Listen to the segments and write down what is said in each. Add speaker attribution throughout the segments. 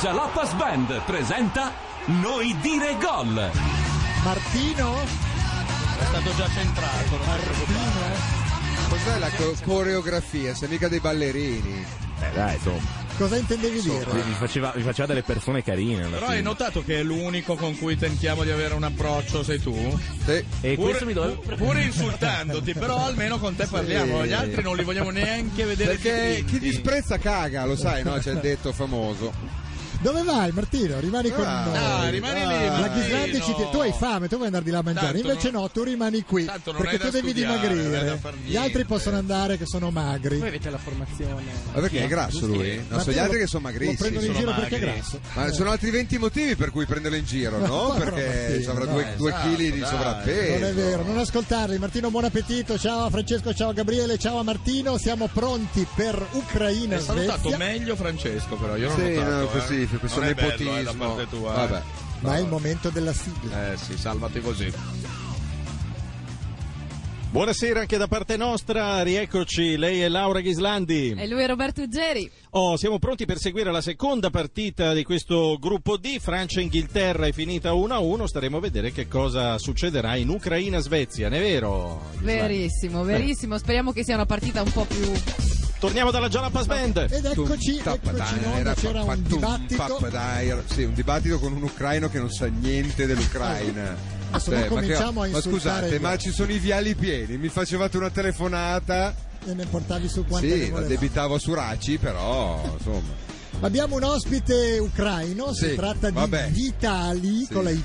Speaker 1: Jalapas Band presenta Noi dire gol.
Speaker 2: Martino?
Speaker 3: È stato già centrato. non ti preoccupare.
Speaker 4: Cos'è la co- coreografia? Sei mica dei ballerini.
Speaker 5: Eh dai, insomma.
Speaker 2: Cosa intendevi dire?
Speaker 5: Mi faceva, mi faceva delle persone carine. alla
Speaker 3: Però
Speaker 5: fine.
Speaker 3: hai notato che è l'unico con cui tentiamo di avere un approccio, sei tu?
Speaker 4: Sì.
Speaker 5: E questo mi doveva.
Speaker 3: pu- pure insultandoti, però almeno con te parliamo, gli altri non li vogliamo neanche vedere.
Speaker 4: Perché chi
Speaker 3: zitti.
Speaker 4: disprezza caga, lo sai, no? C'è il detto famoso.
Speaker 2: Dove vai Martino? Rimani con
Speaker 4: Ah,
Speaker 2: noi.
Speaker 3: Ah, rimani lì.
Speaker 2: La
Speaker 3: Martino.
Speaker 2: Ghislandi ci tiene- Tu hai fame, tu vuoi andare di là a mangiare.
Speaker 3: Tanto
Speaker 2: Invece
Speaker 3: non-
Speaker 2: no, tu rimani qui.
Speaker 3: Tanto non
Speaker 2: Perché
Speaker 3: hai da
Speaker 2: tu devi
Speaker 3: studiare, non hai da
Speaker 2: dimagrire.
Speaker 3: far
Speaker 2: Gli altri
Speaker 3: niente.
Speaker 2: possono andare che sono magri.
Speaker 6: Voi avete la formazione.
Speaker 4: Ma perché è grasso lui? No, sono gli
Speaker 2: Martino
Speaker 4: altri
Speaker 2: lo-
Speaker 4: che sono
Speaker 2: Lo prendono in
Speaker 4: magrissimi.
Speaker 2: giro
Speaker 3: Sono
Speaker 2: perché è
Speaker 3: magri.
Speaker 2: grasso.
Speaker 4: Ma ci sono altri 20 motivi per cui prenderlo in giro, no?
Speaker 2: Ma però
Speaker 4: Perché
Speaker 2: Martino,
Speaker 4: avrà
Speaker 2: dai,
Speaker 4: due, due
Speaker 3: esatto,
Speaker 4: chili di
Speaker 3: dai.
Speaker 4: sovrappeso.
Speaker 2: Non è vero, non ascoltarli. Martino, buon appetito. Ciao a Francesco, ciao a Gabriele, ciao a Martino. Siamo pronti per Ucraina.
Speaker 3: Hai salutato
Speaker 2: Svezia.
Speaker 3: meglio Francesco, però io non
Speaker 4: Sì,
Speaker 3: ho notato,
Speaker 4: no,
Speaker 3: eh.
Speaker 4: così, questo
Speaker 3: Non è bello,
Speaker 4: nepotismo.
Speaker 3: eh, da parte tua.
Speaker 4: Vabbè.
Speaker 2: Ma è il momento della sigla.
Speaker 3: Eh sì, salvati così.
Speaker 7: Buonasera anche da parte nostra, rieccoci, lei è Laura Ghislandi.
Speaker 8: E lui è Roberto Uggeri.
Speaker 7: Oh, siamo pronti per seguire la seconda partita di questo gruppo D, Francia-Inghilterra è finita 1-1, staremo a vedere che cosa succederà in Ucraina-Svezia, ne è vero? Ghislandi?
Speaker 8: Verissimo, verissimo. Speriamo che sia una partita un po' più.
Speaker 7: Torniamo dalla Jalapas Band.
Speaker 2: Ed eccoci,
Speaker 4: Tappa
Speaker 2: eccoci in
Speaker 4: dai,
Speaker 2: onda.
Speaker 4: era
Speaker 2: C'era
Speaker 4: pappa
Speaker 2: un
Speaker 4: tum,
Speaker 2: dibattito.
Speaker 4: pappa dai, era- Sì, un dibattito con un ucraino che non sa niente dell'Ucraina.
Speaker 2: Adesso non
Speaker 4: ma che-
Speaker 2: cominciamo diciamo a
Speaker 4: Ma
Speaker 2: insultare
Speaker 4: scusate,
Speaker 2: gli
Speaker 4: ma
Speaker 2: altri.
Speaker 4: ci sono i viali pieni, mi facevate una telefonata.
Speaker 2: E ne portavi su quante ne
Speaker 4: Sì, la
Speaker 2: volevamo.
Speaker 4: debitavo a Suraci, però insomma.
Speaker 2: Abbiamo un ospite ucraino. Si
Speaker 4: Sì,
Speaker 2: tratta di
Speaker 4: vabbè.
Speaker 2: Vitali con la Y.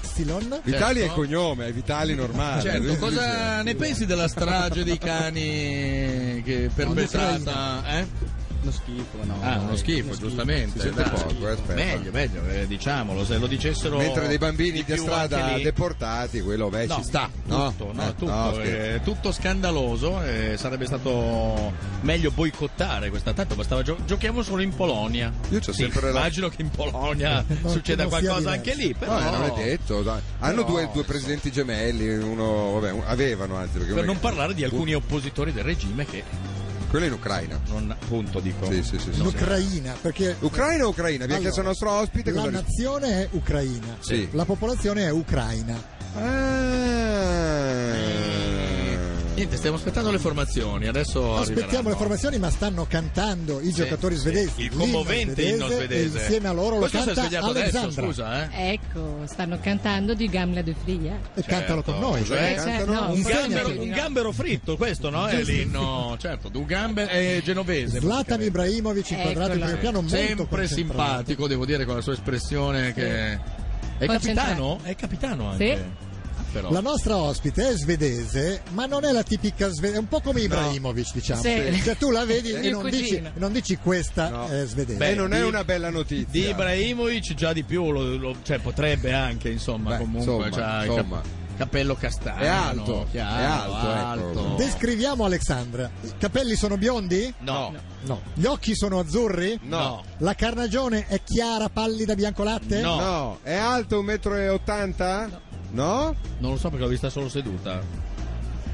Speaker 4: Vitali è
Speaker 3: Certo.
Speaker 4: cognome, è Vitali normale.
Speaker 3: Certo,
Speaker 4: Lui-
Speaker 3: cosa ne pensi della strage dei cani che perpetrata? Eh?
Speaker 6: Uno schifo, no.
Speaker 3: Ah, uno schifo, giustamente.
Speaker 4: sente
Speaker 3: dai.
Speaker 4: poco, eh, aspetta.
Speaker 3: meglio, meglio, eh, diciamolo, se lo dicessero.
Speaker 4: Mentre dei bambini
Speaker 3: di
Speaker 4: di
Speaker 3: più
Speaker 4: strada
Speaker 3: anche lì.
Speaker 4: deportati, quello beh,
Speaker 3: No,
Speaker 4: ci
Speaker 3: sta,
Speaker 4: No?
Speaker 3: tutto,
Speaker 4: Eh,
Speaker 3: no, tutto,
Speaker 4: no, scherzo.
Speaker 3: eh, tutto scandaloso, eh, sarebbe stato meglio boicottare questa, tanto bastava, gio- giochiamo solo in Polonia.
Speaker 4: Io c'ho
Speaker 3: Sì,
Speaker 4: sempre la-
Speaker 3: immagino che in Polonia
Speaker 2: Non-
Speaker 3: succeda
Speaker 2: non sia diverso.
Speaker 3: qualcosa anche lì, però...
Speaker 4: No, eh, non è detto. dai. Hanno
Speaker 3: Però,
Speaker 4: due, due presidenti gemelli, uno, vabbè, un- avevano anzi. Perché
Speaker 3: Per
Speaker 4: uno
Speaker 3: non
Speaker 4: è-
Speaker 3: parlare di alcuni oppositori del regime che
Speaker 4: Quello in Ucraina.
Speaker 3: non, appunto, dico.
Speaker 4: Sì, sì, sì. sì.
Speaker 2: L'Ucraina, perché
Speaker 4: Ucraina o Ucraina?
Speaker 2: Allora,
Speaker 4: Abbiamo chiesto al nostro ospite
Speaker 2: la
Speaker 4: cosa risponde.
Speaker 2: nazione è Ucraina,
Speaker 4: Sì.
Speaker 2: la popolazione è Ucraina.
Speaker 4: Ah.
Speaker 3: Niente, stiamo aspettando le formazioni, adesso
Speaker 2: Aspettiamo
Speaker 3: arriveranno.
Speaker 2: le formazioni, ma stanno cantando i giocatori svedesi.
Speaker 3: Il
Speaker 2: l'inno
Speaker 3: commovente inno svedese.
Speaker 2: e Insieme a loro lo
Speaker 3: Questo si è
Speaker 2: canta
Speaker 3: svegliato adesso,
Speaker 2: Alexandra.
Speaker 3: scusa, eh.
Speaker 9: Ecco, stanno cantando di Gamla de Fria.
Speaker 2: E cantalo con noi.
Speaker 4: Cioè,
Speaker 9: Eh,
Speaker 4: cantano-
Speaker 9: certo, no.
Speaker 3: Un
Speaker 2: Sì,
Speaker 3: gambero,
Speaker 2: sì.
Speaker 3: un gambero fritto, questo no? È l'inno, certo, un gambero è genovese.
Speaker 2: Zlatan Ibrahimovic inquadrato in
Speaker 9: Eccola.
Speaker 2: primo piano molto
Speaker 3: Sempre
Speaker 2: concentrato.
Speaker 3: simpatico, devo dire, con la sua espressione che... È capitano? È capitano anche. Ah, però.
Speaker 2: La nostra ospite è svedese, ma non è la tipica svedese, è un po' come Ibrahimovic, diciamo.
Speaker 9: Sì.
Speaker 2: Cioè, tu la vedi e
Speaker 9: Mio
Speaker 2: non dici,
Speaker 9: cugino.
Speaker 2: non dici questa
Speaker 4: No.
Speaker 2: è svedese.
Speaker 4: Beh, non è
Speaker 3: eh, di-
Speaker 4: una bella notizia.
Speaker 3: Di Ibrahimovic già di più, lo- lo- cioè potrebbe anche, insomma,
Speaker 4: Beh,
Speaker 3: comunque.
Speaker 4: insomma,
Speaker 3: c'ha il
Speaker 4: insomma.
Speaker 3: cap- capello castano.
Speaker 4: È alto,
Speaker 3: chiaro,
Speaker 4: è alto, ecco.
Speaker 3: alto.
Speaker 2: Descriviamo Alexandra. I capelli sono biondi?
Speaker 3: No,
Speaker 2: No. Gli occhi sono azzurri?
Speaker 3: no,
Speaker 2: La carnagione è chiara, pallida, biancolatte?
Speaker 3: No.
Speaker 4: No, è alto 1,80 m? No?
Speaker 3: non lo so perché l'ho vista solo seduta.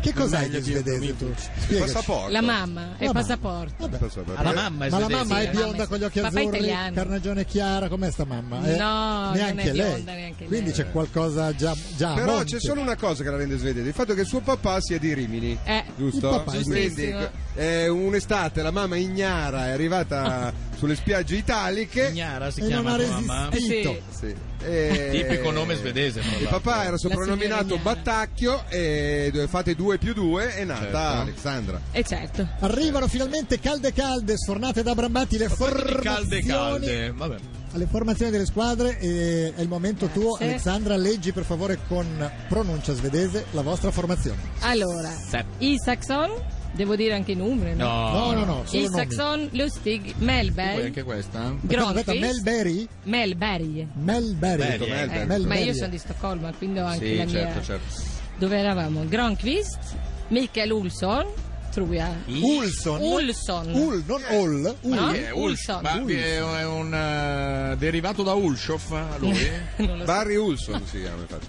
Speaker 2: Che cos'hai di svedese tu?
Speaker 4: Il
Speaker 2: Spiegaci.
Speaker 4: passaporto.
Speaker 9: La mamma e
Speaker 2: La
Speaker 9: il
Speaker 2: mamma.
Speaker 9: passaporto.
Speaker 2: Vabbè.
Speaker 4: Passaporto.
Speaker 3: Alla mamma è
Speaker 2: Ma la
Speaker 3: svedese.
Speaker 2: mamma è
Speaker 9: la mamma
Speaker 2: bionda
Speaker 9: è-
Speaker 2: con gli occhi
Speaker 9: papà è
Speaker 2: azzurri,
Speaker 9: italiano.
Speaker 2: carnagione chiara, com'è sta mamma? Eh,
Speaker 9: No,
Speaker 2: neanche
Speaker 9: non è
Speaker 2: lei.
Speaker 9: bionda, neanche lei.
Speaker 2: Quindi c'è qualcosa già, già a
Speaker 4: Eh, Però
Speaker 2: monte.
Speaker 4: c'è solo una cosa che la rende svedese, il fatto che suo papà sia di Rimini.
Speaker 9: Eh,
Speaker 4: Giusto?
Speaker 2: Il papà è
Speaker 4: Quindi
Speaker 9: giustissimo.
Speaker 4: eh, un'estate la mamma ignara è arrivata sulle spiagge italiche.
Speaker 3: Ignara si
Speaker 2: E non
Speaker 3: chiama
Speaker 2: ha
Speaker 3: tua mamma.
Speaker 9: Eh sì.
Speaker 2: resistito.
Speaker 4: Sì. E-
Speaker 3: Tipico nome svedese, tra
Speaker 4: Il
Speaker 3: l'altro.
Speaker 4: papà era soprannominato
Speaker 9: signora Ignara.
Speaker 4: Battacchio e due- fate due più due è nata
Speaker 3: Certo.
Speaker 4: Alexandra.
Speaker 9: E certo.
Speaker 2: Arrivano finalmente calde calde, sfornate da Brambati le
Speaker 3: Quindi
Speaker 2: formazioni,
Speaker 3: Calde calde, vabbè.
Speaker 2: alle formazioni delle squadre e è il momento tuo
Speaker 9: Grazie.
Speaker 2: Alexandra, leggi per favore con pronuncia svedese la vostra formazione.
Speaker 9: Allora, i Saxon, devo dire anche i numeri, no?
Speaker 2: No, no, no,
Speaker 9: I
Speaker 2: solo nomi.
Speaker 9: Saxon, Lustig,
Speaker 3: Ah. Poi
Speaker 9: Melberg,
Speaker 3: anche questa? eh.
Speaker 2: Aspetta, aspetta,
Speaker 9: Gronfis,
Speaker 2: Melberry?
Speaker 9: Melberg.
Speaker 2: Melberry.
Speaker 3: Melberry,
Speaker 9: Eh,
Speaker 4: Melberg.
Speaker 9: ma
Speaker 2: Melberry.
Speaker 9: io sono di Stoccolma, quindi ho anche
Speaker 3: Sì,
Speaker 9: la
Speaker 3: certo,
Speaker 9: mia...
Speaker 3: certo.
Speaker 9: Dove eravamo? Gronqvist, Mikael Olsson, Truia.
Speaker 2: Ulson.
Speaker 9: Ulson.
Speaker 2: Ul, non All. Ul.
Speaker 9: No?
Speaker 3: Chi è? Ulsh-
Speaker 9: Ulson.
Speaker 3: ma
Speaker 2: Ulson.
Speaker 3: è un- è un eh, derivato da Ulshoff eh, lui?
Speaker 9: non lo so.
Speaker 4: Barry Ulson si chiama infatti.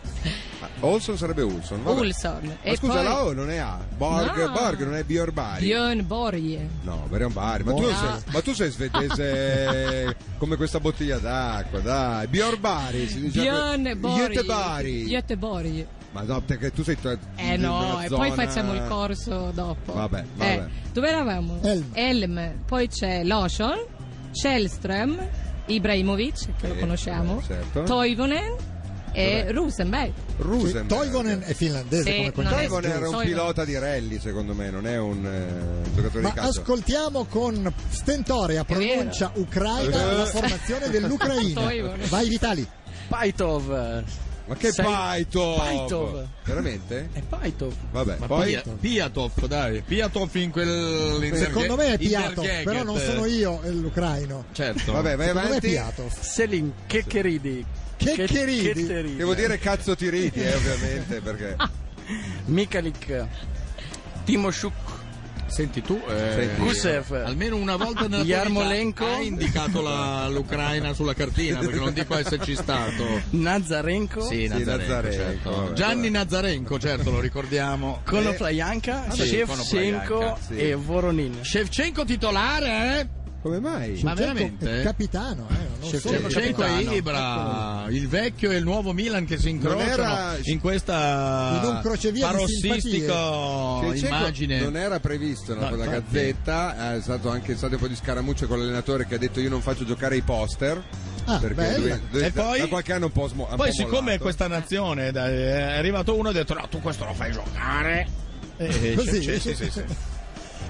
Speaker 4: Ah, Olson sarebbe Ulson. vabbè.
Speaker 9: Ulson.
Speaker 4: Ma
Speaker 9: E
Speaker 4: scusa,
Speaker 9: poi-
Speaker 4: la O non è A. Borg,
Speaker 9: No.
Speaker 4: Borg non è Björn Bari.
Speaker 9: Björn Borje.
Speaker 4: No, Björn Bari. Ma, tu
Speaker 9: No.
Speaker 4: sei, ma tu sei svedese come questa bottiglia d'acqua, dai. Björn Bari si dice.
Speaker 9: Björn Borje.
Speaker 4: Bari.
Speaker 9: Göte Borje.
Speaker 4: Ma no, perché tu sei tra-
Speaker 9: Eh
Speaker 4: in
Speaker 9: no,
Speaker 4: una
Speaker 9: e poi
Speaker 4: zona-
Speaker 9: facciamo il corso dopo.
Speaker 4: Vabbè, vabbè.
Speaker 9: Eh, dove eravamo?
Speaker 2: Elm.
Speaker 9: Elm. Poi c'è Loshon, Shellström, Ibrahimovic, che lo
Speaker 4: Sì,
Speaker 9: conosciamo,
Speaker 4: eh, certo.
Speaker 9: Toivonen e Rosenberg.
Speaker 4: Rusenberg. Eh,
Speaker 2: Toivonen è finlandese
Speaker 9: Sì,
Speaker 2: come
Speaker 9: non è-
Speaker 2: cognome.
Speaker 4: Toivonen era un
Speaker 9: Toivonen.
Speaker 4: pilota di rally, secondo me, non è un eh, giocatore
Speaker 2: Ma
Speaker 4: di calcio.
Speaker 2: ascoltiamo con stentorea pronuncia ucraina
Speaker 4: Eh.
Speaker 2: la formazione dell'Ucraina.
Speaker 9: Toivonen.
Speaker 2: Vai Vitali.
Speaker 6: Paitov.
Speaker 4: Ma che
Speaker 6: Sei-
Speaker 4: Paitov!
Speaker 6: Paitov.
Speaker 4: Veramente?
Speaker 6: È Paitov.
Speaker 4: Vabbè,
Speaker 3: Ma
Speaker 4: poi
Speaker 3: Pia- Piatov, dai, Piatov in quel in
Speaker 2: Secondo me è
Speaker 3: in
Speaker 2: Piatov,
Speaker 3: Bergheget.
Speaker 2: però non sono io eh, l'ucraino.
Speaker 3: Certo.
Speaker 4: vabbè, vai
Speaker 2: Secondo me è
Speaker 4: avanti.
Speaker 2: Piatov.
Speaker 6: Selin Kekeridi.
Speaker 2: Kekeridi.
Speaker 4: Devo dire cazzo ti ridi, eh, ovviamente, perché
Speaker 6: Mikalik. eh, Timoshuk.
Speaker 3: Senti tu, eh,
Speaker 4: Senti,
Speaker 6: Gusev.
Speaker 3: almeno una volta nella tua
Speaker 6: Yarmolenko.
Speaker 3: vita hai indicato la- l'Ucraina sulla cartina, perché non dico esserci stato.
Speaker 6: Nazarenko.
Speaker 3: Sì, Nazarenko,
Speaker 4: Nazarenko,
Speaker 3: certo.
Speaker 4: vabbè.
Speaker 3: Gianni Nazarenko, certo, lo ricordiamo.
Speaker 6: Konoplyanka,
Speaker 3: sì,
Speaker 6: Shevchenko
Speaker 3: Konoplyanka,
Speaker 4: sì.
Speaker 6: e Voronin.
Speaker 3: Shevchenko titolare, eh?
Speaker 4: come mai?
Speaker 3: Ma
Speaker 2: È il
Speaker 3: veramente?
Speaker 2: capitano, eh, non solo il
Speaker 3: Shevchenko e
Speaker 2: capitano.
Speaker 3: Ibra, il vecchio e il nuovo Milan che si incrociano
Speaker 4: era-
Speaker 3: in questa
Speaker 2: In un crocevia di
Speaker 3: parossistico
Speaker 4: Shevchenko
Speaker 3: immagine.
Speaker 4: non era previsto no,
Speaker 3: No,
Speaker 4: per la
Speaker 3: infatti.
Speaker 4: gazzetta, eh, è stato anche stato un po' di scaramuccia con l'allenatore che ha detto io non faccio giocare i poster.
Speaker 2: Ah,
Speaker 4: perché
Speaker 2: bella.
Speaker 4: lui- lui
Speaker 3: E
Speaker 4: da,
Speaker 3: poi-
Speaker 4: da qualche anno un po' smo- ha un
Speaker 3: Poi
Speaker 4: po'
Speaker 3: siccome
Speaker 4: mollato.
Speaker 3: questa nazione dai, è arrivato uno e ha detto no, tu questo lo fai giocare. Eh,
Speaker 2: Così?
Speaker 3: c'è- c'è- sì, sì, sì.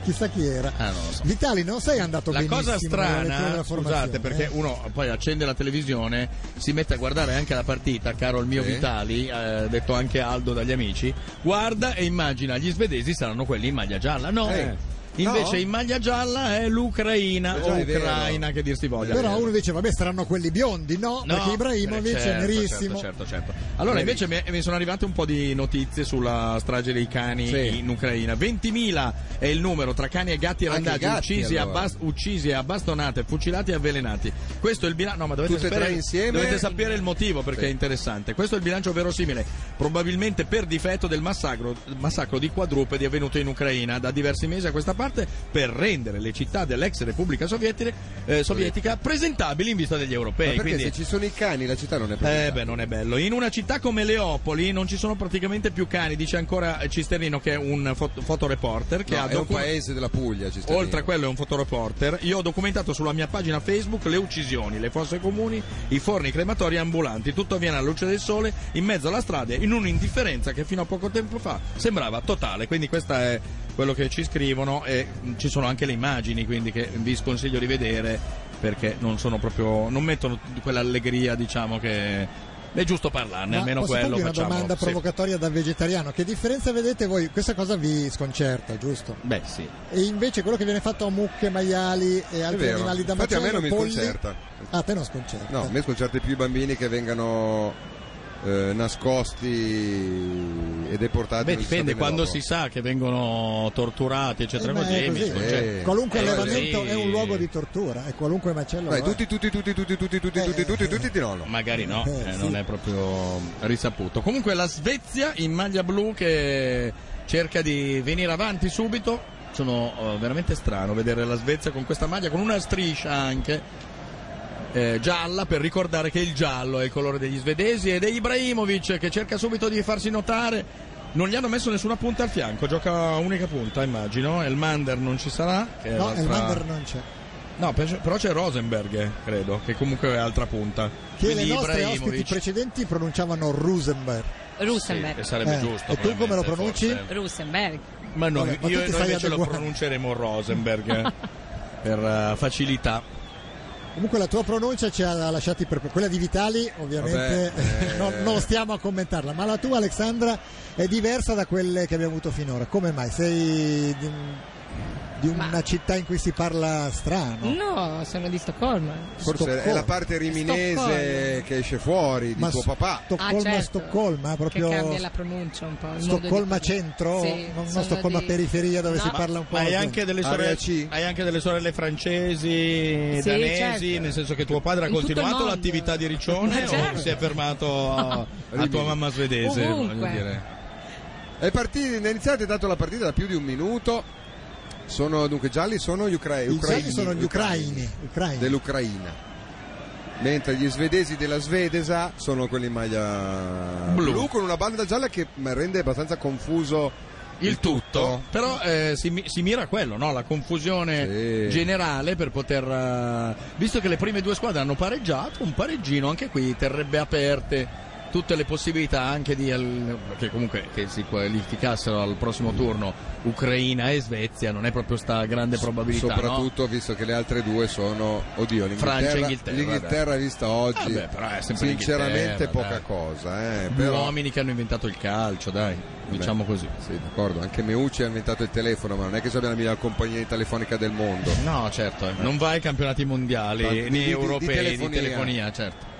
Speaker 2: Chissà chi era.
Speaker 3: Ah, non lo so.
Speaker 2: Vitali, non sei andato
Speaker 3: La
Speaker 2: benissimo eh,
Speaker 3: cosa
Speaker 2: nella lettura
Speaker 3: strana,
Speaker 2: della
Speaker 3: scusate,
Speaker 2: formazione,
Speaker 3: perché
Speaker 2: eh.
Speaker 3: uno poi accende la televisione, si mette a guardare anche la partita, caro il mio
Speaker 4: Sì.
Speaker 3: Vitali, eh, detto anche Aldo dagli amici, guarda e immagina gli svedesi saranno quelli in maglia gialla. No,
Speaker 4: Eh.
Speaker 3: invece
Speaker 4: No?
Speaker 3: in maglia gialla è l'Ucraina,
Speaker 4: Eh già,
Speaker 3: o
Speaker 4: è vero.
Speaker 3: Ucraina che dir si voglia.
Speaker 2: Eh. Però uno dice, vabbè, saranno quelli biondi, no?
Speaker 3: No,
Speaker 2: perché Ibrahimovic
Speaker 3: eh, certo,
Speaker 2: è nerissimo.
Speaker 3: Certo, certo, certo. Allora, invece mi, mi sono arrivate un po' di notizie sulla strage dei cani
Speaker 4: Sì.
Speaker 3: in Ucraina. 20.000 è il numero tra cani e gatti
Speaker 4: Anche
Speaker 3: randagi
Speaker 4: i gatti,
Speaker 3: uccisi,
Speaker 4: allora.
Speaker 3: a bas- uccisi a bastonate, fucilati e avvelenati. Questo è il bilancio. No, ma dovete
Speaker 4: Tutte e
Speaker 3: sapere,
Speaker 4: tre insieme?
Speaker 3: dovete sapere il motivo perché è interessante. Questo è il bilancio verosimile, probabilmente per difetto del massacro, massacro di quadrupedi avvenuto in Ucraina da diversi mesi a questa parte per rendere le città dell'ex Repubblica Sovietica, eh, sovietica presentabili in vista degli
Speaker 4: Ma
Speaker 3: europei.
Speaker 4: perché
Speaker 3: Quindi-
Speaker 4: se ci sono i cani la città non è
Speaker 3: eh
Speaker 4: preparata.
Speaker 3: beh, non è bello. In una città come Leopoli non ci sono praticamente più cani, dice ancora Cisternino che è un fot- fotoreporter che
Speaker 4: No,
Speaker 3: ha
Speaker 4: è un
Speaker 3: docu-
Speaker 4: paese della Puglia, ci sta
Speaker 3: Oltre a
Speaker 4: dentro.
Speaker 3: quello è un fotoreporter. Io ho documentato sulla mia pagina Facebook le uccisioni, le fosse comuni, i forni crematori ambulanti. Tutto avviene alla luce del sole, in mezzo alla strada, in un'indifferenza che fino a poco tempo fa sembrava totale. Quindi questo è quello che ci scrivono e mh, ci sono anche le immagini, quindi che vi sconsiglio di vedere perché non sono proprio non mettono quell'allegria, diciamo che è giusto parlarne,
Speaker 2: Ma
Speaker 3: almeno
Speaker 2: posso
Speaker 3: quello
Speaker 2: farvi una
Speaker 3: facciamolo.
Speaker 2: domanda
Speaker 3: Sì.
Speaker 2: provocatoria da vegetariano? Che differenza vedete voi? Questa cosa vi sconcerta, giusto?
Speaker 3: Beh, sì.
Speaker 2: E invece quello che viene fatto a mucche, maiali e altri
Speaker 4: vero.
Speaker 2: animali da
Speaker 4: Infatti a
Speaker 2: macello,
Speaker 4: me non mi
Speaker 2: polli-
Speaker 4: sconcerta.
Speaker 2: Ah, a te non sconcerta.
Speaker 4: No, a me sconcerta più i bambini che vengano eh, nascosti e deportati.
Speaker 3: Beh,
Speaker 4: non si sa
Speaker 3: dipende
Speaker 4: bene
Speaker 3: quando
Speaker 4: dopo.
Speaker 3: si sa che vengono torturati,
Speaker 2: Eh,
Speaker 3: eccetera.
Speaker 2: ma
Speaker 3: così,
Speaker 2: è
Speaker 3: mi
Speaker 2: così.
Speaker 3: sconcerta.
Speaker 4: Eh.
Speaker 2: Qualunque
Speaker 3: Eh,
Speaker 2: allevamento
Speaker 3: sì.
Speaker 2: è un luogo di tortura e qualunque macello
Speaker 4: Dai,
Speaker 3: eh.
Speaker 2: lo è.
Speaker 4: tutti, tutti, tutti, tutti, tutti, tutti,
Speaker 2: Eh,
Speaker 4: tutti, tutti,
Speaker 2: eh.
Speaker 4: tutti di nonno.
Speaker 3: Magari no,
Speaker 2: Eh,
Speaker 3: eh,
Speaker 2: sì.
Speaker 3: non è proprio risaputo. Comunque la Svezia in maglia blu che cerca di venire avanti subito. Sono eh, veramente strano vedere la Svezia con questa maglia, con una striscia anche eh, gialla per ricordare che il giallo è il colore degli svedesi ed è Ibrahimovic che cerca subito di farsi notare. Non gli hanno messo nessuna punta al fianco, gioca unica punta immagino, Elmander non ci sarà. che è
Speaker 2: No,
Speaker 3: l'altra-
Speaker 4: Eh,
Speaker 2: il Mander non c'è.
Speaker 3: No, pe- però c'è Rosenberg, eh, credo, che comunque è altra punta.
Speaker 2: Che
Speaker 3: Quindi
Speaker 2: le nostre ospiti
Speaker 3: Ibrahimovic-
Speaker 2: precedenti pronunciavano Rusenberg.
Speaker 9: Rosenberg.
Speaker 3: che sarebbe
Speaker 2: Eh,
Speaker 3: giusto.
Speaker 2: e tu come lo
Speaker 3: probabilmente,
Speaker 2: pronunci?
Speaker 3: forse.
Speaker 9: Rosenberg.
Speaker 3: Ma noi,
Speaker 2: Vabbè, ma
Speaker 3: io
Speaker 2: tu ti
Speaker 3: noi
Speaker 2: sai
Speaker 3: invece lo
Speaker 2: adeguare.
Speaker 3: pronunceremo Rosenberg eh, per eh, facilità.
Speaker 2: Comunque la tua pronuncia ci ha lasciati per quella di Vitali, ovviamente
Speaker 4: Vabbè, eh.
Speaker 2: non, non stiamo a commentarla, ma la tua Alexandra è diversa da quelle che abbiamo avuto finora. Come mai? Sei di- di una
Speaker 9: Ma- Mm.
Speaker 2: città in cui si parla strano.
Speaker 9: No, sono di Stoccolma.
Speaker 4: Forse è
Speaker 2: Stoccolma.
Speaker 4: la parte riminese
Speaker 9: Stoccolma.
Speaker 4: che esce fuori di
Speaker 2: Ma
Speaker 4: tuo
Speaker 2: s-
Speaker 4: papà.
Speaker 2: Stoccolma,
Speaker 9: ah, certo,
Speaker 2: Stoccolma, proprio
Speaker 9: Che cambia la pronuncia un po'. il modo di
Speaker 2: Stoccolma
Speaker 9: parlare.
Speaker 2: centro,
Speaker 9: Sì,
Speaker 2: non
Speaker 9: sono
Speaker 2: non Stoccolma
Speaker 9: di-
Speaker 2: periferia dove
Speaker 9: No.
Speaker 2: si parla un po'.
Speaker 3: Ma hai
Speaker 2: di-
Speaker 3: anche, delle
Speaker 4: Area
Speaker 3: sorelle,
Speaker 4: C?
Speaker 3: hai anche delle sorelle francesi,
Speaker 9: Sì,
Speaker 3: danesi,
Speaker 9: certo.
Speaker 3: nel senso che tuo padre ha
Speaker 9: In tutto il
Speaker 3: continuato
Speaker 9: mondo.
Speaker 3: l'attività di Riccione
Speaker 9: Ma certo.
Speaker 3: o si è fermato a, a tua mamma svedese?
Speaker 9: Ovunque.
Speaker 3: voglio dire.
Speaker 4: È partita, è iniziata intanto la partita da più di un minuto. Sono dunque gialli, sono gli ucra-
Speaker 2: I
Speaker 4: ucraini.
Speaker 2: gialli sono gli ucraini, ucraini.
Speaker 4: Dell'Ucraina. Mentre gli svedesi della Svedesa sono quelli in maglia
Speaker 3: Blu.
Speaker 4: con una banda gialla che rende abbastanza confuso
Speaker 3: Il tutto, però eh, si, mi- si mira a quello, no? la confusione
Speaker 4: Sì.
Speaker 3: generale per poter, eh, visto che le prime due squadre hanno pareggiato, un pareggino anche qui terrebbe aperte tutte le possibilità anche di al- che comunque che si qualificassero al
Speaker 4: Mm.
Speaker 3: prossimo turno Ucraina e Svezia, non è proprio sta grande probabilità. no?
Speaker 4: Soprattutto visto che le altre due sono, oddio, l'Inghilterra,
Speaker 3: Francia e Inghilterra,
Speaker 4: l'Inghilterra vista oggi,
Speaker 3: Vabbè, però è sempre
Speaker 4: sinceramente
Speaker 3: l'Inghilterra,
Speaker 4: poca
Speaker 3: dai.
Speaker 4: cosa. Eh,
Speaker 3: Gli
Speaker 4: però,
Speaker 3: uomini che hanno inventato il calcio, dai, diciamo così.
Speaker 4: Sì, d'accordo, anche Meucci ha inventato il telefono, ma non è che abbia la miglior compagnia telefonica del mondo.
Speaker 3: No, certo, eh. non va ai campionati mondiali
Speaker 4: Tanto-
Speaker 3: né
Speaker 4: di- di- di
Speaker 3: europei di telefonia.
Speaker 4: telefonia.
Speaker 3: certo.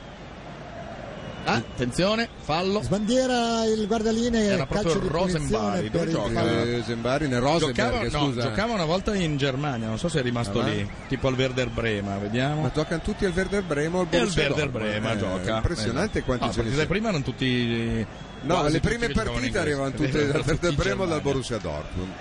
Speaker 3: Ah, attenzione, fallo.
Speaker 2: Sbandiera il guardaline
Speaker 3: Era
Speaker 2: calcio
Speaker 3: proprio
Speaker 2: di punizione
Speaker 3: Rosenbari, dove
Speaker 2: per il
Speaker 3: gioca?
Speaker 2: fallo.
Speaker 4: Eh, Zembari nel Rosenberg,
Speaker 3: Giocava, no,
Speaker 4: scusa.
Speaker 3: giocava una volta in Germania, non so se è rimasto
Speaker 4: Ah,
Speaker 3: lì, tipo al Werder Brema,
Speaker 4: Ma
Speaker 3: vediamo. Ah,
Speaker 4: giocano tutti al Werder Brema o al
Speaker 3: E al
Speaker 4: Borussia
Speaker 3: Werder
Speaker 4: Dortmund,
Speaker 3: Brema
Speaker 4: eh,
Speaker 3: gioca.
Speaker 4: Impressionante
Speaker 3: Eh.
Speaker 4: quanti
Speaker 3: Ah,
Speaker 4: ce
Speaker 3: perché
Speaker 4: ne
Speaker 3: sai,
Speaker 4: sono.
Speaker 3: prima erano tutti
Speaker 4: No,
Speaker 3: quasi tutti che
Speaker 4: le prime
Speaker 3: giocavano in
Speaker 4: partite
Speaker 3: inglese.
Speaker 4: arrivano tutte
Speaker 3: Erano
Speaker 4: dal
Speaker 3: tutti
Speaker 4: Werder
Speaker 3: in
Speaker 4: Brema o dal
Speaker 3: Germania.
Speaker 4: Borussia Dortmund.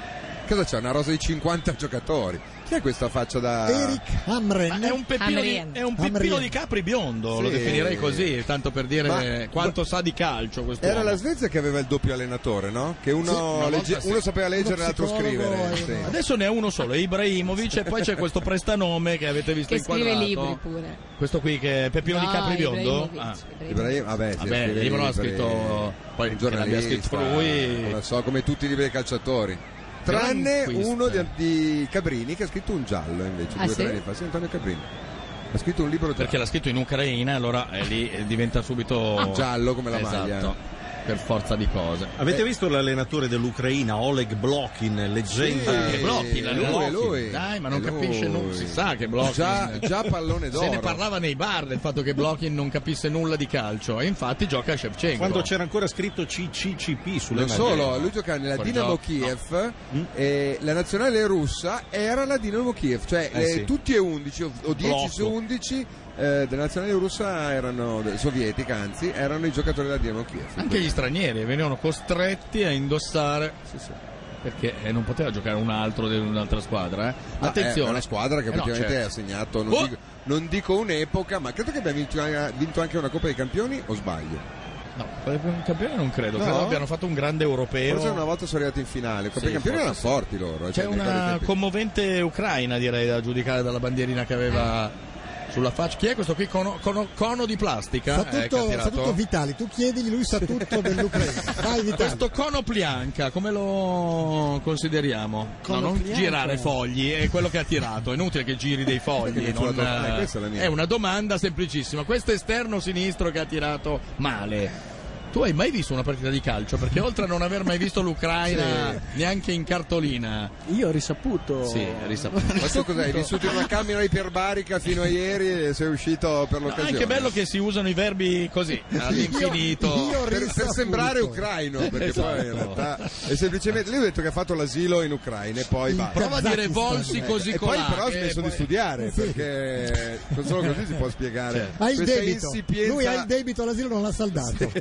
Speaker 4: Cosa c'è? Una rosa di 50 giocatori. Chi è questa faccia da...
Speaker 2: Eric Hamren.
Speaker 3: Eh, Ma è un peppino, di,
Speaker 9: Amrien.
Speaker 3: è un peppino
Speaker 2: Amrien.
Speaker 3: di capri biondo, lo
Speaker 4: Sì.
Speaker 3: definirei così, tanto per dire
Speaker 4: Ma-
Speaker 3: quanto sa di calcio questo
Speaker 4: Era la Svezia che aveva il doppio allenatore, no? Che uno,
Speaker 3: Sì, una volta
Speaker 4: legge-
Speaker 3: sì.
Speaker 4: uno sapeva leggere e
Speaker 2: Uno
Speaker 4: l'altro
Speaker 2: psicologo
Speaker 4: scrivere.
Speaker 2: e-
Speaker 4: sì.
Speaker 3: Adesso ne è uno solo, è Ibrahimovic e poi c'è questo prestanome che avete visto
Speaker 9: Che scrive
Speaker 3: inquadrato.
Speaker 9: libri pure.
Speaker 3: Questo qui che è Peppino di
Speaker 9: No,
Speaker 3: Capri biondo.
Speaker 9: Ibrahimovic,
Speaker 3: Ah.
Speaker 9: Ibrahimovic.
Speaker 4: Ibrahim, vabbè, sì,
Speaker 3: Vabbè, il
Speaker 4: scrive
Speaker 3: libro l'ha
Speaker 4: libri,
Speaker 3: scritto poi
Speaker 4: un
Speaker 3: che l'abbia scritto
Speaker 4: giornalista, non
Speaker 3: lui.
Speaker 4: lo so, come tutti i libri dei calciatori. Tranne
Speaker 3: Gran
Speaker 4: uno di,
Speaker 3: acquisto.
Speaker 4: di Cabrini che ha scritto un giallo invece,
Speaker 9: Ah,
Speaker 4: due o
Speaker 9: sì?
Speaker 4: tre anni fa. Sì, Antonio Cabrini. Ha scritto un libro giallo.
Speaker 3: Perché l'ha scritto in Ucraina, allora eh, lì eh, diventa subito
Speaker 4: Giallo come la maglia.
Speaker 3: Esatto. Per forza di cose.
Speaker 7: Avete visto l'allenatore dell'Ucraina, Oleg Blokin, leggenda?
Speaker 4: Sì.
Speaker 3: Che blocchi la
Speaker 4: lui,
Speaker 3: blocchi.
Speaker 4: lui.
Speaker 3: Dai, ma non
Speaker 4: È
Speaker 3: capisce,
Speaker 4: lui.
Speaker 3: non si sa che blocchi.
Speaker 4: Già- già pallone d'oro.
Speaker 3: Se ne parlava nei bar del fatto che Blockin non capisse nulla di calcio e infatti gioca a Shevchenko.
Speaker 7: Quando c'era ancora scritto CCCP sulle
Speaker 4: Non
Speaker 7: maglie.
Speaker 4: solo, lui giocava nella
Speaker 3: Fuori
Speaker 4: Dinamo
Speaker 3: gioco, no.
Speaker 4: Kiev Mm. e la nazionale russa era la Dinamo Kiev, cioè
Speaker 7: Eh,
Speaker 4: eh,
Speaker 7: sì.
Speaker 4: tutti e 11 o, o 10 su
Speaker 7: Blocco.
Speaker 4: 11 eh, della nazionale russa erano de- sovietica, anzi, erano i giocatori della Dinamo Kiev.
Speaker 3: Anche gli stranieri venivano costretti a indossare
Speaker 4: Sì, sì.
Speaker 3: perché eh, non poteva giocare un altro di un'altra squadra. eh.
Speaker 4: Ma
Speaker 3: Attenzione,
Speaker 4: È una squadra che
Speaker 3: Eh no,
Speaker 4: praticamente
Speaker 3: certo.
Speaker 4: ha segnato, non,
Speaker 3: Oh!
Speaker 4: dico, non dico un'epoca, ma credo che abbia vinto, anche- vinto anche una Coppa dei Campioni o sbaglio?
Speaker 3: No, per un campione non credo,
Speaker 4: No?
Speaker 3: però abbiano fatto un grande europeo.
Speaker 4: Forse una volta sono arrivati in finale, Coppa
Speaker 3: Sì,
Speaker 4: dei Campioni
Speaker 3: forse
Speaker 4: erano
Speaker 3: sì.
Speaker 4: forti loro.
Speaker 3: C'è
Speaker 4: cioè, mi ricordo i
Speaker 3: una
Speaker 4: tempi.
Speaker 3: commovente ucraina, direi, da giudicare dalla bandierina che aveva sulla faccia. Chi è questo qui? Cono, cono- cono di plastica?
Speaker 2: Sa
Speaker 3: eh, che ha
Speaker 2: tutto, sa
Speaker 3: tirato?
Speaker 2: tutto Vitali, tu chiedigli, lui sa tutto dell'Ucraina. Vai Vitali.
Speaker 3: Questo cono plianca, come lo consideriamo?
Speaker 6: Cono
Speaker 3: no, non
Speaker 6: plianca?
Speaker 3: girare fogli, è quello che ha tirato, è inutile che giri dei fogli.
Speaker 4: Perché mi
Speaker 3: non-
Speaker 4: ha tirato- eh, questa è la mia.
Speaker 3: è una domanda semplicissima. Questo esterno sinistro che ha tirato male. Tu hai mai visto una partita di calcio? Perché oltre a non aver mai visto l'Ucraina neanche in cartolina,
Speaker 6: Io ho risaputo.
Speaker 3: sì, risaputo.
Speaker 4: Ma tu cos'hai? Hai vissuto in una camera iperbarica fino a ieri e sei uscito per
Speaker 3: No,
Speaker 4: l'occasione.
Speaker 3: anche bello che si usano i verbi così, all'infinito.
Speaker 2: io-
Speaker 4: Per, per sembrare ucraino, perché poi in
Speaker 3: Esatto.
Speaker 4: realtà è semplicemente. Lui ha detto che ha fatto l'asilo in Ucraina e poi va.
Speaker 3: Prova a dire
Speaker 2: Kazakistan.
Speaker 3: volsi così
Speaker 4: Esatto, Eh, e
Speaker 3: colà,
Speaker 4: poi però ha
Speaker 3: che
Speaker 4: smesso di
Speaker 3: poi-
Speaker 4: studiare perché solo così si può spiegare
Speaker 3: Certo.
Speaker 2: Ha il
Speaker 4: questa
Speaker 2: debito.
Speaker 4: insipienza
Speaker 2: Lui ha il debito all'asilo, non l'ha saldato.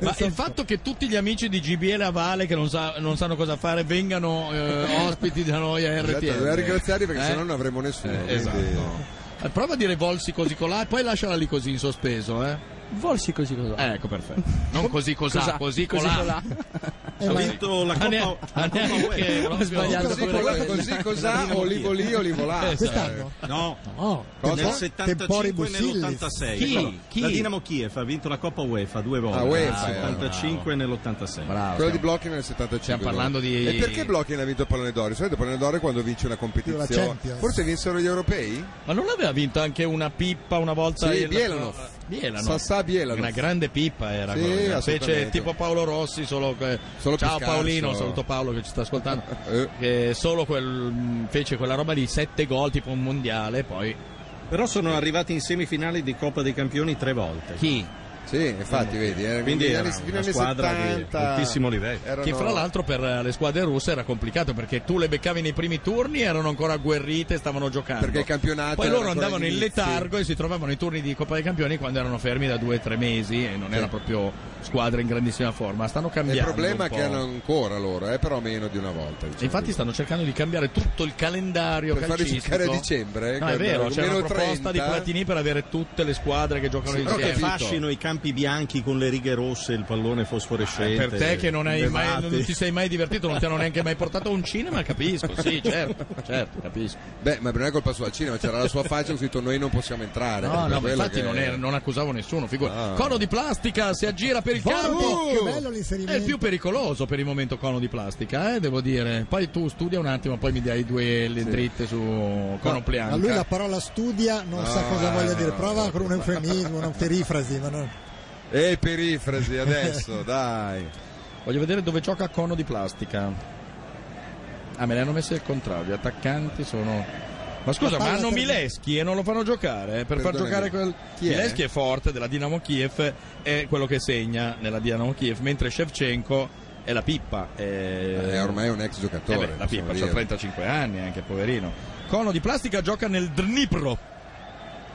Speaker 3: Ma il fatto che tutti gli amici di GBL a Vale che non, sa- non sanno cosa fare vengano eh, ospiti da noi a
Speaker 4: Esatto,
Speaker 3: RTL.
Speaker 4: doveva ringraziarli perché
Speaker 3: Eh?
Speaker 4: sennò non avremmo nessuno
Speaker 3: Eh, esatto. Eh, Prova a dire volsi così colà e poi lasciala lì così in sospeso, eh.
Speaker 6: Volsi così cos'ha?
Speaker 3: Eh, Ecco, perfetto. Non così cosà,
Speaker 6: Cos'ha?
Speaker 3: così
Speaker 6: Così
Speaker 3: colà.
Speaker 6: colà.
Speaker 2: Eh,
Speaker 7: Ha
Speaker 2: ma-
Speaker 7: vinto la
Speaker 4: Ah,
Speaker 3: Ma ne-
Speaker 7: Coppa,
Speaker 3: ma
Speaker 7: la Coppa
Speaker 3: neanche
Speaker 7: UEFA.
Speaker 3: proprio-
Speaker 6: sbagliato.
Speaker 4: così,
Speaker 6: Quello
Speaker 4: così,
Speaker 6: che-
Speaker 4: così cos'ha
Speaker 7: Danilo
Speaker 4: olivo lì olivo là
Speaker 3: Esatto.
Speaker 2: Quest'anno?
Speaker 7: No,
Speaker 2: No.
Speaker 4: Cosa?
Speaker 7: nel
Speaker 2: Tempo- Tempori
Speaker 7: 75 e
Speaker 2: Busilli.
Speaker 7: nell'86.
Speaker 3: Chi?
Speaker 7: Però,
Speaker 3: Chi? eh,
Speaker 7: La Dinamo Kiev ha vinto la Coppa UEFA due volte.
Speaker 4: Ah, UEFA,
Speaker 7: nel 75 e nell'86.
Speaker 3: Bravo.
Speaker 4: quello di Blockin nel 75
Speaker 3: Ah, Stiamo parlando di-
Speaker 4: e perché Blockin ha vinto il pallone d'oro? di solito il pallone d'oro è quando vince una
Speaker 2: La
Speaker 4: competizione
Speaker 2: Champions.
Speaker 4: forse vinsero gli europei?
Speaker 3: Ma non aveva vinto anche una pippa una volta?
Speaker 4: Sì,
Speaker 3: il-
Speaker 4: Bielanov.
Speaker 3: Bielano.
Speaker 4: Sassà Bielano.
Speaker 3: Una grande pippa era
Speaker 4: Sì,
Speaker 3: quella. Fece
Speaker 4: assolutamente.
Speaker 3: tipo Paolo Rossi, solo, che-
Speaker 4: Solo più
Speaker 3: Ciao
Speaker 4: scarso.
Speaker 3: Paolino, saluto Paolo che ci sta ascoltando.
Speaker 4: Eh.
Speaker 3: Che solo quel, mh, fece quella roba di sette gol, tipo un mondiale, poi.
Speaker 7: Però sono arrivati in semifinale di Coppa dei Campioni tre volte.
Speaker 3: Chi?
Speaker 4: Sì, infatti, vedi, eh,
Speaker 7: Quindi
Speaker 4: negli
Speaker 7: era
Speaker 4: anni- fino
Speaker 7: una
Speaker 4: agli
Speaker 7: squadra di
Speaker 4: 70,
Speaker 7: altissimo livello.
Speaker 4: erano-
Speaker 3: Che fra l'altro per eh, le squadre russe era complicato perché tu le beccavi nei primi turni, erano ancora agguerrite, stavano giocando.
Speaker 4: Perché il campionato
Speaker 3: Poi
Speaker 4: era
Speaker 3: loro
Speaker 4: ancora
Speaker 3: andavano in
Speaker 4: agli inizi.
Speaker 3: letargo e si trovavano i turni di Coppa dei Campioni quando erano fermi da due o tre mesi e non era proprio squadra in grandissima forma. Stanno cambiando.
Speaker 4: Il problema
Speaker 3: un
Speaker 4: è
Speaker 3: po'.
Speaker 4: che hanno ancora loro, eh, però meno di una volta. diciamo.
Speaker 3: E Infatti stanno cercando di cambiare tutto il calendario
Speaker 4: Per far
Speaker 3: calcistico.
Speaker 4: giocare a dicembre, eh,
Speaker 3: No, è
Speaker 4: quando-
Speaker 3: vero, c'è
Speaker 4: meno
Speaker 3: una proposta
Speaker 4: 30.
Speaker 3: di Platini per avere tutte le squadre che giocano
Speaker 7: Però che
Speaker 3: insieme.
Speaker 7: fascino i campi bianchi con le righe rosse, il pallone
Speaker 3: Eh,
Speaker 7: fosforescente.
Speaker 3: per te che non, hai
Speaker 7: le
Speaker 3: mai-
Speaker 7: vate.
Speaker 3: non ti sei mai divertito, non ti hanno neanche mai portato a un cinema, capisco, sì, certo, certo, capisco.
Speaker 4: Beh, ma non è colpa sua al cinema, c'era la sua faccia, ho scritto noi non possiamo entrare.
Speaker 3: No,
Speaker 4: Per
Speaker 3: no, ma
Speaker 4: quello
Speaker 3: infatti
Speaker 4: che-
Speaker 3: non, era- non accusavo nessuno, figura.
Speaker 4: Ah.
Speaker 3: Cono di plastica si aggira per il campo.
Speaker 2: Che bello l'inserimento.
Speaker 3: È il più pericoloso per il momento cono di plastica, eh, devo dire. Poi tu studia un attimo, poi mi dai due le dritte su cono
Speaker 2: A lui la
Speaker 3: Plianca.
Speaker 2: parola studia non
Speaker 4: No,
Speaker 2: sa cosa voglia
Speaker 4: eh,
Speaker 2: dire.
Speaker 4: no.
Speaker 2: Prova con un eufemismo, una perifrasi. Ma no.
Speaker 4: Eh, perifrasi adesso, dai.
Speaker 3: Voglio vedere dove gioca cono di plastica. Ah, me le hanno messe al contrario, gli attaccanti sono... Ma scusa,
Speaker 2: La
Speaker 3: ma
Speaker 2: palla
Speaker 3: hanno
Speaker 2: per-
Speaker 3: Mileschi e non lo fanno giocare eh, per far
Speaker 4: Perdonami,
Speaker 3: giocare quel...
Speaker 4: chi è?
Speaker 3: Mileschi è forte della Dinamo Kiev, è quello che segna nella Dinamo Kiev, mentre Shevchenko è la pippa. È,
Speaker 4: È ormai un ex
Speaker 3: Eh
Speaker 4: giocatore.
Speaker 3: beh, la
Speaker 4: possiamo
Speaker 3: Pippa ha
Speaker 4: dire.
Speaker 3: 35 anni anche, poverino. Cono di plastica gioca nel Dnipro.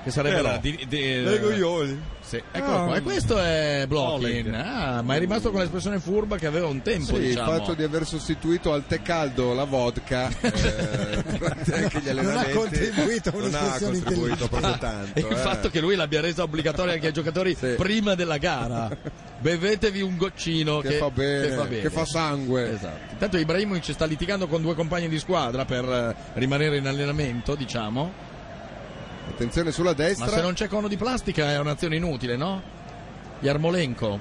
Speaker 3: Che sarebbe
Speaker 7: Però.
Speaker 3: la di, di- Sì,
Speaker 4: Ah.
Speaker 3: eccolo qua. E questo è Blockin.
Speaker 7: Oleg.
Speaker 3: Ah, ma è rimasto con l'espressione furba che aveva un tempo,
Speaker 4: Sì,
Speaker 3: diciamo.
Speaker 4: il fatto di aver sostituito al tè caldo la vodka eh, durante anche gli
Speaker 2: Non ha
Speaker 4: allenamenti
Speaker 2: contribuito a
Speaker 4: non ha
Speaker 2: un'espressione
Speaker 4: contribuito proprio tanto.
Speaker 3: E Ah, il
Speaker 4: eh.
Speaker 3: fatto che lui l'abbia resa obbligatoria anche ai giocatori
Speaker 4: Sì.
Speaker 3: prima della gara. Bevetevi un goccino
Speaker 4: Che
Speaker 3: che,
Speaker 4: fa bene, che fa sangue.
Speaker 3: Esatto. Intanto Ibrahimovic sta litigando con due compagni di squadra per eh, rimanere in allenamento, diciamo.
Speaker 4: Attenzione sulla destra,
Speaker 3: Ma se non c'è cono di plastica è un'azione inutile, no? Yarmolenko.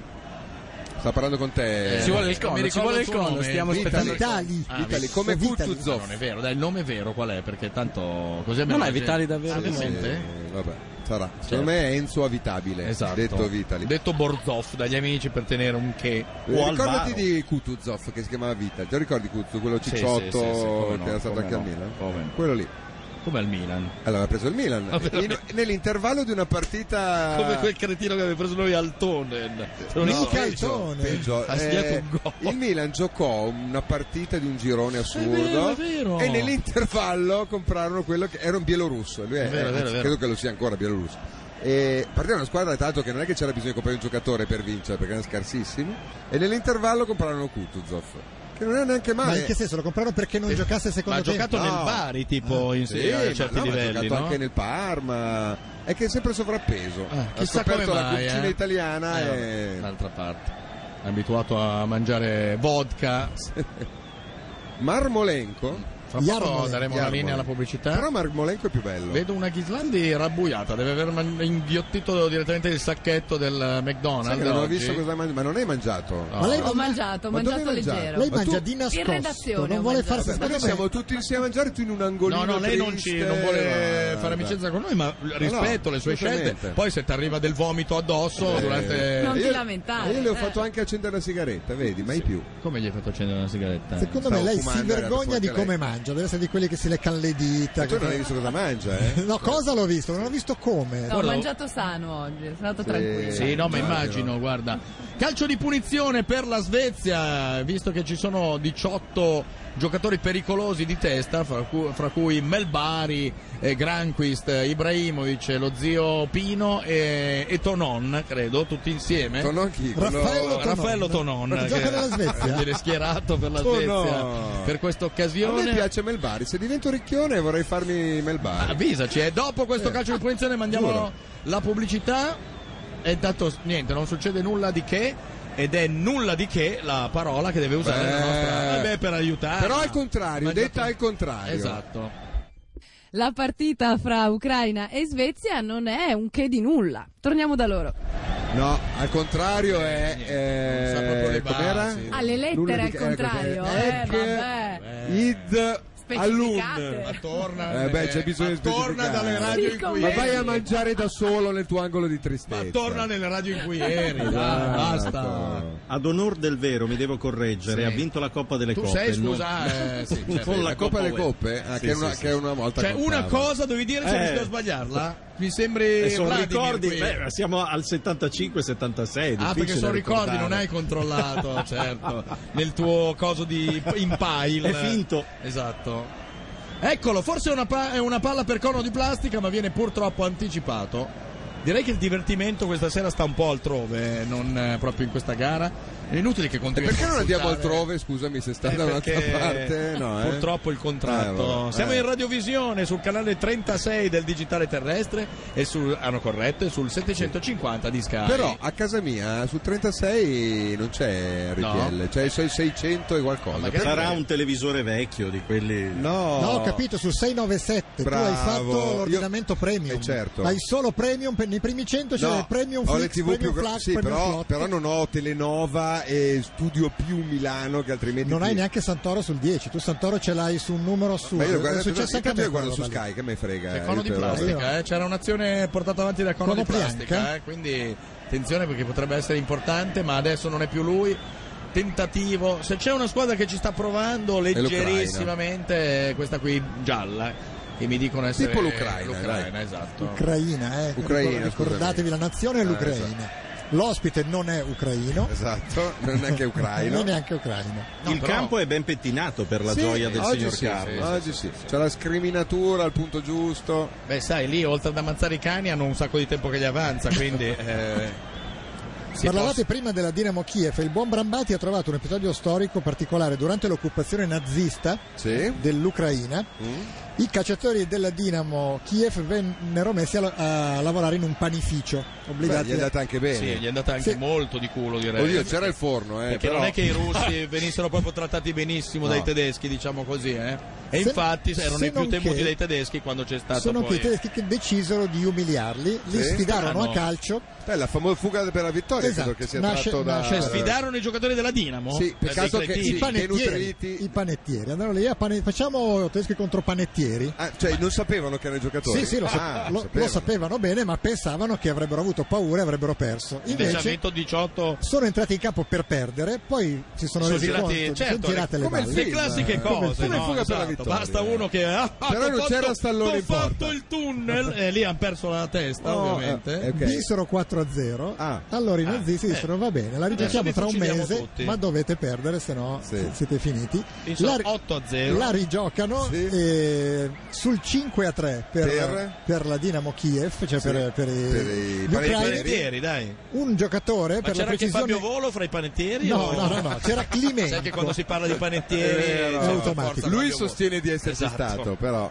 Speaker 4: sta parlando con te.
Speaker 3: Eh,
Speaker 5: Ci vuole il
Speaker 3: mi
Speaker 5: cono, ci
Speaker 3: ricordo
Speaker 5: vuole il
Speaker 3: suo
Speaker 5: cono,
Speaker 3: nome.
Speaker 5: stiamo
Speaker 3: Vitali.
Speaker 5: aspettando
Speaker 2: il cono. Vitali.
Speaker 3: Ah,
Speaker 4: Vitali, come
Speaker 2: Vitali.
Speaker 3: No,
Speaker 4: Kutuzov.
Speaker 3: non è vero, dai, il nome vero qual è? Perché tanto così
Speaker 6: No,
Speaker 3: almeno
Speaker 6: no,
Speaker 3: la
Speaker 6: è
Speaker 3: gente-
Speaker 6: Vitali davvero.
Speaker 3: Ah, veramente? Certo.
Speaker 4: Eh, vabbè, sarà. Secondo me è Enzo Avitabile,
Speaker 3: Esatto.
Speaker 4: Eh, detto Vitali. Eh,
Speaker 3: Detto Borzov dagli amici per tenere un che.
Speaker 7: O
Speaker 4: Ricordati
Speaker 7: Alvaro.
Speaker 4: di Kutuzov che si chiamava Vitali. Te lo ricordi Kutuzov, quello
Speaker 3: Sì, sì,
Speaker 4: cicciotto
Speaker 3: sì, sì, come no,
Speaker 4: che era stato
Speaker 3: come
Speaker 4: anche al
Speaker 3: no,
Speaker 4: Milan?
Speaker 3: come.
Speaker 4: Quello lì.
Speaker 3: Come al Milan.
Speaker 4: Allora ha preso il Milan
Speaker 3: Ah, veramente?
Speaker 4: In- nell'intervallo di una partita
Speaker 3: Come quel cretino che aveva preso noi al Tonen. Se non
Speaker 2: No,
Speaker 3: ricordi-
Speaker 2: Calzone.
Speaker 4: peggio. Eh,
Speaker 3: Ha segnato un gol.
Speaker 4: il Milan giocò una partita di un girone assurdo
Speaker 3: vero, è vero.
Speaker 4: e nell'intervallo comprarono quello che era un bielorusso e lui è-
Speaker 3: È vero, è vero, è vero.
Speaker 4: credo che lo sia ancora bielorusso e partiva una squadra tanto che non è che c'era bisogno di comprare un giocatore per vincere perché erano scarsissimi e nell'intervallo comprarono Kutuzov che non è Eh, neanche
Speaker 2: Ma
Speaker 4: male
Speaker 2: in che senso lo comprarono perché non giocasse
Speaker 3: Ma
Speaker 2: secondo
Speaker 3: ha
Speaker 2: tempo?
Speaker 3: giocato
Speaker 4: No.
Speaker 3: nel Bari, tipo,
Speaker 7: Eh,
Speaker 3: in
Speaker 4: Sì,
Speaker 3: a
Speaker 4: ma
Speaker 3: certi
Speaker 4: no, ma ha
Speaker 3: livelli,
Speaker 4: giocato
Speaker 3: no?
Speaker 4: anche nel Parma è che è sempre sovrappeso
Speaker 3: Ah,
Speaker 4: ha
Speaker 3: chissà come
Speaker 4: scoperto la
Speaker 3: mai,
Speaker 4: cucina
Speaker 3: eh.
Speaker 4: italiana
Speaker 3: Eh,
Speaker 4: e...
Speaker 3: D'altra parte. È abituato a mangiare vodka.
Speaker 4: Marmolenco
Speaker 3: Fra poco
Speaker 2: Jarmolenko.
Speaker 3: daremo la linea alla
Speaker 4: Jarmolenko.
Speaker 3: pubblicità.
Speaker 4: però Marmolenco è più bello
Speaker 3: Vedo una Ghislandi rabbuiata, deve aver man- inghiottito direttamente il sacchetto del
Speaker 4: Sai
Speaker 3: McDonald's.
Speaker 4: che non ho
Speaker 3: oggi.
Speaker 4: visto cosa hai mangiato, ma non hai mangiato.
Speaker 2: Ma lei,
Speaker 3: Ah.
Speaker 8: Ho mangiato, ho
Speaker 4: Ma dove
Speaker 8: mangiato
Speaker 4: mangiavi?
Speaker 8: leggero.
Speaker 2: lei
Speaker 4: Ma
Speaker 2: mangia
Speaker 4: tu-
Speaker 2: di
Speaker 8: In
Speaker 2: nascosto,
Speaker 8: redazione
Speaker 2: non
Speaker 8: ho
Speaker 2: vuole
Speaker 8: mangiato.
Speaker 2: farsi
Speaker 4: Vabbè, ma noi
Speaker 2: scoprire.
Speaker 4: siamo tutti insieme a mangiare tu in un angolino
Speaker 3: No, no, lei non, ci,
Speaker 4: triste.
Speaker 3: non voleva
Speaker 4: Guarda.
Speaker 3: fare amicizia con noi, ma rispetto le sue
Speaker 4: assolutamente.
Speaker 3: scelte. Poi se ti arriva del vomito addosso
Speaker 4: Eh,
Speaker 3: durante...
Speaker 8: Non ti
Speaker 4: io-
Speaker 8: lamentare,
Speaker 4: Io le ho
Speaker 8: eh.
Speaker 4: fatto anche accendere la sigaretta, vedi, mai più.
Speaker 3: Come gli hai fatto accendere una sigaretta?
Speaker 2: Secondo me
Speaker 4: Stavo
Speaker 2: lei si
Speaker 4: fumando, era
Speaker 2: vergogna di
Speaker 4: anche
Speaker 2: come
Speaker 4: lei.
Speaker 2: mangia, deve essere di quelli che si leccano le dita.
Speaker 4: Ma tu non hai
Speaker 2: che-
Speaker 4: visto cosa mangia, eh?
Speaker 2: No, cosa l'ho visto? Non ho visto come.
Speaker 8: No, ho
Speaker 3: Guarda,
Speaker 8: mangiato sano oggi, sono andato
Speaker 4: Eh,
Speaker 8: tranquillo.
Speaker 3: Sì, no, ma
Speaker 4: Immagino.
Speaker 3: immagino, guarda. Calcio di punizione per la Svezia, visto che ci sono 18 giocatori pericolosi di testa, fra, cu- fra cui Melbari, eh, Granquist, eh, Ibrahimovic, eh, lo zio Pino e, e Tonon, credo, tutti insieme. Oh,
Speaker 4: Sono anche
Speaker 2: Raffaello Tonon.
Speaker 3: Raffaello Tonon,
Speaker 2: Perché gioca
Speaker 3: che
Speaker 2: nella Svezia?
Speaker 3: viene schierato per la
Speaker 4: Oh,
Speaker 3: Svezia
Speaker 4: no.
Speaker 3: per questa
Speaker 4: A me
Speaker 3: occasione.
Speaker 4: piace Melbari, se divento ricchione vorrei farmi
Speaker 3: Ah,
Speaker 4: Melbari.
Speaker 3: Avvisaci, e dopo questo calcio di punizione mandiamo
Speaker 4: giuro.
Speaker 3: la pubblicità. E intanto s- niente, non succede nulla di che. Ed è nulla di che la parola che deve usare la
Speaker 4: Beh.
Speaker 3: nostra. eh beh, per aiutare.
Speaker 4: Però al contrario,
Speaker 3: Mangiato-
Speaker 4: detta al contrario.
Speaker 3: Esatto.
Speaker 8: La partita fra Ucraina e Svezia non è un che di nulla. Torniamo da loro.
Speaker 4: No, al contrario è...
Speaker 3: Eh, non sa proprio
Speaker 4: Eh,
Speaker 3: le
Speaker 4: com'era?
Speaker 3: basi.
Speaker 8: Alle Ah, lettere
Speaker 4: Nulla di
Speaker 8: al
Speaker 4: che-
Speaker 8: contrario.
Speaker 4: cioè, ecco,
Speaker 8: Eh,
Speaker 4: ecco.
Speaker 8: vabbè.
Speaker 4: Id
Speaker 8: specificate.
Speaker 3: Ma torna.
Speaker 4: Eh, beh, c'è bisogno di
Speaker 3: ma torna
Speaker 4: specificare.
Speaker 3: dalle radio in cui
Speaker 8: Ma
Speaker 4: Ma
Speaker 3: eri.
Speaker 4: vai a mangiare da solo nel tuo angolo di tristezza.
Speaker 3: Ma torna nelle radio in cui eri. dai,
Speaker 4: Esatto.
Speaker 3: basta.
Speaker 7: Ad onor del vero, mi devo correggere,
Speaker 3: Sì.
Speaker 7: ha vinto la Coppa delle
Speaker 3: Tu
Speaker 7: Coppe.
Speaker 3: sei,
Speaker 7: no?
Speaker 3: scusa, eh, sì, certo.
Speaker 7: Con
Speaker 4: La Coppa
Speaker 7: la Coppa
Speaker 4: delle
Speaker 7: Web.
Speaker 4: Coppe, ah,
Speaker 7: Sì,
Speaker 4: che, è
Speaker 7: sì,
Speaker 4: una,
Speaker 7: sì.
Speaker 4: che è una volta
Speaker 3: Cioè, una
Speaker 4: contava.
Speaker 3: cosa devi dire se
Speaker 7: Eh.
Speaker 3: riesco a sbagliarla. Mi sembri.
Speaker 7: Eh, sono
Speaker 3: Vladimir
Speaker 7: ricordi,
Speaker 3: qui.
Speaker 7: beh, siamo al
Speaker 3: Ah,
Speaker 7: 75-76.
Speaker 3: perché
Speaker 7: difficile
Speaker 3: sono ricordi,
Speaker 7: ricordare.
Speaker 3: non hai controllato, certo, nel tuo coso di in pile.
Speaker 7: È finto.
Speaker 3: Esatto. Eccolo, forse è una, pa- è una palla per cono di plastica, ma viene purtroppo anticipato. Direi che il divertimento questa sera sta un po' altrove, non eh, proprio in questa gara. È inutile che
Speaker 4: E
Speaker 3: continuiamo.
Speaker 4: perché
Speaker 3: a
Speaker 4: non andiamo
Speaker 3: insultare.
Speaker 4: altrove? Scusami, se sta
Speaker 3: Eh,
Speaker 4: da un'altra
Speaker 3: perché
Speaker 4: parte. No, eh.
Speaker 3: Purtroppo il
Speaker 4: Eh,
Speaker 3: contratto.
Speaker 4: vabbè.
Speaker 3: Siamo
Speaker 4: Eh.
Speaker 3: in radiovisione sul canale 36 del digitale terrestre e sul hanno corretto e sul 750 di Sky.
Speaker 4: Però a casa mia sul 36 non c'è RTL, c'è i suoi 600 e qualcosa.
Speaker 3: che-
Speaker 7: Sarà un televisore vecchio di quelli.
Speaker 4: No,
Speaker 2: No, ho capito, sul 697 tu hai
Speaker 4: Bravo.
Speaker 2: fatto
Speaker 4: Io-
Speaker 2: l'ordinamento premium.
Speaker 4: Eh, certo.
Speaker 2: Hai solo premium per nei primi 100 c'è
Speaker 4: No,
Speaker 2: il premium
Speaker 4: ho
Speaker 2: Flix,
Speaker 4: le TV
Speaker 2: premium
Speaker 4: più gra-
Speaker 2: Flash,
Speaker 4: sì,
Speaker 2: premium
Speaker 4: però,
Speaker 2: Slot.
Speaker 4: però non ho Telenova e Studio Più Milano che altrimenti
Speaker 2: Non
Speaker 4: ti-
Speaker 2: hai neanche Santoro sul 10, tu Santoro ce l'hai su un numero assurdo.
Speaker 4: Ma io lo guardo,
Speaker 2: è successo anche a
Speaker 4: intanto
Speaker 2: me
Speaker 4: io guardo su
Speaker 2: quella roba lì. Cioè,
Speaker 4: Sky, che me frega.
Speaker 3: C'è
Speaker 4: eh,
Speaker 3: cono di
Speaker 4: io te lo-
Speaker 3: plastica, eh? c'era un'azione portata avanti da cono,
Speaker 2: Cono
Speaker 3: di plastica,
Speaker 2: Bianca.
Speaker 3: eh? quindi attenzione perché potrebbe essere importante, ma adesso non è più lui. Tentativo, se c'è una squadra che ci sta provando
Speaker 4: l'Ucraina.
Speaker 3: leggerissimamente, è questa qui gialla, che mi dicono essere
Speaker 4: Tipo l'Ucraina, dai.
Speaker 3: esatto.
Speaker 2: Ucraina, eh.
Speaker 4: Certo. Ucraina,
Speaker 2: Ricordatevi,
Speaker 4: scusami.
Speaker 2: la nazione è
Speaker 4: Eh,
Speaker 2: l'Ucraina. L'ospite non è ucraino,
Speaker 4: Esatto, non è neanche ucraino.
Speaker 2: non è neanche ucraino.
Speaker 3: No,
Speaker 7: il
Speaker 3: però-
Speaker 7: campo è ben pettinato per la
Speaker 4: Sì,
Speaker 7: gioia del
Speaker 4: oggi
Speaker 7: signor
Speaker 4: sì,
Speaker 7: Carlo.
Speaker 4: sì, oggi sì. C'è la scriminatura al punto giusto.
Speaker 3: Beh, sai, lì oltre ad ammazzare i cani hanno un sacco di tempo che gli avanza, quindi eh, si
Speaker 2: Parlavate prima della Dinamo Kiev, il buon Brambati ha trovato un episodio storico particolare durante l'occupazione nazista
Speaker 4: Sì. Mm.
Speaker 2: dell'Ucraina. I cacciatori della Dinamo Kiev vennero messi a, la- a lavorare in un panificio,
Speaker 4: Beh,
Speaker 2: obbligati
Speaker 4: gli è andata anche bene.
Speaker 3: possa- sì, gli è andata anche
Speaker 2: Sì.
Speaker 3: molto di culo, direi.
Speaker 4: Oddio, c'era il forno, eh.
Speaker 3: Perché
Speaker 4: però-
Speaker 3: non è che i russi venissero proprio trattati benissimo dai
Speaker 4: No.
Speaker 3: tedeschi, diciamo così, eh? E
Speaker 2: Se-
Speaker 3: infatti erano
Speaker 2: se
Speaker 3: i più
Speaker 2: non
Speaker 3: temuti
Speaker 2: che-
Speaker 3: dai tedeschi quando c'è
Speaker 2: a...
Speaker 3: stato
Speaker 2: Sono
Speaker 3: poi...
Speaker 2: quei tedeschi che decisero di umiliarli, li
Speaker 4: Sì.
Speaker 2: sfidarono
Speaker 3: Ah, no.
Speaker 2: a calcio.
Speaker 4: Beh, la famosa fuga per la vittoria
Speaker 2: Esatto,
Speaker 4: credo che sia
Speaker 2: nasce-
Speaker 4: tratto da Ah,
Speaker 2: nasce-
Speaker 3: Cioè, sfidarono i giocatori della Dinamo?
Speaker 4: Sì, peccato
Speaker 3: Eh, dei
Speaker 4: che-
Speaker 3: cretini.
Speaker 2: I
Speaker 4: sì.
Speaker 2: panettieri,
Speaker 4: denutriti.
Speaker 2: i panettieri, andarono lì a pane- facciamo tedeschi contro panettieri.
Speaker 4: Ah, cioè, non sapevano che erano giocatori.
Speaker 2: Sì, sì, lo, sa-
Speaker 4: Ah,
Speaker 2: lo- lo sapevano. bene, ma pensavano che avrebbero avuto paura e avrebbero perso.
Speaker 3: Invece ha
Speaker 2: Invece
Speaker 3: vinto 18
Speaker 2: sono entrati in campo per perdere, poi si sono,
Speaker 3: Sono
Speaker 2: resi
Speaker 3: girati-
Speaker 2: conto, si
Speaker 3: certo,
Speaker 2: sono girate le
Speaker 4: come il
Speaker 2: balle.
Speaker 3: le
Speaker 4: Sì,
Speaker 3: classiche
Speaker 4: ma-
Speaker 3: cose,
Speaker 4: come
Speaker 3: no,
Speaker 4: fuga per la
Speaker 3: esatto.
Speaker 4: vittoria.
Speaker 3: basta uno che ah,
Speaker 4: Però non c'era Stallone
Speaker 3: ho
Speaker 4: in
Speaker 3: fatto
Speaker 4: porta.
Speaker 3: il tunnel e lì hanno perso la testa,
Speaker 4: Oh,
Speaker 3: ovviamente.
Speaker 4: eh, ok.
Speaker 2: Vinsero 4-0,
Speaker 4: Ah.
Speaker 2: allora i nazisti dissero va bene, la rigiochiamo
Speaker 3: Eh,
Speaker 2: tra un
Speaker 3: fuciliamo
Speaker 2: mese,
Speaker 3: tutti."
Speaker 2: ma dovete perdere, se no
Speaker 4: Sì.
Speaker 2: si- siete finiti.
Speaker 3: Insomma,
Speaker 2: ri-
Speaker 3: 8 a 0.
Speaker 2: la rigiocano
Speaker 4: Sì.
Speaker 2: e sul 5 a 3 per,
Speaker 4: Per?
Speaker 2: per la Dinamo Kiev, cioè
Speaker 4: Sì.
Speaker 2: per, per i,
Speaker 4: Per i
Speaker 2: gli
Speaker 4: panettieri.
Speaker 2: ucraini.
Speaker 3: Panettieri, dai.
Speaker 2: un giocatore
Speaker 3: Ma
Speaker 2: per la
Speaker 3: c'era anche
Speaker 2: precisione
Speaker 3: Fabio Volo fra i panettieri?
Speaker 2: No,
Speaker 3: o-
Speaker 2: no, no, no, c'era Clemente.
Speaker 3: Sai che quando si parla di panettieri
Speaker 4: Eh, no,
Speaker 3: insomma,
Speaker 2: è automatico.
Speaker 3: forza
Speaker 4: Lui
Speaker 3: Fabio Volo.
Speaker 4: sostiene di esserci
Speaker 3: Esatto.
Speaker 4: stato, però.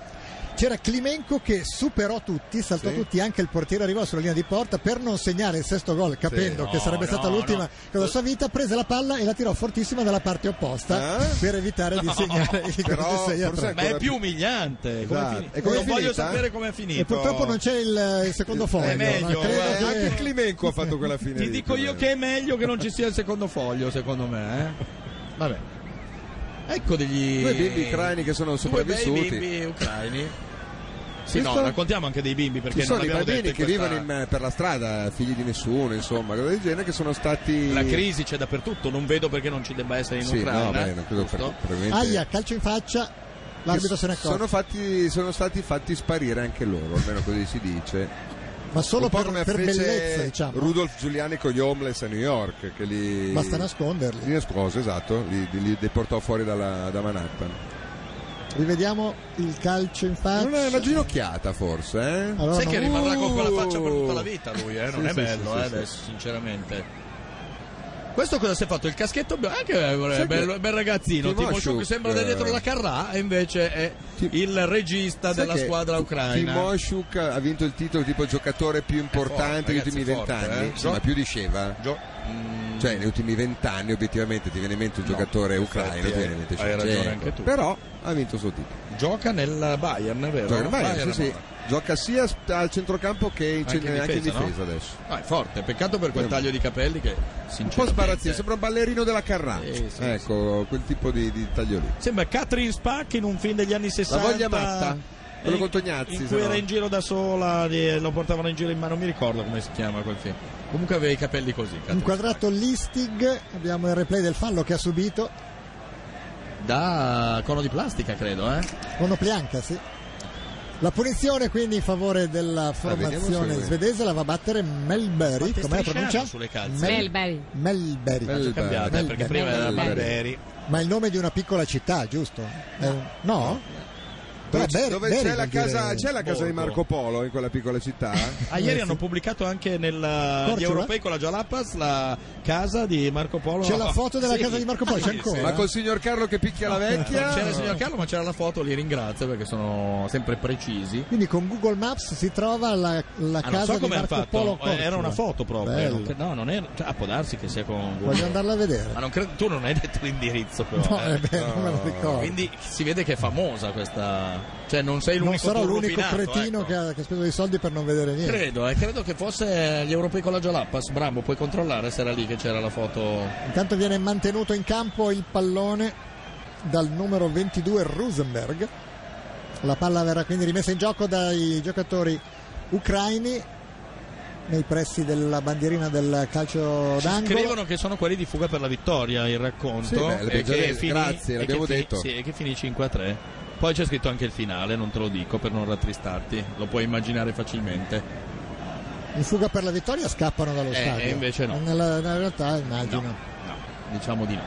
Speaker 2: C'era Climenco che superò tutti, saltò
Speaker 4: Sì.
Speaker 2: tutti, anche il portiere arrivò sulla linea di porta per non segnare il sesto gol, capendo
Speaker 3: Sì.
Speaker 2: che
Speaker 3: No,
Speaker 2: sarebbe
Speaker 3: no,
Speaker 2: stata l'ultima
Speaker 3: no.
Speaker 2: della sua vita, prese la palla e la tirò fortissima dalla parte opposta
Speaker 4: Ah?
Speaker 2: per evitare di segnare il gol
Speaker 4: Però
Speaker 2: del 6 a
Speaker 4: forse
Speaker 2: 3.
Speaker 3: Ma è più umiliante.
Speaker 4: Esatto.
Speaker 3: Come fini-
Speaker 4: E come è
Speaker 3: non voglio
Speaker 4: finita?
Speaker 3: sapere com'è finito.
Speaker 2: E purtroppo non c'è il, eh, il secondo foglio. ma
Speaker 3: meglio,
Speaker 4: Eh,
Speaker 2: credo
Speaker 3: eh,
Speaker 2: che-
Speaker 4: Anche Climenco ha fatto quella fine.
Speaker 3: Ti
Speaker 4: lì,
Speaker 3: dico io
Speaker 4: però.
Speaker 3: che è meglio che non ci sia il secondo foglio, secondo me. eh. Vabbè. Ecco degli...
Speaker 4: Due bimbi ucraini che sono
Speaker 3: Due bei
Speaker 4: sopravvissuti.
Speaker 3: bimbi ucraini. Sì,
Speaker 4: Ci
Speaker 3: no,
Speaker 4: sono-
Speaker 3: raccontiamo anche dei bimbi perché
Speaker 4: Ci sono
Speaker 3: non
Speaker 4: dei
Speaker 3: abbiamo
Speaker 4: bambini
Speaker 3: detto
Speaker 4: che
Speaker 3: in
Speaker 4: vivono
Speaker 3: questa-
Speaker 4: in- per la strada, figli di nessuno, insomma, cose del genere, che sono stati.
Speaker 3: La crisi c'è dappertutto, non vedo perché non ci debba essere in
Speaker 4: Sì,
Speaker 3: Ucraina.
Speaker 4: no, beh, non credo per-
Speaker 3: giusto?
Speaker 4: probabilmente-
Speaker 2: Aia, calcio in faccia, l'arbitro se ne accorge.
Speaker 4: sono, fatti- sono stati fatti sparire anche loro, almeno così si dice.
Speaker 2: Ma solo
Speaker 4: Un po'
Speaker 2: per,
Speaker 4: come
Speaker 2: per
Speaker 4: fece
Speaker 2: bellezza, diciamo.
Speaker 4: Rudolf Giuliani con gli homeless a New York, che li.
Speaker 2: Basta nasconderli.
Speaker 4: Li nascose, esatto, li, li- li portò fuori dalla, da Manhattan.
Speaker 2: Rivediamo il calcio in faccia.
Speaker 4: Non è una ginocchiata, forse, eh?
Speaker 2: Allora,
Speaker 3: Sai
Speaker 2: no.
Speaker 3: che rimarrà con quella faccia per
Speaker 4: Uh.
Speaker 3: tutta la vita lui, eh? non
Speaker 4: Sì,
Speaker 3: è
Speaker 4: sì,
Speaker 3: bello
Speaker 4: sì,
Speaker 3: eh,
Speaker 4: sì, sì.
Speaker 3: adesso, sinceramente. Questo cosa si è fatto? Il caschetto blu- anche eh,
Speaker 4: che-
Speaker 3: bello, bel ragazzino,
Speaker 4: Timo
Speaker 3: Timo Sciuc
Speaker 4: Sciuc,
Speaker 3: sembra da dietro la Carrà e invece è
Speaker 4: eh. Ti-
Speaker 3: il regista
Speaker 4: Sai
Speaker 3: della
Speaker 4: che
Speaker 3: squadra ucraina.
Speaker 4: Timoshuk ha vinto il titolo tipo giocatore più
Speaker 3: forte,
Speaker 4: importante negli
Speaker 3: ragazzi,
Speaker 4: ultimi
Speaker 3: è forte,
Speaker 4: vent'anni.
Speaker 3: eh.
Speaker 4: Sì, ma più disceva.
Speaker 3: Gio- mm,
Speaker 4: Cioè, negli ultimi vent'anni, obiettivamente, ti viene in mente un
Speaker 3: No,
Speaker 4: giocatore
Speaker 3: in
Speaker 4: ucraino.
Speaker 3: effetti,
Speaker 4: ti viene in
Speaker 3: hai-
Speaker 4: mente
Speaker 3: hai
Speaker 4: Shevchenko.
Speaker 3: ragione anche tu.
Speaker 4: Però ha vinto il suo titolo.
Speaker 3: gioca nel Bayern, vero?
Speaker 4: Gioca nel Bayern, sì,
Speaker 3: ora.
Speaker 4: sì. Gioca sia sp- al centrocampo che in cen- anche in difesa,
Speaker 3: no?
Speaker 4: adesso.
Speaker 3: Ah, è forte, peccato per quel taglio di capelli che
Speaker 4: Un po'
Speaker 3: sinceramente
Speaker 4: sbarazzino, sembra un ballerino della Carrà.
Speaker 3: Sì, sì,
Speaker 4: ecco, quel tipo di, di taglio lì.
Speaker 3: Sembra Catherine Spack in un film degli anni 60.
Speaker 4: voglia matta. Quello
Speaker 3: Eh,
Speaker 4: con Tognazzi,
Speaker 3: In
Speaker 4: se
Speaker 3: cui
Speaker 4: no.
Speaker 3: era in giro da sola, eh, lo portavano in giro in mano, non mi ricordo come si chiama quel film. Comunque aveva i capelli così. Catherine
Speaker 2: Inquadrato Listig, abbiamo il replay del fallo che ha subito.
Speaker 3: Spack. Da cono di plastica, credo, eh.
Speaker 2: Monoplianca, sì. La punizione quindi in favore
Speaker 3: Ah,
Speaker 2: della
Speaker 4: vediamo
Speaker 2: formazione
Speaker 4: se-
Speaker 2: stvedese la va a battere Melbury,
Speaker 3: Quante
Speaker 2: come la
Speaker 3: strisciate
Speaker 2: pronuncia?
Speaker 3: sulle calze.
Speaker 9: Melberry.
Speaker 2: Melbury.
Speaker 4: Mel-
Speaker 3: L'ho cambiata,
Speaker 2: Bel-
Speaker 3: perché
Speaker 2: bel-
Speaker 3: prima
Speaker 9: bel-
Speaker 3: era
Speaker 9: bel-
Speaker 3: Barberi.
Speaker 2: Ma è il nome di una piccola città, giusto? È un- No?
Speaker 4: Dove,
Speaker 2: Beh, Ber-
Speaker 4: dove
Speaker 2: Berry
Speaker 4: c'è, la
Speaker 2: vuol dire-
Speaker 4: casa, c'è la casa di
Speaker 3: Borgo.
Speaker 4: Marco Polo in quella piccola città?
Speaker 3: Ah, ieri hanno pubblicato anche nel, gli
Speaker 2: Corciola?
Speaker 3: europei con la Jalapas la casa di Marco Polo.
Speaker 2: C'è la foto della
Speaker 3: Sì.
Speaker 2: casa di Marco Polo, c'è
Speaker 3: sì,
Speaker 2: ancora?
Speaker 3: sì.
Speaker 4: Ma col signor Carlo che picchia la vecchia?
Speaker 3: Non c'era il signor Carlo, ma c'era la foto, li ringrazio perché sono sempre precisi.
Speaker 2: Quindi con Google Maps si trova la, la
Speaker 3: Ah, non
Speaker 2: casa
Speaker 3: so
Speaker 2: di
Speaker 3: come hanno
Speaker 2: Marco
Speaker 3: fatto,
Speaker 2: Polo.
Speaker 3: eh,
Speaker 2: Corcula.
Speaker 3: era una foto proprio.
Speaker 2: Bello.
Speaker 3: Non cre- No, non era. Cioè, ah, può darsi che sia con
Speaker 2: Voglio
Speaker 3: Google.
Speaker 2: andarla a vedere.
Speaker 3: Ma non credo, tu non hai detto l'indirizzo, però.
Speaker 2: No,
Speaker 3: eh.
Speaker 2: eh beh, non me lo ricordo.
Speaker 3: Quindi si vede che è famosa questa. Cioè, non sei
Speaker 2: non
Speaker 3: l'unico
Speaker 2: sarò
Speaker 3: turbo
Speaker 2: l'unico
Speaker 3: finato,
Speaker 2: cretino
Speaker 3: ecco.
Speaker 2: che, ha, che ha speso dei soldi per non vedere niente.
Speaker 3: Credo, eh, credo che fosse gli europei con la Jalapas. Bravo, puoi controllare se era lì che c'era la foto.
Speaker 2: Intanto viene mantenuto in campo il pallone dal numero 22 Rosenberg. La palla verrà quindi rimessa in gioco dai giocatori ucraini nei pressi della bandierina del calcio
Speaker 3: Ci
Speaker 2: d'angolo.
Speaker 3: scrivono che sono quelli di fuga per la vittoria il
Speaker 4: Sì,
Speaker 3: racconto.
Speaker 4: beh,
Speaker 3: e
Speaker 4: le peggiori-
Speaker 3: che
Speaker 4: grazie,
Speaker 3: e
Speaker 4: l'abbiamo
Speaker 3: che fini-
Speaker 4: detto.
Speaker 3: sì, e che finì 5 a 3. Poi c'è scritto anche il finale, non te lo dico per non rattristarti, lo puoi immaginare facilmente.
Speaker 2: In fuga per la vittoria scappano dallo
Speaker 3: Eh,
Speaker 2: stadio.
Speaker 3: e invece no.
Speaker 2: Nella, nella realtà immagino.
Speaker 3: no, diciamo di no.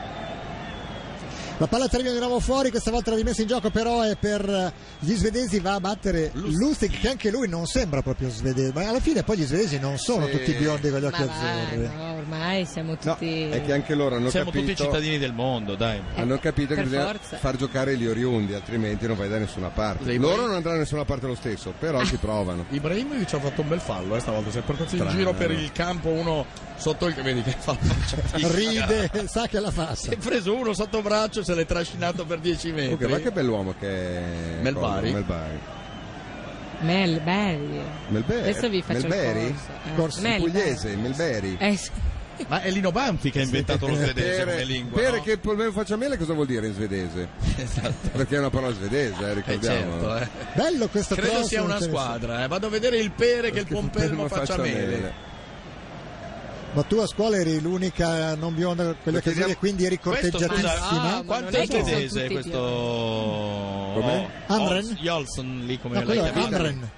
Speaker 2: La palla arriva di nuovo fuori, questa volta la rimessa in gioco però è per eh, gli svedesi va a battere
Speaker 3: Lustig.
Speaker 2: Lustig che anche lui non sembra proprio svedese, ma alla fine poi gli svedesi non sono
Speaker 4: Sì.
Speaker 2: tutti biondi con gli occhi
Speaker 9: Ma va,
Speaker 2: azzurri.
Speaker 9: no, ormai siamo
Speaker 4: No,
Speaker 9: tutti.
Speaker 4: è che anche loro hanno
Speaker 3: Siamo
Speaker 4: capito...
Speaker 3: tutti cittadini del mondo, dai.
Speaker 4: Hanno capito che
Speaker 9: Per
Speaker 4: bisogna
Speaker 9: forza.
Speaker 4: far giocare gli oriundi, altrimenti non vai da nessuna parte.
Speaker 3: Dei
Speaker 4: Loro
Speaker 3: buoni.
Speaker 4: non andranno da nessuna parte lo stesso, però ci provano.
Speaker 3: Ibrahimovic ha fatto un bel fallo eh, stavolta, si è portato in
Speaker 4: Strano,
Speaker 3: giro per
Speaker 4: no?
Speaker 3: il campo uno sotto il vedi che fa la faccia.
Speaker 2: Ride, sa che la
Speaker 3: Si
Speaker 2: faccia.
Speaker 3: è preso uno sotto braccio, se l'è trascinato per 10 metri.
Speaker 4: Comunque, ma che bell'uomo che è...
Speaker 3: Eh, Melbari.
Speaker 4: Melbari.
Speaker 9: Melberry.
Speaker 4: Melberi?
Speaker 9: Adesso vi faccio
Speaker 4: Melberi?
Speaker 9: il corso. Eh,
Speaker 2: Corso
Speaker 9: Melberry.
Speaker 4: Pugliese, Melberi.
Speaker 9: Eh, sì.
Speaker 3: Ma è Lino Banfi che ha inventato lo svedese come lingua.
Speaker 4: per
Speaker 3: no?
Speaker 4: che polmone faccia mele cosa vuol dire in svedese?
Speaker 3: Esatto.
Speaker 4: Perché è una parola svedese, eh,
Speaker 3: Eh,
Speaker 4: ricordiamo.
Speaker 3: certo, eh.
Speaker 2: Bello questo
Speaker 3: Credo
Speaker 2: cross,
Speaker 3: sia
Speaker 2: non
Speaker 3: una
Speaker 2: ce ne
Speaker 3: squadra. eh. Vado a vedere il pere che il
Speaker 4: Perché
Speaker 3: pompelmo faccia mele.
Speaker 2: sono. Ma tu a scuola eri l'unica non bionda con gli
Speaker 4: Lo
Speaker 2: occhi azzurri
Speaker 4: chiediamo-
Speaker 2: e quindi eri
Speaker 3: Questo ah,
Speaker 2: corteggiatissima.
Speaker 9: scusa, ma
Speaker 3: Quanto
Speaker 9: non
Speaker 3: è
Speaker 9: è che sono
Speaker 3: svedese
Speaker 9: tutti
Speaker 3: questo.
Speaker 4: Com'è?
Speaker 2: Amren?
Speaker 3: Ols- Jolson lì come
Speaker 2: No,
Speaker 3: l'hai
Speaker 2: quello è
Speaker 3: chiamato?
Speaker 2: Amren,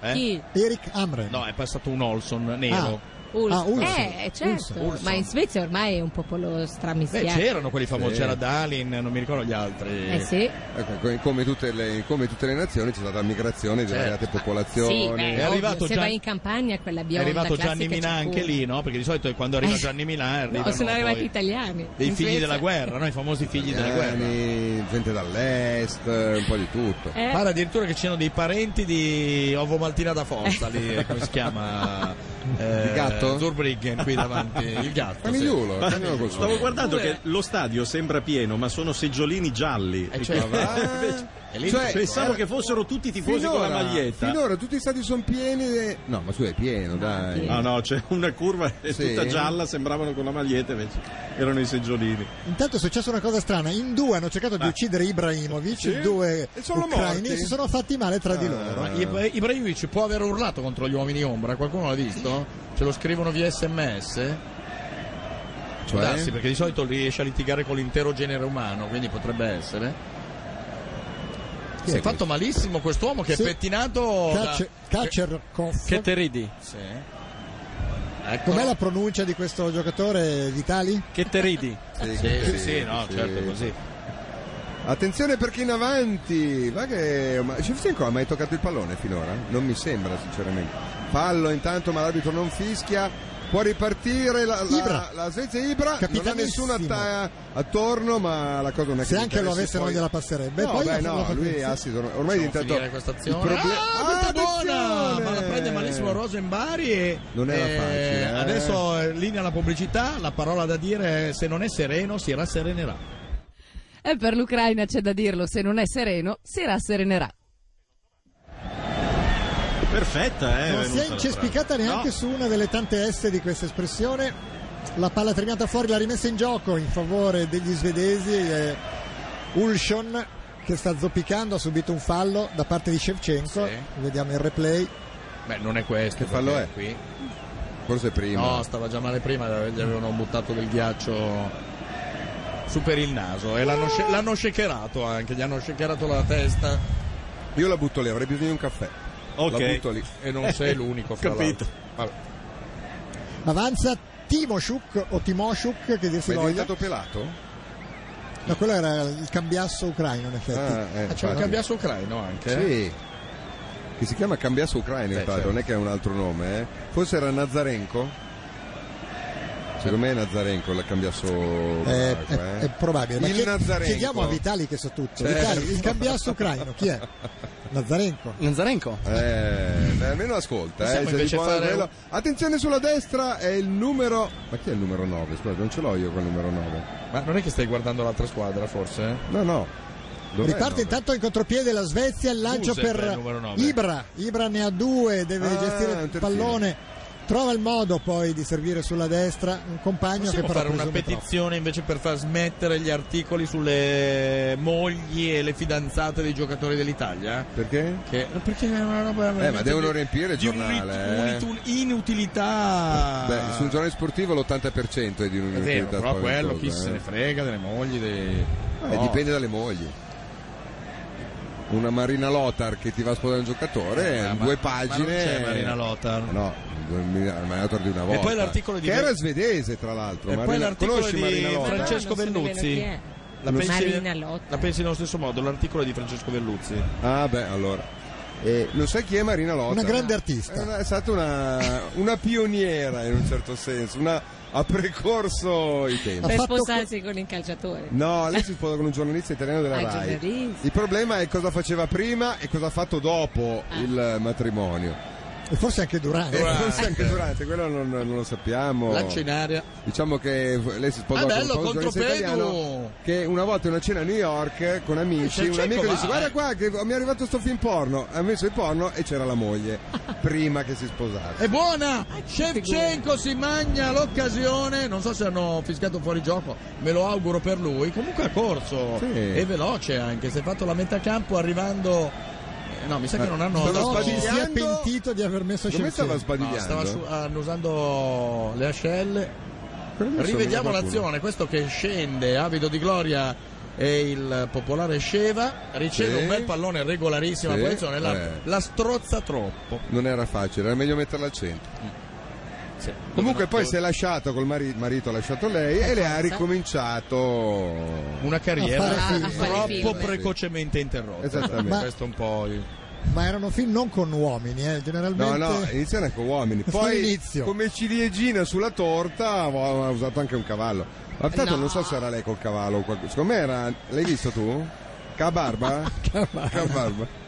Speaker 3: Eh?
Speaker 9: Chi?
Speaker 2: Eric Amren.
Speaker 3: No, è passato un Olson nero.
Speaker 9: Ulf.
Speaker 2: Ah, Ulf.
Speaker 9: Eh, certo.
Speaker 2: Ulf.
Speaker 3: Ulf.
Speaker 9: Ma in Svezia ormai è un popolo
Speaker 3: Beh,
Speaker 9: stramiziato.
Speaker 3: c'erano quelli famosi,
Speaker 4: Sì.
Speaker 3: c'era Dalin, non mi ricordo gli altri.
Speaker 9: Eh sì.
Speaker 4: Ecco, co- come, tutte le, come tutte le nazioni c'è stata migrazione di
Speaker 3: Certo.
Speaker 4: variate popolazioni.
Speaker 9: Sì, beh,
Speaker 3: È
Speaker 9: ovvio,
Speaker 3: arrivato
Speaker 9: se
Speaker 3: Gian-
Speaker 9: vai in campagna quella
Speaker 3: È
Speaker 9: bionda
Speaker 3: arrivato
Speaker 9: classica
Speaker 3: Gianni Minà
Speaker 9: c'è
Speaker 3: anche
Speaker 9: pure.
Speaker 3: lì, no? Perché di solito quando arriva
Speaker 9: Eh.
Speaker 3: Gianni Minà
Speaker 9: No,
Speaker 3: arrivano
Speaker 9: sono
Speaker 3: poi
Speaker 9: arrivati italiani.
Speaker 3: dei
Speaker 9: In
Speaker 3: figli
Speaker 9: Svezia-
Speaker 3: della guerra, no? I famosi figli
Speaker 4: Eh,
Speaker 3: della guerra.
Speaker 4: Italiani, gente dall'est, un po' di tutto.
Speaker 9: Eh,
Speaker 3: Pare addirittura che c'erano dei parenti di Ovo Maltina da Forza, lì, eh, come si chiama? Eh,
Speaker 4: Il gatto?
Speaker 3: Zurbriggen qui davanti, il gatto. sì.
Speaker 4: Camigliulo, camigliolo col
Speaker 7: Stavo
Speaker 4: suo.
Speaker 7: guardando che lo stadio sembra pieno, ma sono seggiolini gialli.
Speaker 3: Eh, cioè, va- è lì
Speaker 4: Cioè,
Speaker 7: Pensavo che fossero tutti tifosi con la maglietta.
Speaker 4: finora tutti i stati sono pieni. e- No, ma su è pieno, dai.
Speaker 7: Ah, No, no, c'è una curva è
Speaker 4: Sì.
Speaker 7: tutta gialla, sembravano con la maglietta, invece erano i seggiolini.
Speaker 2: Intanto è successa una cosa strana, in due hanno cercato
Speaker 3: Ah.
Speaker 2: di uccidere Ibrahimovic,
Speaker 4: Sì.
Speaker 2: i due
Speaker 4: E sono
Speaker 2: ucraini
Speaker 4: morti?
Speaker 2: si sono fatti male tra
Speaker 3: Ah.
Speaker 2: di loro.
Speaker 4: Ah.
Speaker 3: Ma Ibra- Ibrahimovic può aver urlato contro gli uomini ombra, qualcuno l'ha visto? Ce lo scrivono via sms? Può
Speaker 4: Cioè?
Speaker 3: darsi, perché di solito riesce a litigare con l'intero genere umano, quindi potrebbe essere.
Speaker 2: Chi è
Speaker 3: Si è fatto malissimo quest'uomo che
Speaker 2: Sì.
Speaker 3: è pettinato. da-
Speaker 2: Kacer- Kacerkov.
Speaker 6: Che te ridi?
Speaker 3: Sì. Ecco.
Speaker 2: Com'è la pronuncia di questo giocatore Vitali?
Speaker 6: Che te ridi?
Speaker 4: Sì,
Speaker 3: Sì, sì, sì, no,
Speaker 4: sì.
Speaker 3: certo, così.
Speaker 4: Attenzione perché in avanti. Va che. Ma Shevchenko ha mai toccato il pallone finora? Non mi sembra, sinceramente. Fallo intanto, ma l'arbitro non fischia. Può ripartire la, la,
Speaker 2: Ibra.
Speaker 4: la Svezia Ibra. Non ha
Speaker 2: Capitanissimo.
Speaker 4: nessuno atta- attorno, ma la cosa non è che
Speaker 2: Se
Speaker 4: gli
Speaker 2: anche lo
Speaker 4: interessi,
Speaker 2: avesse non
Speaker 4: poi-
Speaker 2: gliela passerebbe.
Speaker 4: No,
Speaker 2: Poi
Speaker 4: beh,
Speaker 2: la-
Speaker 4: no,
Speaker 2: la-
Speaker 4: lui è assido. Ormai è
Speaker 3: Facciamo
Speaker 4: diventato.
Speaker 3: finire questa azione.
Speaker 4: il proble-
Speaker 3: Ah, questa è buona!
Speaker 4: attenzione!
Speaker 3: Ma la prende malissimo Rosenbari e
Speaker 4: Non era
Speaker 3: e
Speaker 4: facile, eh.
Speaker 3: Adesso eh, linea alla pubblicità, la parola da dire è se non è sereno si rasserenerà.
Speaker 9: Eh,
Speaker 8: E per l'Ucraina c'è da dirlo, se non è sereno, si rasserenerà.
Speaker 7: perfetta, eh,
Speaker 2: non si
Speaker 7: venuta
Speaker 2: è
Speaker 7: la
Speaker 2: incespicata
Speaker 7: Francia.
Speaker 2: neanche
Speaker 7: No.
Speaker 2: su una delle tante S di questa espressione. La palla terminata fuori, la rimessa in gioco in favore degli svedesi. E Ulshon che sta zoppicando ha subito un fallo da parte di Shevchenko.
Speaker 3: Sì.
Speaker 2: Vediamo il replay.
Speaker 3: Beh, non è questo.
Speaker 4: Che fallo
Speaker 3: perché
Speaker 4: è?
Speaker 3: Qui.
Speaker 4: Forse prima.
Speaker 3: No, stava già male prima, gli avevano buttato del ghiaccio su per il naso e l'hanno, sce- l'hanno shakerato anche, gli hanno shakerato la testa
Speaker 4: Io la butto lì, avrei bisogno di un caffè.
Speaker 7: Ok.
Speaker 4: La butto lì.
Speaker 3: e non sei l'unico. Fra
Speaker 7: Capito.
Speaker 3: l'altro. Eh,
Speaker 2: Avanza Timoshuk o Timoshuk che dir si
Speaker 4: Ma è
Speaker 2: voglia.
Speaker 4: diventato pelato?
Speaker 2: No, quello era il cambiasso ucraino in effetti.
Speaker 4: Ah, eh,
Speaker 3: Vabbè. Ah, c'è un
Speaker 4: infatti.
Speaker 3: cambiasso ucraino anche. eh?
Speaker 4: Sì. Che si chiama Cambiasso Ucraino,
Speaker 3: Beh,
Speaker 4: intanto,
Speaker 3: certo.
Speaker 4: non è che è un altro nome, eh. Forse era Nazarenko? Secondo me è Nazarenko il cambiasso
Speaker 2: Eh,
Speaker 4: ucraino,
Speaker 2: è,
Speaker 4: eh.
Speaker 2: è probabile. Ma
Speaker 4: Il
Speaker 2: chied-
Speaker 4: Nazarenko.
Speaker 2: chiediamo a Vitali che so tutto.
Speaker 4: Certo.
Speaker 2: Vitali, il cambiasso ucraino, chi è? Nazarenko.
Speaker 6: Nazarenko.
Speaker 4: Eh, beh, almeno ascolta, eh,
Speaker 3: Possiamo
Speaker 4: se di
Speaker 3: invece
Speaker 4: buono
Speaker 3: fare
Speaker 4: quello.
Speaker 3: un-
Speaker 4: Attenzione sulla destra è il numero. Ma chi è il numero 9? Scusa, non ce l'ho io col numero 9.
Speaker 3: Ma non è che stai guardando l'altra squadra forse?
Speaker 4: No, no. Dov'è il
Speaker 2: Riparte
Speaker 4: nove?
Speaker 2: intanto in contropiede la Svezia, il lancio
Speaker 3: Giuseppe,
Speaker 2: per
Speaker 3: numero nove.
Speaker 2: Ibra. Ibra ne ha due, deve
Speaker 4: Ah, un
Speaker 2: gestire il
Speaker 4: terzino.
Speaker 2: pallone. Trova il modo poi di servire sulla destra un compagno
Speaker 3: Possiamo
Speaker 2: che però ha
Speaker 3: fare una
Speaker 2: preso un metro.
Speaker 3: petizione invece per far smettere gli articoli sulle mogli e le fidanzate dei giocatori dell'Italia?
Speaker 4: Perché?
Speaker 3: Che, perché è una roba
Speaker 4: Eh, ma devono
Speaker 3: di-
Speaker 4: riempire il
Speaker 3: di
Speaker 4: giornale, eh.
Speaker 3: un'inut- inutilità.
Speaker 4: Beh, sul giornale sportivo l'80% è di
Speaker 3: È
Speaker 4: un'università
Speaker 3: vero, però
Speaker 4: spaventosa,
Speaker 3: quello chi se ne
Speaker 4: eh.
Speaker 3: frega delle mogli dei...
Speaker 4: Eh,
Speaker 3: No.
Speaker 4: Dipende dalle mogli. Una Marina Lothar che ti va a sposare un giocatore,
Speaker 3: Eh,
Speaker 4: in
Speaker 3: ma-
Speaker 4: due
Speaker 3: ma
Speaker 4: pagine.
Speaker 3: non c'è Marina Lothar.
Speaker 4: Eh, No, Marina Marina Lothar di una volta.
Speaker 3: poi l'articolo di-
Speaker 4: Che era svedese, tra l'altro.
Speaker 3: E poi
Speaker 4: Marina-
Speaker 3: l'articolo
Speaker 4: Conosci
Speaker 3: di-
Speaker 4: Marina Lothar?
Speaker 3: Fra- Oh, Francesco Vernuzzi. La pensi,
Speaker 9: Marina Lotta.
Speaker 3: la pensi nello stesso modo, l'articolo di Francesco Velluzzi.
Speaker 4: Ah, beh, allora. Eh, lo sai chi è Marina Lothar? Eh,
Speaker 2: Una grande
Speaker 4: È,
Speaker 2: artista.
Speaker 4: una- è stata una, una pioniera in un certo senso, una- ha precorso i tempi.
Speaker 2: Ha
Speaker 9: Per
Speaker 2: fatto
Speaker 9: sposarsi con il calciatore.
Speaker 4: No, lei si sposa con un giornalista italiano della
Speaker 9: Ah, il
Speaker 4: RAI.
Speaker 9: giornalista.
Speaker 4: Il problema è cosa faceva prima e cosa ha fatto dopo
Speaker 2: Ah.
Speaker 4: il matrimonio.
Speaker 2: E forse anche Durante.
Speaker 4: E
Speaker 3: Durante.
Speaker 4: Eh, forse anche durante, quello non, non lo sappiamo.
Speaker 3: Lancia in aria.
Speaker 4: Diciamo che lei si sposò
Speaker 3: Ah,
Speaker 4: con un
Speaker 3: bello,
Speaker 4: giornalista
Speaker 3: contro
Speaker 4: italiano
Speaker 3: Pedro.
Speaker 4: che una volta in una cena a New York con amici,
Speaker 3: Eh,
Speaker 4: un
Speaker 3: c'è
Speaker 4: amico
Speaker 3: Cecco,
Speaker 4: dice
Speaker 3: va,
Speaker 4: guarda
Speaker 3: eh."
Speaker 4: qua che mi è arrivato sto film porno, ha messo il porno e c'era la moglie prima che si sposasse.
Speaker 3: È buona!
Speaker 2: Ah,
Speaker 3: Shevchenko si magna l'occasione, non so se hanno fischiato fuori gioco, me lo auguro per lui. Comunque ha corso
Speaker 4: Sì.
Speaker 3: e veloce anche, si è fatto la metà campo arrivando... eh, No, mi sa che non hanno...
Speaker 4: Stava
Speaker 3: dato-
Speaker 2: Però ci si è
Speaker 4: sbadigliando-
Speaker 2: pentito di aver messo
Speaker 4: Come
Speaker 2: Shevchenko.
Speaker 4: stava
Speaker 3: No,
Speaker 4: sbadigliando?
Speaker 3: stava su- ah. annusando le ascelle.
Speaker 4: Quello mi
Speaker 3: Rivediamo
Speaker 4: somiglia a qualcuno.
Speaker 3: l'azione, questo che scende, avido di gloria e il popolare Sceva, riceve
Speaker 4: Sì.
Speaker 3: un bel pallone regolarissima
Speaker 4: Sì,
Speaker 3: posizione, la,
Speaker 4: eh.
Speaker 3: la strozza troppo.
Speaker 4: Non era facile, era meglio metterla al centro.
Speaker 3: Mm.
Speaker 4: Comunque poi si è lasciato col mari- marito, ha lasciato lei
Speaker 3: Eh,
Speaker 4: e le ha ricominciato
Speaker 3: una
Speaker 2: A
Speaker 3: carriera
Speaker 2: fare film.
Speaker 9: Ah, a fare
Speaker 3: troppo
Speaker 9: film.
Speaker 3: precocemente interrotta.
Speaker 4: Esattamente.
Speaker 3: Ma- Questo è un po' il...
Speaker 2: Ma erano film non con uomini, eh,
Speaker 4: No,
Speaker 2: generalmente.
Speaker 4: no, iniziano con uomini. Poi,
Speaker 2: All'inizio.
Speaker 4: come ciliegina sulla torta, ho- ha usato anche un cavallo. Ma tanto non so se era lei col cavallo o qualcosa. Secondo me era. L'hai visto tu? Cabarba? Cabarba.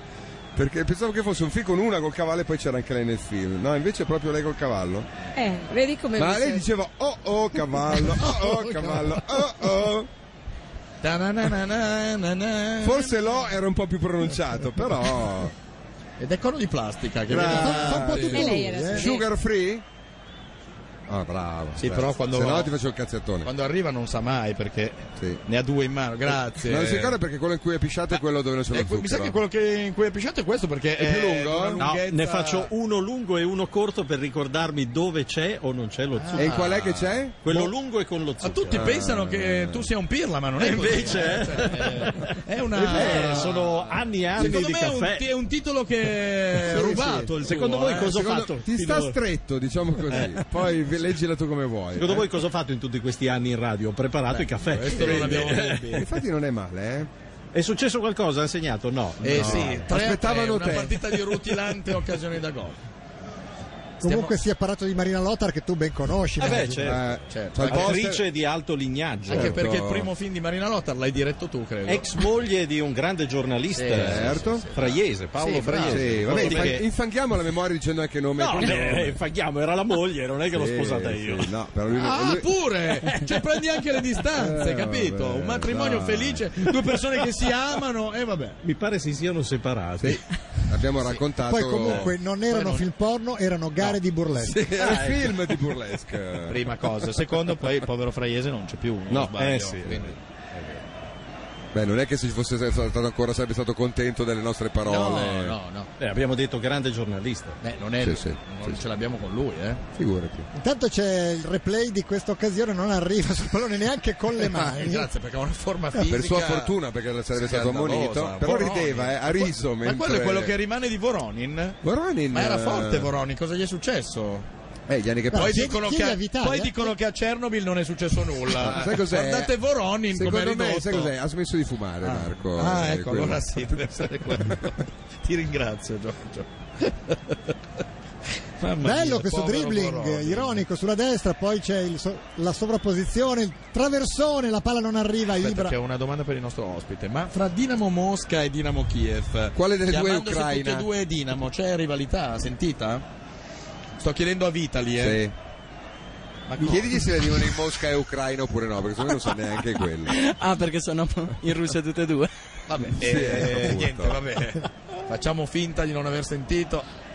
Speaker 4: Perché pensavo che fosse un film con una col cavallo e poi c'era anche lei nel film. No, invece è proprio lei col cavallo.
Speaker 9: Eh, vedi come
Speaker 4: Ma
Speaker 9: mi
Speaker 4: lei
Speaker 9: sei-
Speaker 4: diceva oh oh cavallo, oh oh cavallo, oh oh.
Speaker 3: Ta-na-na-na-na-na-na.
Speaker 4: Forse l'O era un po' più pronunciato, però.
Speaker 3: Ed è cono di plastica che
Speaker 4: Grazie.
Speaker 3: viene-
Speaker 2: Fa, fa un po' tutto
Speaker 9: Eh, lei
Speaker 2: lui,
Speaker 9: era
Speaker 2: eh.
Speaker 4: Sugar free? Ah, bravo.
Speaker 3: Sì,
Speaker 4: bravo.
Speaker 3: però quando-
Speaker 4: Se no ti faccio il cazziatone.
Speaker 3: quando arriva non sa mai perché
Speaker 4: Sì.
Speaker 3: ne ha due in mano. Grazie.
Speaker 4: Non si ricorda perché quello in cui è pisciato è quello dove non c'è lo
Speaker 3: Eh, que-
Speaker 4: zucchero.
Speaker 3: mi sa che quello che in cui è pisciato è questo perché
Speaker 4: È più lungo?
Speaker 3: di una
Speaker 7: No,
Speaker 3: lunghezza-
Speaker 7: ne faccio uno lungo e uno corto per ricordarmi dove c'è o non c'è lo zucchero.
Speaker 4: E in qual è che c'è?
Speaker 7: Quello lungo è con lo
Speaker 3: Ma
Speaker 7: zucchero.
Speaker 4: Ah.
Speaker 3: tutti pensano che tu sia un pirla, ma non è
Speaker 7: E
Speaker 3: così,
Speaker 7: invece-
Speaker 3: eh. Cioè, è una
Speaker 7: Eh, sono anni e anni
Speaker 3: Secondo
Speaker 7: di
Speaker 3: me è un,
Speaker 7: caffè.
Speaker 3: ti- è un titolo che è
Speaker 4: Sì,
Speaker 3: rubato.
Speaker 4: sì.
Speaker 3: il
Speaker 7: Secondo
Speaker 3: tuo,
Speaker 7: voi
Speaker 3: eh.
Speaker 7: cosa ho
Speaker 4: Secondo-
Speaker 7: fatto?
Speaker 4: Ti sta
Speaker 7: Fino-
Speaker 4: stretto, diciamo così. Poi vi- leggila tu come vuoi.
Speaker 7: Secondo
Speaker 4: eh.
Speaker 7: voi cosa ho fatto in tutti questi anni in radio? Ho preparato i caffè.
Speaker 3: Questo non abbiamo dubbi.
Speaker 4: Infatti non è male, eh.
Speaker 7: È successo qualcosa? Ha insegnato? No.
Speaker 3: Eh
Speaker 7: No.
Speaker 3: sì, tre
Speaker 4: Aspettavano
Speaker 3: a tre,
Speaker 4: te.
Speaker 3: una partita di rutilante occasione da gol.
Speaker 2: Comunque si è parlato di Marina Lothar che tu ben conosci.
Speaker 7: Vabbè,
Speaker 2: immagino.
Speaker 7: c'è-
Speaker 4: Eh,
Speaker 3: certo.
Speaker 4: c'ha il poster-
Speaker 7: Attrice di alto lignaggio.
Speaker 3: Anche
Speaker 4: Certo.
Speaker 3: perché il primo film di Marina Lothar l'hai diretto tu, credo.
Speaker 7: Ex moglie di un grande giornalista.
Speaker 3: Sì,
Speaker 4: certo.
Speaker 7: Fraiese, Paolo
Speaker 3: Sì, bravo.
Speaker 7: Fraiese.
Speaker 4: Ah, Sì, vabbè,
Speaker 7: Ricordi
Speaker 4: infang-
Speaker 7: che-
Speaker 4: infanghiamo la memoria dicendo anche nome. e
Speaker 7: No,
Speaker 4: cognome.
Speaker 7: eh, faghiamo, era la moglie, non è che l'ho
Speaker 4: Sì,
Speaker 7: sposata
Speaker 4: sì,
Speaker 7: io.
Speaker 4: No, però lui,
Speaker 3: Ah,
Speaker 4: lui-
Speaker 3: pure! Cioè, prendi anche le distanze,
Speaker 4: Eh,
Speaker 3: capito?
Speaker 4: vabbè,
Speaker 3: Un matrimonio
Speaker 4: dai.
Speaker 3: felice, due persone che si amano, e vabbè.
Speaker 7: Mi pare si siano separati.
Speaker 4: abbiamo raccontato.
Speaker 2: Poi comunque non erano film porno, erano gare di burlesque.
Speaker 4: Sì, era un film di burlesque.
Speaker 10: Prima cosa, secondo poi il povero Fraiese non c'è più. non
Speaker 4: No,
Speaker 10: sbaglio,
Speaker 7: eh sì.
Speaker 10: quindi-
Speaker 4: Beh, non è che se ci fosse stato ancora sarebbe stato contento delle nostre
Speaker 3: No,
Speaker 4: parole.
Speaker 3: no, no.
Speaker 7: Eh, abbiamo detto grande giornalista.
Speaker 3: Beh, non è,
Speaker 4: Sì, sì,
Speaker 3: non
Speaker 4: sì.
Speaker 3: ce l'abbiamo con lui, eh.
Speaker 4: Figurati.
Speaker 2: Intanto c'è il replay di questa occasione, non arriva sul pallone neanche con le mani.
Speaker 3: Eh, Grazie, perché ha una forma fisica.
Speaker 4: Eh, Per sua fortuna, perché sarebbe stato
Speaker 3: scandalosa.
Speaker 4: ammonito. Però
Speaker 3: Voronin.
Speaker 4: rideva, eh, a riso.
Speaker 3: Ma
Speaker 4: mentre-
Speaker 3: quello è quello che rimane di Voronin.
Speaker 4: Voronin,
Speaker 3: Ma era
Speaker 4: eh,
Speaker 3: forte Voronin, cosa gli è successo?
Speaker 4: Eh, gli anni che
Speaker 2: Poi
Speaker 4: passa.
Speaker 3: Poi,
Speaker 2: chiedi-
Speaker 3: dicono
Speaker 2: chiedi
Speaker 3: che,
Speaker 2: a Vitale.
Speaker 3: poi dicono che a Chernobyl non è successo nulla.
Speaker 4: eh? Sai cos'è?
Speaker 3: Guardate Voronin come è
Speaker 4: Secondo me,
Speaker 3: ridotto.
Speaker 4: sai cos'è? Ha smesso di fumare, Marco.
Speaker 3: Ah,
Speaker 4: eh,
Speaker 3: ecco,
Speaker 4: quello.
Speaker 3: allora sì, deve essere quello. Ti ringrazio, Giorgio. Mamma
Speaker 2: Bello
Speaker 3: mia,
Speaker 2: questo
Speaker 3: povero
Speaker 2: dribbling
Speaker 3: Voronin.
Speaker 2: ironico sulla destra, poi c'è il so- la sovrapposizione, il traversone, la palla non arriva,
Speaker 3: Aspetta,
Speaker 2: Ibra.
Speaker 3: c'è una domanda per il nostro ospite. Ma fra Dinamo Mosca e Dinamo Kiev,
Speaker 4: Quale delle due è
Speaker 3: chiamandosi
Speaker 4: Ucraina?
Speaker 3: Tutte e due Dinamo, c'è rivalità sentita? Sto chiedendo a Vitali, eh.
Speaker 4: Sì.
Speaker 3: Ma
Speaker 4: Mi
Speaker 3: no.
Speaker 4: Chiedigli se la dicono in Mosca e Ucraina oppure no, perché secondo me non sa neanche quello.
Speaker 3: Eh,
Speaker 6: Ah, perché sono in Russia tutte e due.
Speaker 3: Vabbè,
Speaker 4: eh,
Speaker 3: eh,
Speaker 4: appunto.
Speaker 3: niente, vabbè. Facciamo finta di non aver sentito.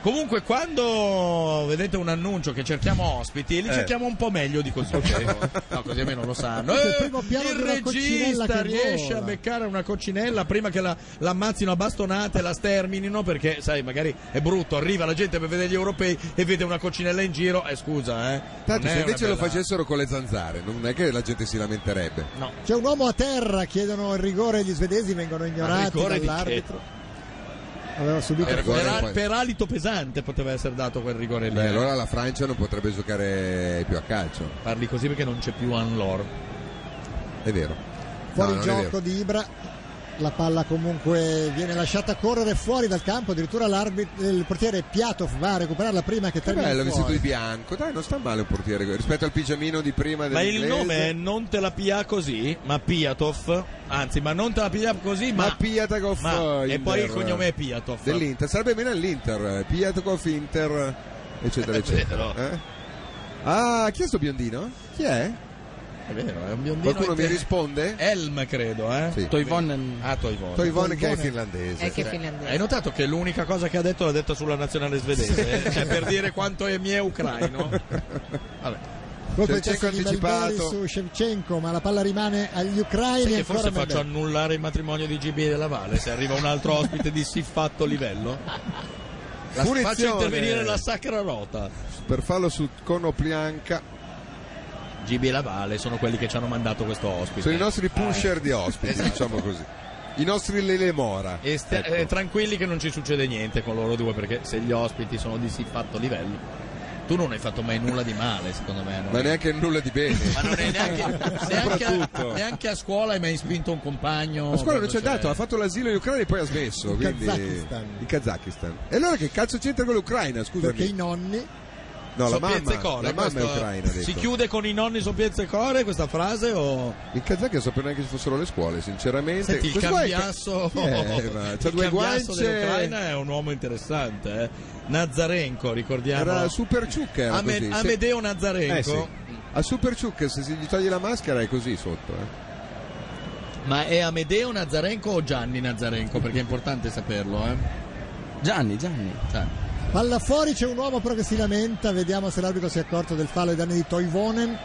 Speaker 3: Comunque, quando vedete un annuncio che cerchiamo ospiti,
Speaker 2: Eh.
Speaker 3: li cerchiamo un po' meglio di così. No, così almeno lo sanno.
Speaker 2: Sul
Speaker 3: Eh,
Speaker 2: primo piano
Speaker 3: il
Speaker 2: della coccinella
Speaker 3: regista
Speaker 2: che
Speaker 3: riesce
Speaker 2: vola.
Speaker 3: a beccare una coccinella prima che la, l'ammazzino a bastonate e la sterminino, perché, sai, magari è brutto. Arriva la gente per vedere gli europei e vede una coccinella in giro. Eh, scusa, eh.
Speaker 4: Tanto
Speaker 3: non
Speaker 4: se
Speaker 3: è una
Speaker 4: invece lo
Speaker 3: bella-
Speaker 4: facessero con le zanzare, non è che la gente si lamenterebbe.
Speaker 3: No,
Speaker 2: C'è un uomo a terra, chiedono il rigore, gli svedesi vengono
Speaker 3: a
Speaker 2: ignorati
Speaker 3: Ah, rigore di Eh, che?
Speaker 2: dall'arbitro. Aveva subito
Speaker 3: Per,
Speaker 4: rigore
Speaker 3: per-
Speaker 4: poi-
Speaker 3: per alito pesante poteva essere dato quel rigore lì.
Speaker 4: Beh,
Speaker 3: eh.
Speaker 4: allora la Francia non potrebbe giocare più a calcio,
Speaker 3: Parli così perché non c'è più Anlor.
Speaker 4: è vero.
Speaker 2: fuori
Speaker 4: No, non è
Speaker 2: gioco di Ibra. La palla comunque viene lasciata correre fuori dal campo, addirittura l'arbit- il portiere Piatov va a recuperarla prima che
Speaker 4: Che
Speaker 2: termini
Speaker 4: bello, vestito
Speaker 2: fuori.
Speaker 4: di bianco. Dai, non sta male un portiere rispetto al pigiamino di prima
Speaker 10: Ma il
Speaker 4: dell'inglese.
Speaker 10: nome è non te la pia così, ma Piatov. Anzi, ma non te la pia così, ma.
Speaker 4: Ma Piatakov
Speaker 10: ma-
Speaker 4: eh,
Speaker 10: e poi il
Speaker 4: Inter,
Speaker 10: cognome
Speaker 4: eh,
Speaker 10: è Piatov.
Speaker 4: dell'Inter. Sarebbe bene all'Inter, eh, Piatakov Inter eh, eccetera eccetera. Eh? Ah, chi è sto biondino? Chi è?
Speaker 3: È vero, è un biondino.
Speaker 4: Qualcuno mi
Speaker 3: inter-
Speaker 4: risponde?
Speaker 3: Elm, credo, eh?
Speaker 4: Sì.
Speaker 6: Toivonen.
Speaker 3: Ah, Toivonen.
Speaker 4: Toivonen che è
Speaker 9: È
Speaker 4: finlandese.
Speaker 9: che
Speaker 3: Hai
Speaker 9: finlandese.
Speaker 3: notato che l'unica cosa che ha detto l'ha detta sulla nazionale svedese? eh? Cioè, per dire quanto è mio ucraino. Vabbè.
Speaker 2: Colpo di
Speaker 4: Shevchenko
Speaker 2: testa di Melbeli
Speaker 4: anticipato.
Speaker 2: su Shevchenko, ma la palla rimane agli
Speaker 3: Sai
Speaker 2: ucraini
Speaker 3: che
Speaker 2: ancora
Speaker 3: forse
Speaker 2: Melbeli.
Speaker 3: faccio annullare il matrimonio di GB della Valle se arriva un altro ospite di siffatto livello? La- faccio
Speaker 4: Punizione.
Speaker 3: intervenire la sacra rota.
Speaker 4: Per farlo su Conoplianca
Speaker 3: GB e la Valle sono quelli che ci hanno mandato questo ospite.
Speaker 4: sono i
Speaker 10: Ah,
Speaker 4: nostri
Speaker 10: eh.
Speaker 4: pusher di ospiti,
Speaker 10: Esatto.
Speaker 4: diciamo così. I nostri Lele Mora.
Speaker 3: E stia- eh, tranquilli che non ci succede niente con loro due perché se gli ospiti sono di siffatto livello tu non hai fatto mai nulla di male secondo me non
Speaker 4: Ma
Speaker 3: è-
Speaker 4: neanche nulla di bene.
Speaker 3: ma non è neanche, neanche, a,
Speaker 4: Soprattutto.
Speaker 3: neanche a scuola hai mai spinto un compagno
Speaker 4: La scuola non c'è
Speaker 10: cioè-
Speaker 3: quando
Speaker 4: andato, ha fatto l'asilo in Ucraina e poi ha smesso.
Speaker 2: In
Speaker 4: quindi-
Speaker 2: Kazakistan.
Speaker 4: In Kazakistan. E allora che cazzo c'entra con l'Ucraina? Scusami.
Speaker 2: Perché i nonni
Speaker 4: No, la
Speaker 3: Soppiezze
Speaker 4: mamma,
Speaker 3: e core,
Speaker 4: la mamma è
Speaker 3: questo-
Speaker 4: ucraina. ha
Speaker 3: si
Speaker 4: detto.
Speaker 3: chiude con i nonni soppiezze e core questa frase o
Speaker 4: In Kazakistan non sapevo neanche ci fossero le scuole, sinceramente.
Speaker 3: senti il
Speaker 4: Questo qua è ca-
Speaker 3: cambiasso
Speaker 4: Eh, ma c'ha
Speaker 3: il
Speaker 4: due
Speaker 3: cambiasso
Speaker 4: guance.
Speaker 3: dell'Ucraina è un uomo interessante eh. Nazarenko ricordiamo
Speaker 4: Era super ciucca. era
Speaker 3: Ame-
Speaker 4: così. Se-
Speaker 3: Amedeo Nazarenko
Speaker 4: Eh, sì. A super ciucca, se si- gli togli la maschera è così sotto. eh.
Speaker 3: Ma è Amedeo Nazarenko o Gianni Nazarenko? Perché è importante saperlo, eh.
Speaker 6: Gianni, Gianni.
Speaker 3: Cioè,
Speaker 2: Palla fuori, c'è un uomo però che si lamenta, vediamo se l'arbitro si è accorto del fallo ai danni di Toivonen.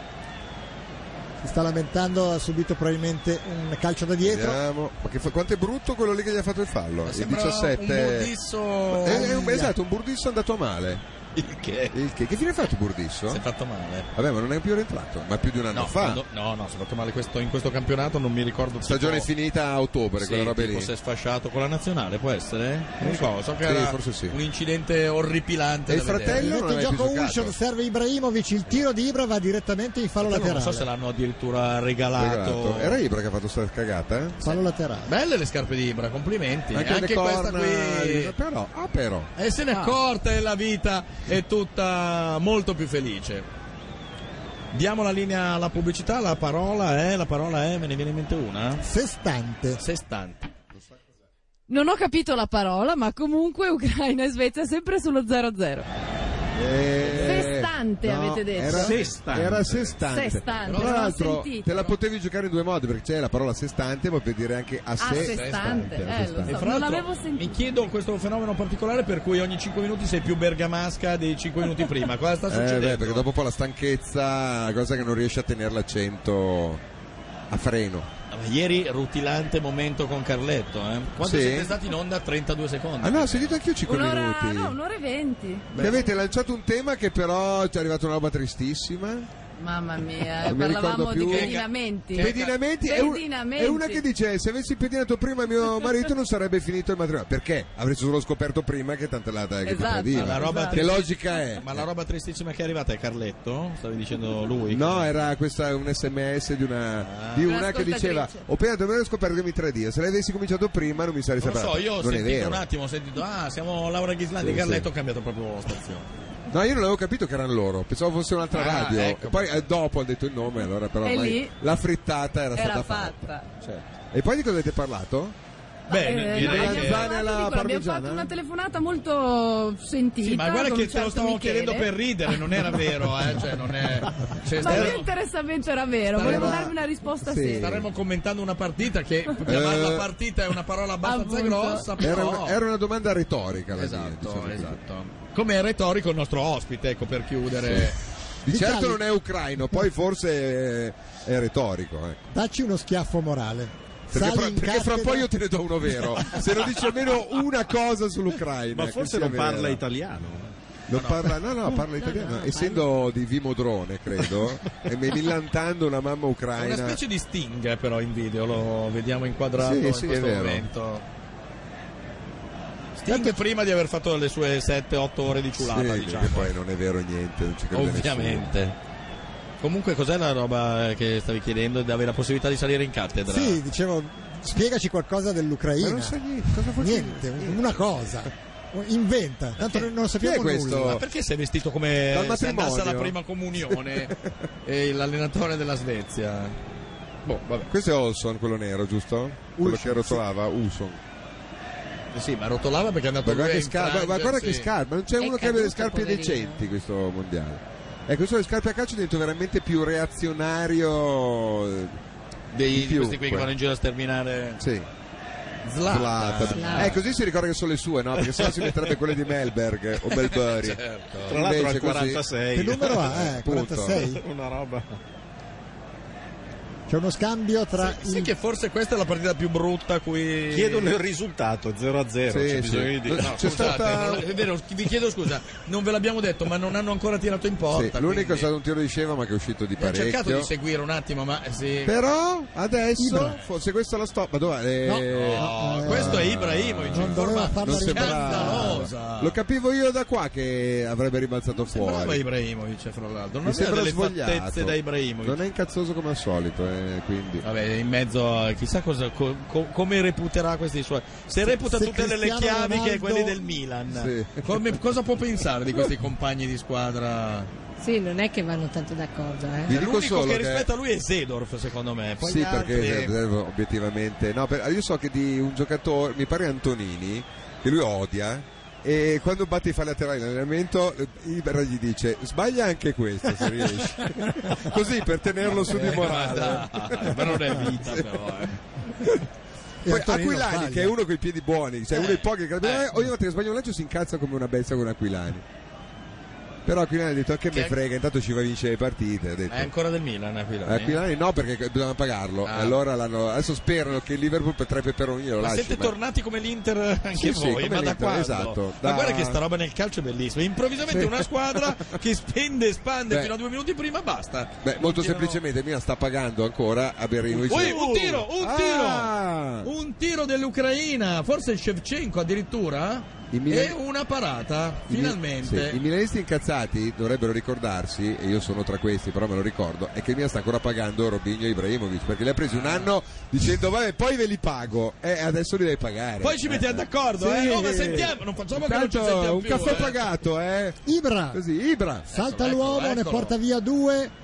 Speaker 2: Si sta lamentando, ha subito probabilmente un calcio da dietro.
Speaker 4: Vediamo. Ma che fa- quanto è brutto quello lì che gli ha fatto il fallo? Il
Speaker 3: sembra
Speaker 4: 17.
Speaker 3: Un burdisso...
Speaker 4: Eh, è un- esatto, un burdisso andato male.
Speaker 3: Il che?
Speaker 4: Il che, che fine ha fatto Burdisso?
Speaker 3: Si è fatto male.
Speaker 4: Vabbè, ma non è più rientrato, ma più di un anno
Speaker 3: No,
Speaker 4: fa.
Speaker 3: quando- no, no, si è fatto male questo, in questo campionato, non mi ricordo più.
Speaker 4: Stagione finita a ottobre,
Speaker 3: Sì,
Speaker 4: quella roba
Speaker 3: tipo
Speaker 4: lì.
Speaker 3: si è sfasciato con la nazionale, può essere? Non so, so che
Speaker 4: Sì,
Speaker 3: era
Speaker 4: forse sì.
Speaker 3: un incidente orripilante.
Speaker 4: E
Speaker 3: da
Speaker 4: il
Speaker 3: vedere.
Speaker 4: fratello?
Speaker 2: Mette
Speaker 4: non
Speaker 2: in
Speaker 4: ha mai
Speaker 2: gioco
Speaker 4: più giocato.
Speaker 2: Usher, serve Ibrahimovic, il tiro di Ibra va direttamente in fallo
Speaker 3: Non
Speaker 2: laterale.
Speaker 3: so se l'hanno addirittura regalato.
Speaker 4: Esatto. Era Ibra che ha fatto sta cagata? eh?
Speaker 2: Fallo laterale.
Speaker 3: Belle le scarpe di Ibra, complimenti. Anche,
Speaker 4: le
Speaker 3: questa
Speaker 4: corna,
Speaker 3: qui.
Speaker 4: Però, ah, però.
Speaker 3: E se n'è accorta e la vita è tutta molto più felice. Diamo la linea alla pubblicità, la parola è, la parola è, me ne viene in mente una?
Speaker 2: Sestante.
Speaker 3: Sestante.
Speaker 8: Non ho capito la parola, ma comunque Ucraina e Svezia sempre sullo 0-0.
Speaker 4: Eh,
Speaker 8: Sestante. Sestante
Speaker 4: No,
Speaker 8: avete detto.
Speaker 4: Era sestante. Era sestante.
Speaker 8: Sestante,
Speaker 4: Tra
Speaker 8: non ho
Speaker 4: l'altro,
Speaker 8: sentito.
Speaker 4: te la potevi giocare in due modi perché c'è la parola sestante, ma puoi dire anche a sé.
Speaker 8: Assestante, Ah, eh, lo so,
Speaker 4: Assestante.
Speaker 3: E fra
Speaker 8: non
Speaker 3: l'altro,
Speaker 8: l'avevo sentito.
Speaker 3: Mi chiedo questo fenomeno particolare per cui ogni 5 minuti sei più bergamasca dei 5 minuti prima. Cosa sta
Speaker 4: Eh, beh,
Speaker 3: succedendo?
Speaker 4: perché dopo un po' la stanchezza, cosa che non riesci a tenerla a 100 a freno.
Speaker 3: Ah, ma ieri rutilante momento con Carletto. Eh? Quando
Speaker 4: Sì.
Speaker 3: siete stati in onda 32 secondi.
Speaker 4: Ah no, ho sentito anch'io 5
Speaker 8: Un'ora,
Speaker 4: minuti.
Speaker 8: no, un'ora e venti.
Speaker 4: Mi avete lanciato un tema che però ci è arrivata una roba tristissima.
Speaker 8: Mamma mia,
Speaker 4: Non mi
Speaker 8: parlavamo
Speaker 4: ricordo
Speaker 8: di
Speaker 4: più.
Speaker 8: pedinamenti.
Speaker 4: Pedinamenti è, un- è una che dice se avessi pedinato prima mio marito non sarebbe finito il matrimonio. Perché? Avresti solo scoperto prima che tanta lata che ti
Speaker 8: Esatto.
Speaker 4: tradiva.
Speaker 3: Ma la roba
Speaker 4: Che
Speaker 3: triste-
Speaker 4: logica è?
Speaker 3: Ma la roba tristissima che è arrivata è Carletto? Stavi dicendo lui?
Speaker 4: No, era questa un sms di una,
Speaker 3: Ah.
Speaker 4: di una che
Speaker 8: Un'ascoltatrice.
Speaker 4: diceva ho appena domenica scoperto che mi tradiva, se l'avessi cominciato prima non mi sarei
Speaker 3: Non lo
Speaker 4: saputo.
Speaker 3: so, io ho
Speaker 4: non è
Speaker 3: sentito
Speaker 4: vero.
Speaker 3: un attimo, ho sentito, ah, siamo Laura Ghislandi,
Speaker 4: Sì,
Speaker 3: Carletto
Speaker 4: sì.
Speaker 3: ho cambiato proprio stazione.
Speaker 4: No, io non avevo capito che erano loro, pensavo fosse un'altra
Speaker 3: Ah,
Speaker 4: radio.
Speaker 3: ecco.
Speaker 4: E poi eh, dopo ho detto il nome, allora però
Speaker 8: E
Speaker 4: ormai
Speaker 8: lì
Speaker 4: la frittata era,
Speaker 8: Era
Speaker 4: stata Cioè,
Speaker 8: fatta.
Speaker 4: E poi di cosa avete parlato?
Speaker 3: Bene,
Speaker 8: Eh, no,
Speaker 3: direi
Speaker 8: abbiamo
Speaker 3: che...
Speaker 4: Zanzane
Speaker 8: parlato
Speaker 4: alla
Speaker 8: di quello, abbiamo
Speaker 4: parmigiana?
Speaker 8: fatto una telefonata molto sentita.
Speaker 3: Sì, ma guarda
Speaker 8: con
Speaker 3: che
Speaker 8: un
Speaker 3: te lo
Speaker 8: certo
Speaker 3: stavo
Speaker 8: Michele.
Speaker 3: chiedendo per ridere, non era vero, eh? cioè, non è... cioè,
Speaker 8: Ma
Speaker 3: staremo-
Speaker 8: il mio interessamento era vero, volevo
Speaker 4: Staremo-
Speaker 8: darvi una risposta
Speaker 4: Sì.
Speaker 8: seria.
Speaker 3: staremmo commentando una partita che chiamarla
Speaker 4: Eh.
Speaker 3: partita è una parola abbastanza
Speaker 8: Appunto.
Speaker 3: grossa, però...
Speaker 4: Era, una, era una domanda retorica la mia,
Speaker 3: Esatto,
Speaker 4: diciamo.
Speaker 3: esatto. Come è retorico il nostro ospite, ecco, per chiudere...
Speaker 4: Di
Speaker 2: Diciamo-
Speaker 4: certo non è ucraino, poi forse è, è retorico. ecco.
Speaker 2: Dacci uno schiaffo morale.
Speaker 4: Perché,
Speaker 2: Sali
Speaker 4: fra,
Speaker 2: in
Speaker 4: perché fra
Speaker 2: cattedra-
Speaker 4: poi io te ne do uno vero, se non dici almeno una cosa sull'Ucraina.
Speaker 7: Ma
Speaker 4: Eh, che
Speaker 7: forse
Speaker 4: sia
Speaker 7: non
Speaker 4: vera.
Speaker 7: parla italiano.
Speaker 4: Non parla, no, no, parla italiano. Essendo di Vimodrone, credo, e millantando una mamma
Speaker 3: È una
Speaker 4: ucraina.
Speaker 3: specie di Sting eh, però in video, lo vediamo inquadrato
Speaker 4: Sì,
Speaker 3: in
Speaker 4: sì, è
Speaker 3: questo
Speaker 4: vero.
Speaker 3: momento. Sting prima di aver fatto le sue 7-8 ore di ciulata,
Speaker 4: Sì,
Speaker 3: diciamo.
Speaker 4: che poi non è vero niente, non ci crede nessuno.
Speaker 3: Ovviamente. Comunque cos'è la roba eh, che stavi chiedendo di avere la possibilità di salire in cattedra?
Speaker 2: Sì, dicevo, spiegaci qualcosa
Speaker 4: Ma
Speaker 2: dell'Ucraina.
Speaker 4: non sa niente, cosa faccio?
Speaker 2: Niente, una cosa. Inventa, tanto non lo
Speaker 4: Eh, Chi è
Speaker 2: sappiamo
Speaker 4: questo?
Speaker 2: nulla.
Speaker 3: Ma perché sei vestito come
Speaker 4: Dal
Speaker 3: se andasse alla
Speaker 4: matrimonio?
Speaker 3: prima comunione e l'allenatore della Svezia? Boh, vabbè.
Speaker 4: Questo è Olson, quello nero, giusto? quello che rotolava, Ulson.
Speaker 3: Eh Sì, ma rotolava perché è andato
Speaker 4: Ma guarda,
Speaker 3: lui
Speaker 4: che
Speaker 3: a
Speaker 4: scarpe, ma guarda che
Speaker 3: infrangersi.
Speaker 4: scarpe, non c'è
Speaker 9: È
Speaker 4: uno che abbia le
Speaker 9: caduto,
Speaker 4: scarpe
Speaker 9: poverino.
Speaker 4: decenti questo mondiale. Ecco, sono le scarpe a calcio divento veramente più reazionario. eh,
Speaker 3: Dei,
Speaker 4: di
Speaker 3: di questi qui
Speaker 4: chiunque.
Speaker 3: che vanno in giro a sterminare
Speaker 4: Sì,
Speaker 3: Zlatan.
Speaker 4: Zlatan. Eh, così si ricorda che sono le sue, no? Perché sennò si metterebbe quelle di Melberg o Melbury.
Speaker 3: Certo.
Speaker 7: Tra l'altro
Speaker 4: Invece così-
Speaker 7: al 46.
Speaker 2: Che numero ha? Eh,
Speaker 4: Punto.
Speaker 2: 46.
Speaker 7: Una roba.
Speaker 2: C'è uno scambio tra
Speaker 3: Sai- Sai
Speaker 2: il-
Speaker 3: che forse questa è la partita più brutta a cui...
Speaker 7: Chiedono il risultato 0 a 0.
Speaker 4: Sì,
Speaker 7: c'è
Speaker 4: sì.
Speaker 7: bisogno di dire.
Speaker 4: No,
Speaker 3: No,
Speaker 4: C'è
Speaker 3: scusate,
Speaker 4: stata-
Speaker 3: non- è vero, vi chiedo scusa, non ve l'abbiamo detto, ma non hanno ancora tirato in
Speaker 4: Sì,
Speaker 3: porta.
Speaker 4: l'unico è
Speaker 3: quindi-
Speaker 4: stato un tiro di scema, ma che è uscito di
Speaker 3: Ho cercato
Speaker 4: parecchio.
Speaker 3: di seguire un attimo, ma eh, sì.
Speaker 4: Però adesso,
Speaker 2: Ibra.
Speaker 4: forse questa è la stop. Ma dov'è?
Speaker 2: No.
Speaker 4: Eh,
Speaker 3: No, questo è Ibrahimovic,
Speaker 2: Non
Speaker 3: in
Speaker 2: doveva
Speaker 3: forma
Speaker 2: farla
Speaker 4: non sembrava.
Speaker 3: scandalosa.
Speaker 4: Lo capivo io da qua che avrebbe ribalzato
Speaker 3: Sembrava
Speaker 4: fuori.
Speaker 3: Ibrahimovic, fra l'altro. Non
Speaker 4: Mi
Speaker 3: aveva
Speaker 4: sembra
Speaker 3: delle
Speaker 4: svogliato.
Speaker 3: fattezze da Ibrahimovic.
Speaker 4: Non è incazzoso come al solito, eh, quindi.
Speaker 3: Vabbè, in mezzo a chissà cosa, co- co- come reputerà questi suoi. Se reputa
Speaker 2: se
Speaker 3: tutte le- le
Speaker 2: Cristiano
Speaker 3: chiavi che è
Speaker 2: Ronaldo-
Speaker 3: quelli del Milan,
Speaker 4: Sì.
Speaker 3: come- cosa può pensare di questi compagni di squadra?
Speaker 9: Sì, non è che vanno tanto d'accordo, eh.
Speaker 4: Vi dico
Speaker 3: L'unico
Speaker 4: solo
Speaker 3: che,
Speaker 4: che.
Speaker 3: rispetta lui è Zedorf, secondo me. Poi
Speaker 4: sì,
Speaker 3: gli
Speaker 4: perché
Speaker 3: altri-
Speaker 4: eh, obiettivamente. No, per- io so che di un giocatore, mi pare Antonini, che lui odia. E quando batte i falli laterali in allenamento, eh, Ibra gli dice: Sbaglia anche questo se riesci. Così per tenerlo su di
Speaker 3: Eh,
Speaker 4: morale.
Speaker 3: ma dai, ma non è vita, però. eh.
Speaker 2: e
Speaker 4: Poi
Speaker 2: Antonino
Speaker 4: Aquilani,
Speaker 2: sbaglia.
Speaker 4: che è uno con i piedi buoni, cioè uno dei pochi che eh. ogni volta che sbaglio un lancio si incazza come una bestia con Aquilani. Però Aquilani ha detto che
Speaker 3: Che- Eh,
Speaker 4: me frega, intanto ci va a vincere le partite. Ha detto.
Speaker 3: È ancora del Milan,
Speaker 4: Eh,
Speaker 3: eh? Aquilani.
Speaker 4: Aquilani no perché bisogna pagarlo.
Speaker 3: Ah.
Speaker 4: Allora l'hanno- adesso sperano che il Liverpool per tre peperoni lo
Speaker 3: Ma
Speaker 4: lasci.
Speaker 3: siete
Speaker 4: ma-
Speaker 3: tornati come l'Inter anche
Speaker 4: Sì, sì,
Speaker 3: voi,
Speaker 4: come
Speaker 3: ma da
Speaker 4: l'Inter,
Speaker 3: quando?
Speaker 4: esatto,
Speaker 3: Ma
Speaker 4: da-
Speaker 3: guarda che sta roba nel calcio è bellissima. Improvvisamente
Speaker 4: Sì.
Speaker 3: una squadra che spende, spande
Speaker 4: Beh.
Speaker 3: fino a due minuti prima basta.
Speaker 4: Beh, molto
Speaker 3: Tirano-
Speaker 4: semplicemente Milan sta pagando ancora a Berrino.
Speaker 3: Ui, un tiro, un
Speaker 4: Ah!
Speaker 3: tiro! Un tiro dell'Ucraina, forse Shevchenko addirittura.
Speaker 4: Il Milan-
Speaker 3: E una parata,
Speaker 4: I mi-
Speaker 3: finalmente.
Speaker 4: sì, I milanisti incazzati dovrebbero ricordarsi, e io sono tra questi, però me lo ricordo, è che il Milan sta ancora pagando Robinho e Ibrahimovic, perché li ha presi un
Speaker 3: Ah.
Speaker 4: anno dicendo vabbè poi ve li pago e adesso li devi pagare.
Speaker 3: Poi ci mettiamo d'accordo,
Speaker 4: Sì.
Speaker 3: eh? Oh, ma sentiamo, non facciamo che
Speaker 4: Intanto,
Speaker 3: non ci sentiamo
Speaker 4: un
Speaker 3: più,
Speaker 4: caffè
Speaker 3: eh. Ah.
Speaker 4: pagato, eh.
Speaker 2: Ibra
Speaker 4: Così, Ibra.
Speaker 2: salta
Speaker 3: Eccolo,
Speaker 2: l'uomo, ne
Speaker 3: eccolo.
Speaker 2: porta via due.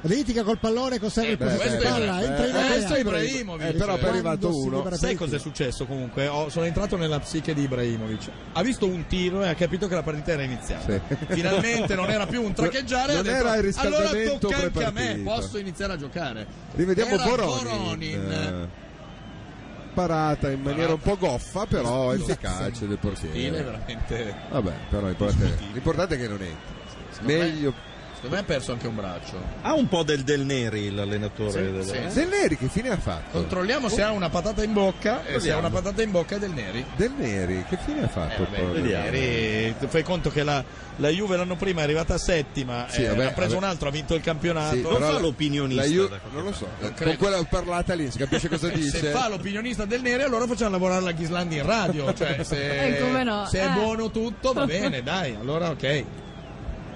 Speaker 2: Ritica col pallone, conserva il
Speaker 10: beh,
Speaker 2: possesso di
Speaker 10: questo è-
Speaker 2: palla,
Speaker 10: eh,
Speaker 2: entra in area.
Speaker 3: questo è Ibrahimovic.
Speaker 10: Eh, però poi è
Speaker 2: arrivato Quando si uno. libera
Speaker 3: Sai
Speaker 2: Pellegrini.
Speaker 3: cos'è successo comunque? Ho- sono entrato nella psiche di Ibrahimovic. Ha visto un tiro e ha capito che la partita era iniziata. Finalmente non era più un traccheggiare.
Speaker 4: Non
Speaker 3: ha detto,
Speaker 4: era il
Speaker 3: allora
Speaker 4: riscaldamento
Speaker 3: tocca anche a me,
Speaker 4: prepartita."
Speaker 3: posso iniziare a giocare.
Speaker 4: Rivediamo
Speaker 3: Era
Speaker 4: Boronin.
Speaker 3: Boronin.
Speaker 4: Eh, Parata in maniera un po' goffa, però efficace del
Speaker 3: Stile
Speaker 4: portiere.
Speaker 3: veramente.
Speaker 4: Vabbè, però l'importante, l'importante è che non entri. Meglio.
Speaker 3: Secondo me ha perso anche un braccio.
Speaker 7: Ha un po' del Del Neri l'allenatore.
Speaker 3: Sì,
Speaker 7: del...
Speaker 3: sì.
Speaker 4: Del Neri che fine ha fatto?
Speaker 3: Controlliamo se ha una patata in bocca. E se ha
Speaker 4: Vediamo.
Speaker 3: una patata in bocca è del Neri.
Speaker 4: Del Neri che fine ha fatto?
Speaker 3: Eh, vabbè,
Speaker 4: poi?
Speaker 10: Ieri tu fai conto che la, la Juve l'anno prima è arrivata settima,
Speaker 4: Sì,
Speaker 10: eh,
Speaker 4: vabbè,
Speaker 10: ha preso
Speaker 4: vabbè.
Speaker 10: un altro, ha vinto il campionato.
Speaker 4: Sì,
Speaker 7: non
Speaker 4: però
Speaker 7: fa l'opinionista
Speaker 4: la Ju-
Speaker 7: da qualche
Speaker 4: non lo so, con
Speaker 3: credo.
Speaker 4: quella parlata lì si capisce cosa dice.
Speaker 3: Se fa l'opinionista del nero, allora facciamo lavorare la Ghislandi in radio. Cioè, se,
Speaker 8: Eh, come no,
Speaker 3: se è
Speaker 8: eh.
Speaker 3: buono tutto, va bene, dai, allora ok.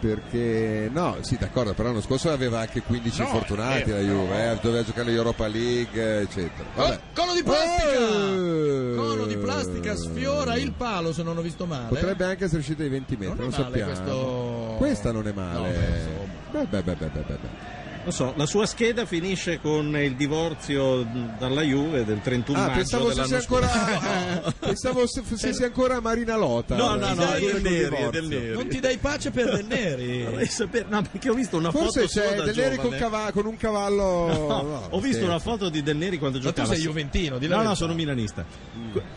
Speaker 4: Perché no, sì, d'accordo, però l'anno scorso aveva anche 15
Speaker 3: No,
Speaker 4: infortunati
Speaker 3: eh,
Speaker 4: la Juve, eh, doveva giocare l'Europa League, eccetera.
Speaker 3: Oh,
Speaker 4: Vabbè.
Speaker 3: colo di plastica!
Speaker 4: Eh.
Speaker 3: Colo di plastica sfiora il palo, se non ho visto male.
Speaker 4: Potrebbe anche essere uscita ai 20 metri,
Speaker 3: Non
Speaker 4: non,
Speaker 3: è male
Speaker 4: sappiamo.
Speaker 3: questo-
Speaker 4: Questa non è male.
Speaker 3: No, beh, insomma.
Speaker 4: beh, beh, beh, beh, beh, beh, beh.
Speaker 7: Non so, la sua scheda finisce con il divorzio dalla Juve del 31
Speaker 4: Ah,
Speaker 7: maggio
Speaker 4: pensavo
Speaker 7: dell'anno
Speaker 4: fosse
Speaker 7: scorso.
Speaker 4: ancora, pensavo se fosse ancora Marina Lota.
Speaker 7: No, no, no,
Speaker 4: Dai,
Speaker 7: è del
Speaker 4: col
Speaker 7: Neri, è
Speaker 4: divorzio.
Speaker 7: del Neri.
Speaker 10: Non ti dai pace per del Neri.
Speaker 7: Vorrei sapere- no, perché ho visto una
Speaker 4: Forse
Speaker 7: foto sua
Speaker 4: c'è
Speaker 7: da
Speaker 4: Del Neri
Speaker 7: giovane.
Speaker 4: con, cava- con un cavallo.
Speaker 7: No,
Speaker 4: no,
Speaker 7: ho visto
Speaker 4: scherzo.
Speaker 7: una foto di Del Neri quando
Speaker 3: Ma tu
Speaker 7: giocava.
Speaker 3: sei Juventino, di la
Speaker 7: No, no,
Speaker 3: verità.
Speaker 7: sono milanista.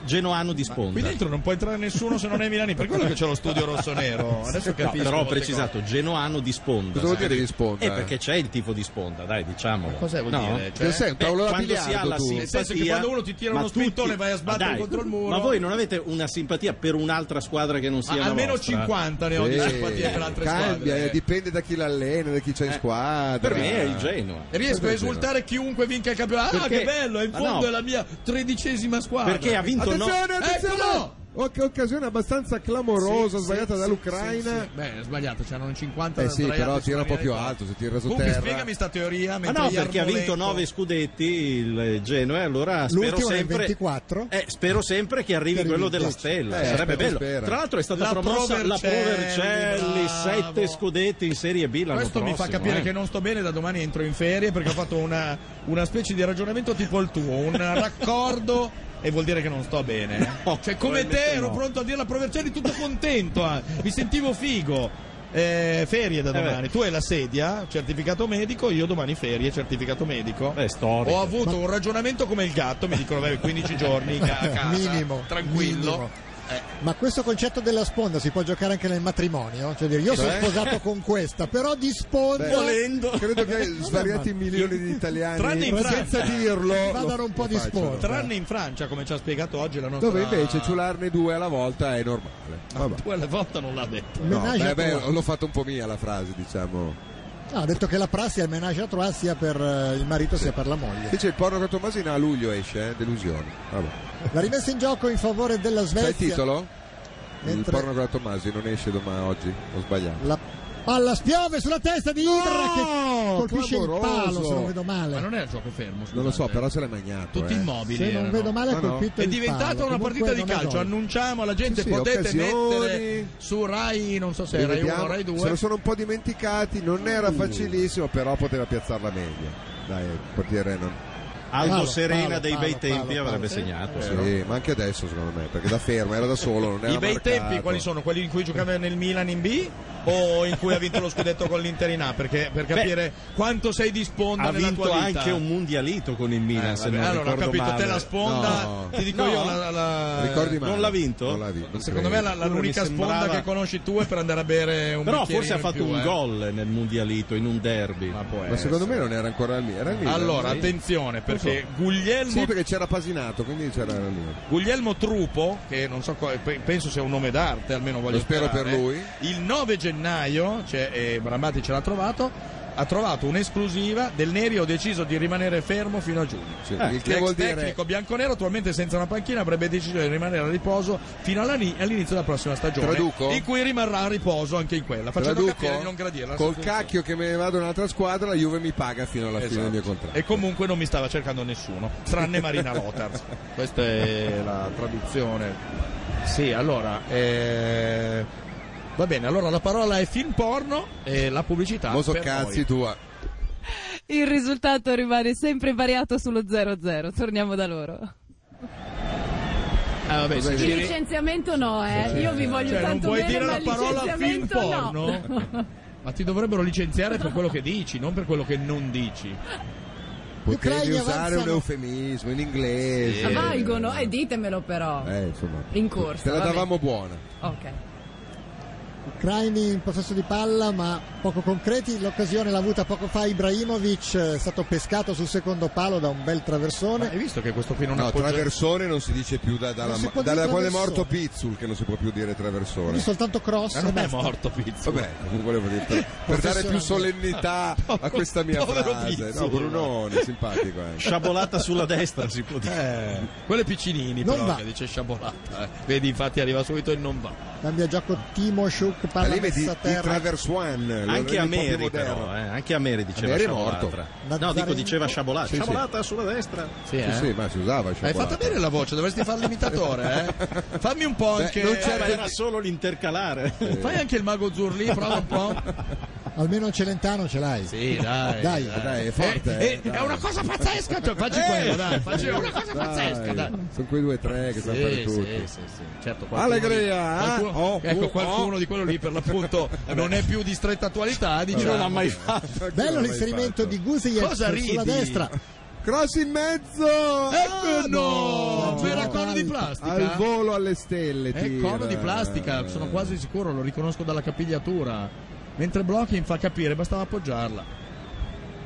Speaker 7: Genoano di
Speaker 3: Qui
Speaker 7: sponda.
Speaker 3: dentro non può entrare nessuno se non è Milani, per quello che c'è lo studio rosso-nero. Adesso
Speaker 7: No,
Speaker 3: capisco.
Speaker 7: però ho
Speaker 3: molte
Speaker 7: precisato genoano di sponda.
Speaker 4: Cosa vuol dire di
Speaker 7: Eh,
Speaker 4: sponda?
Speaker 7: perché c'è il tifo di sponda, dai, diciamolo.
Speaker 3: cose. Cos'è vuol
Speaker 7: No? Eh,
Speaker 3: dire? Cioè,
Speaker 4: Cioè, sei un tavolo da
Speaker 7: quando si ha
Speaker 4: biliardo
Speaker 7: la
Speaker 4: tu.
Speaker 7: simpatia,
Speaker 3: Nel senso che quando uno ti tira
Speaker 7: ma
Speaker 3: uno spintone e vai a sbattere
Speaker 7: dai,
Speaker 3: contro il muro.
Speaker 7: Ma voi non avete una simpatia per un'altra squadra che non sia
Speaker 3: Ah,
Speaker 7: la
Speaker 3: almeno
Speaker 7: vostra?
Speaker 3: 50 ne ho di
Speaker 4: Sì,
Speaker 3: simpatia per altre
Speaker 4: cambia,
Speaker 3: squadre.
Speaker 4: eh, dipende da chi l'allena, da chi c'è in squadra.
Speaker 7: Per me è il Genoa.
Speaker 3: Riesco a esultare chiunque vinca il campionato. Ah,
Speaker 7: Perché-
Speaker 3: Eh. che bello! In
Speaker 7: Ma
Speaker 3: fondo
Speaker 7: no.
Speaker 3: è la mia tredicesima squadra.
Speaker 7: Perché ha vinto no.
Speaker 4: Attenzione, attenzione!
Speaker 3: Eccolo!
Speaker 4: Oh, che occasione abbassiamo clamorosa, sbagliata dall'Ucraina.
Speaker 3: Beh, è sbagliato, c'erano 50
Speaker 4: Eh sì,
Speaker 3: sdraiati
Speaker 4: però
Speaker 3: sulla
Speaker 4: tira un po'
Speaker 3: linea
Speaker 4: più
Speaker 3: di palo.
Speaker 4: alto, se tira su
Speaker 3: Comunque,
Speaker 4: terra. Ah,
Speaker 3: spiegami sta teoria.
Speaker 7: Ma
Speaker 3: mentre
Speaker 7: Ah, no,
Speaker 3: gli
Speaker 7: perché ha vinto
Speaker 3: Armolenco-
Speaker 7: 9 scudetti il Genoa, e allora spero
Speaker 2: L'ultimo nel
Speaker 7: sempre
Speaker 2: 24.
Speaker 7: Eh, spero sempre che arrivi quello della Stella,
Speaker 4: Eh,
Speaker 7: sarebbe
Speaker 4: spero,
Speaker 7: bello.
Speaker 4: spero.
Speaker 7: Tra l'altro è stata
Speaker 3: La
Speaker 7: promossa la
Speaker 3: Provercelli,
Speaker 7: Provercelli,
Speaker 3: bravo.
Speaker 7: 7 scudetti in Serie B l'anno
Speaker 3: Questo mi fa
Speaker 7: prossimo,
Speaker 3: capire
Speaker 7: eh.
Speaker 3: che non sto bene, da domani entro in ferie perché ho fatto una, una specie di ragionamento tipo il tuo, un raccordo e vuol dire che non sto bene.
Speaker 7: No,
Speaker 3: cioè, come te
Speaker 7: probabilmente
Speaker 3: ero
Speaker 7: no.
Speaker 3: pronto a dire la Provercelli tutto contento, eh, mi sentivo figo. Eh, ferie da
Speaker 7: beh.
Speaker 3: domani, tu hai la sedia, certificato medico, io domani ferie, certificato medico.
Speaker 7: Beh, storico.
Speaker 3: Ho avuto un ragionamento come il gatto, mi dicono vabbè 15 giorni a casa,
Speaker 2: Minimo,
Speaker 3: tranquillo.
Speaker 2: minimo. Ma questo concetto della sponda si può giocare anche nel matrimonio? Cioè dire, io sono
Speaker 4: Cioè?
Speaker 2: sposato con questa, però di sponda...
Speaker 4: Beh, Credo che svariati milioni di italiani
Speaker 3: Tranne in
Speaker 4: senza
Speaker 3: Francia.
Speaker 4: dirlo
Speaker 2: Va a dare un po'
Speaker 4: lo
Speaker 2: di
Speaker 4: facciano.
Speaker 2: sport.
Speaker 3: Tranne in Francia, come ci ha spiegato oggi la nostra
Speaker 4: Dove invece ciularne due alla volta è normale. Vabbè.
Speaker 3: Quella volta non l'ha detto.
Speaker 4: No,
Speaker 2: Menage
Speaker 4: beh,
Speaker 2: à
Speaker 4: beh, oh.
Speaker 2: trois.
Speaker 4: l'ho fatto un po' mia la frase, diciamo.
Speaker 2: Ah, ha detto che la prassi è il menage a trois sia per eh, il marito sia per la moglie.
Speaker 4: Invece il porno con Tommasina a luglio esce, eh? delusione. Vabbè.
Speaker 2: La rimessa in gioco in favore della
Speaker 4: C'è
Speaker 2: Svezia.
Speaker 4: il titolo? Il
Speaker 2: Mentre-
Speaker 4: porno con Tomasi non esce domani oggi, ho sbagliato.
Speaker 2: La palla spiove sulla testa di Ibra che colpisce
Speaker 4: clamoroso.
Speaker 2: il palo, se non vedo
Speaker 3: Ma
Speaker 2: male.
Speaker 3: non era gioco fermo, scusate.
Speaker 4: Non lo so, però se l'hai magnato.
Speaker 3: Tutti
Speaker 4: eh.
Speaker 3: immobili.
Speaker 2: Se non
Speaker 3: erano.
Speaker 2: vedo male ha
Speaker 4: Ma no.
Speaker 2: colpito
Speaker 3: È
Speaker 2: il
Speaker 3: diventata
Speaker 2: palo.
Speaker 3: una
Speaker 2: Comunque
Speaker 3: partita di
Speaker 2: non è
Speaker 3: calcio,
Speaker 2: gol.
Speaker 3: annunciamo alla gente,
Speaker 4: Sì, sì,
Speaker 3: potete
Speaker 4: occasioni.
Speaker 3: mettere su Rai, non so se è Rai 1 o
Speaker 4: Rivediamo.
Speaker 3: Rai 2.
Speaker 4: Se lo sono un po' dimenticati, non era facilissimo, però poteva piazzarla meglio. Dai, il portiere non.
Speaker 7: Aldo
Speaker 2: Paolo,
Speaker 7: Serena
Speaker 2: Paolo,
Speaker 7: dei
Speaker 2: Paolo,
Speaker 7: bei tempi
Speaker 2: Paolo,
Speaker 7: avrebbe
Speaker 2: Paolo.
Speaker 7: segnato.
Speaker 4: Sì,
Speaker 7: però.
Speaker 4: ma anche adesso secondo me, perché da fermo era da solo, non era
Speaker 3: I bei
Speaker 4: marcato.
Speaker 3: tempi quali sono? Quelli in cui giocava nel Milan in B o in cui ha vinto lo scudetto con l'Inter in A? Perché, per capire quanto sei di sponda
Speaker 7: Ha
Speaker 3: nella
Speaker 7: vinto
Speaker 3: tua vita.
Speaker 7: anche un mondialito con il Milan,
Speaker 4: Eh,
Speaker 7: se
Speaker 4: vabbè,
Speaker 7: non
Speaker 3: Allora, ho
Speaker 7: ricordo
Speaker 3: capito,
Speaker 7: male.
Speaker 3: te la sponda,
Speaker 4: No.
Speaker 3: ti dico
Speaker 7: No.
Speaker 3: io la... la-
Speaker 4: Ricordi male.
Speaker 7: Eh, Non l'ha vinto?
Speaker 4: Non l'ha vinto, non
Speaker 3: Secondo me
Speaker 4: credo.
Speaker 3: la, la-
Speaker 7: Quello mi
Speaker 3: l'unica sponda
Speaker 7: sembrava-
Speaker 3: che conosci tu è per andare a bere un
Speaker 7: Però
Speaker 3: bicchierino
Speaker 7: forse ha
Speaker 3: in
Speaker 7: fatto
Speaker 3: più,
Speaker 7: un
Speaker 3: eh.
Speaker 7: gol nel mondialito, in un derby.
Speaker 3: Ma può
Speaker 4: Ma secondo
Speaker 3: essere.
Speaker 4: me non era ancora il Milan. era il Milan,
Speaker 3: Allora,
Speaker 4: sì.
Speaker 3: attenzione, perché Guglielmo
Speaker 4: Sì, perché c'era Pasinato, quindi c'era il Milan.
Speaker 3: Guglielmo Trupo, che non so quale- pe- penso sia un nome d'arte, almeno voglio
Speaker 4: Lo spero
Speaker 3: sperare,
Speaker 4: per lui.
Speaker 3: Il 9 gennaio, cioè, e Brambati ce l'ha trovato, ha trovato un'esclusiva del Neri ho deciso di rimanere fermo fino a giugno.
Speaker 4: Sì,
Speaker 7: Eh,
Speaker 4: il che
Speaker 3: L'ex
Speaker 4: vuol dire
Speaker 3: tecnico bianconero attualmente senza una panchina avrebbe deciso di rimanere a riposo fino alla ni- all'inizio della prossima stagione
Speaker 4: Traduco?
Speaker 3: in cui rimarrà a riposo anche in quella facendo capire di non gradire la
Speaker 4: Traduco? Col
Speaker 3: situazione.
Speaker 4: cacchio che me ne vado in un'altra squadra, la Juve mi paga fino alla
Speaker 3: Esatto.
Speaker 4: fine del mio contratto.
Speaker 3: E comunque non mi stava cercando nessuno, tranne Marina Lotars. Questa è la traduzione. Sì, allora. eh, Va bene, allora la parola è film porno e la pubblicità.
Speaker 4: Moso
Speaker 3: Esatto, per
Speaker 4: cazzi
Speaker 3: voi.
Speaker 4: tua.
Speaker 8: Il risultato rimane sempre variato sullo 0-0. Torniamo da loro.
Speaker 3: Ah, vabbè, se
Speaker 8: Il
Speaker 3: ci ri-
Speaker 8: licenziamento no, eh.
Speaker 3: Sì, sì.
Speaker 8: Io vi voglio
Speaker 3: Cioè, non
Speaker 8: tanto
Speaker 3: puoi
Speaker 8: bene,
Speaker 3: dire
Speaker 8: ma
Speaker 3: la
Speaker 8: il
Speaker 3: parola film
Speaker 8: licenziamento no.
Speaker 3: porno? Ma ti dovrebbero licenziare per quello che dici, non per quello che non dici.
Speaker 4: Potevi
Speaker 8: Ucraini
Speaker 4: usare
Speaker 8: avanzano.
Speaker 4: un eufemismo in inglese.
Speaker 8: Ma valgono, eh, ditemelo però.
Speaker 4: Eh, insomma.
Speaker 8: In corsa,
Speaker 4: Te la
Speaker 8: vabbè.
Speaker 4: davamo buona.
Speaker 8: Ok.
Speaker 2: Ucraini in possesso di palla ma poco concreti, l'occasione l'ha avuta poco fa Ibrahimovic, è stato pescato sul secondo palo da un bel traversone.
Speaker 3: Hai visto che questo qui non
Speaker 4: No,
Speaker 3: appoggia-
Speaker 4: traversone non si dice più da, dalla,
Speaker 2: Non si può dire
Speaker 4: dalla- da quando è
Speaker 2: traversone.
Speaker 4: morto Pizzul che non si può più dire traversone.
Speaker 2: Quindi soltanto cross
Speaker 3: Ma
Speaker 2: e
Speaker 3: non Eh, è
Speaker 2: basta.
Speaker 3: morto Pizzo.
Speaker 4: Vabbè, comunque volevo dire, per, per dare più solennità a questa mia
Speaker 3: Povero
Speaker 4: frase.
Speaker 3: Pizzul.
Speaker 4: No, Brunone, simpatico eh. anche.
Speaker 7: Sciabolata sulla destra si può dire.
Speaker 3: Eh, quello è Piccinini
Speaker 2: Non
Speaker 3: però
Speaker 2: va.
Speaker 3: che dice sciabolata. eh. Vedi, infatti arriva subito e non va.
Speaker 2: Cambia gioco Timo Schuck,
Speaker 4: Ma
Speaker 2: palla
Speaker 4: lì vedi
Speaker 2: messa a
Speaker 4: di
Speaker 2: terra.
Speaker 4: traversuan. lo rendi
Speaker 7: Anche a
Speaker 4: un po' più
Speaker 7: Meri,
Speaker 4: moderno.
Speaker 7: però, eh, anche a Meri diceva
Speaker 4: Meri è
Speaker 7: sciabolata.
Speaker 4: morto.
Speaker 7: No, dico
Speaker 2: Nazareno.
Speaker 7: diceva sciabolata.
Speaker 4: sì.
Speaker 7: sciabolata sulla destra.
Speaker 3: Sì, eh?
Speaker 4: Sì, sì, ma si usava
Speaker 3: Hai
Speaker 4: sciabolata.
Speaker 3: fatto bene la voce, dovresti fare l'imitatore, eh? Fammi un po'
Speaker 4: Beh,
Speaker 3: anche. eh,
Speaker 4: non c'è-
Speaker 7: Cioè, era solo l'intercalare.
Speaker 3: Fai anche il mago Zurli, prova un po'.
Speaker 2: Almeno Celentano ce l'hai.
Speaker 3: Sì, dai.
Speaker 2: Dai,
Speaker 4: dai, è forte,
Speaker 3: Eh,
Speaker 4: eh,
Speaker 3: eh,
Speaker 4: dai.
Speaker 3: È una cosa pazzesca, cioè, facci quello, dai. Facci una cosa pazzesca,
Speaker 4: Dai,
Speaker 3: dai.
Speaker 4: sono quei due o tre che sanno fare
Speaker 3: Sì,
Speaker 4: tutti.
Speaker 3: sì, sì, sì. Certo, qualcuno
Speaker 4: Allegria,
Speaker 3: di-
Speaker 4: eh?
Speaker 3: qualcuno-
Speaker 4: Oh,
Speaker 3: ecco,
Speaker 4: oh,
Speaker 3: qualcuno di quello lì per l'appunto non è più di stretta attualità. Dice,
Speaker 7: non l'ha
Speaker 3: ah,
Speaker 7: mai fatto.
Speaker 2: Bello l'inserimento di
Speaker 3: Cosa
Speaker 2: Guseyev
Speaker 3: ridi?
Speaker 2: sulla destra.
Speaker 4: Cross in mezzo! Ah,
Speaker 3: Ecco, no!
Speaker 2: no.
Speaker 3: Era cono di
Speaker 4: Al
Speaker 3: plastica.
Speaker 4: volo alle stelle,
Speaker 3: È
Speaker 4: tira.
Speaker 3: cono di plastica, sono quasi sicuro, lo riconosco dalla capigliatura. Mentre Blocking fa capire, bastava appoggiarla.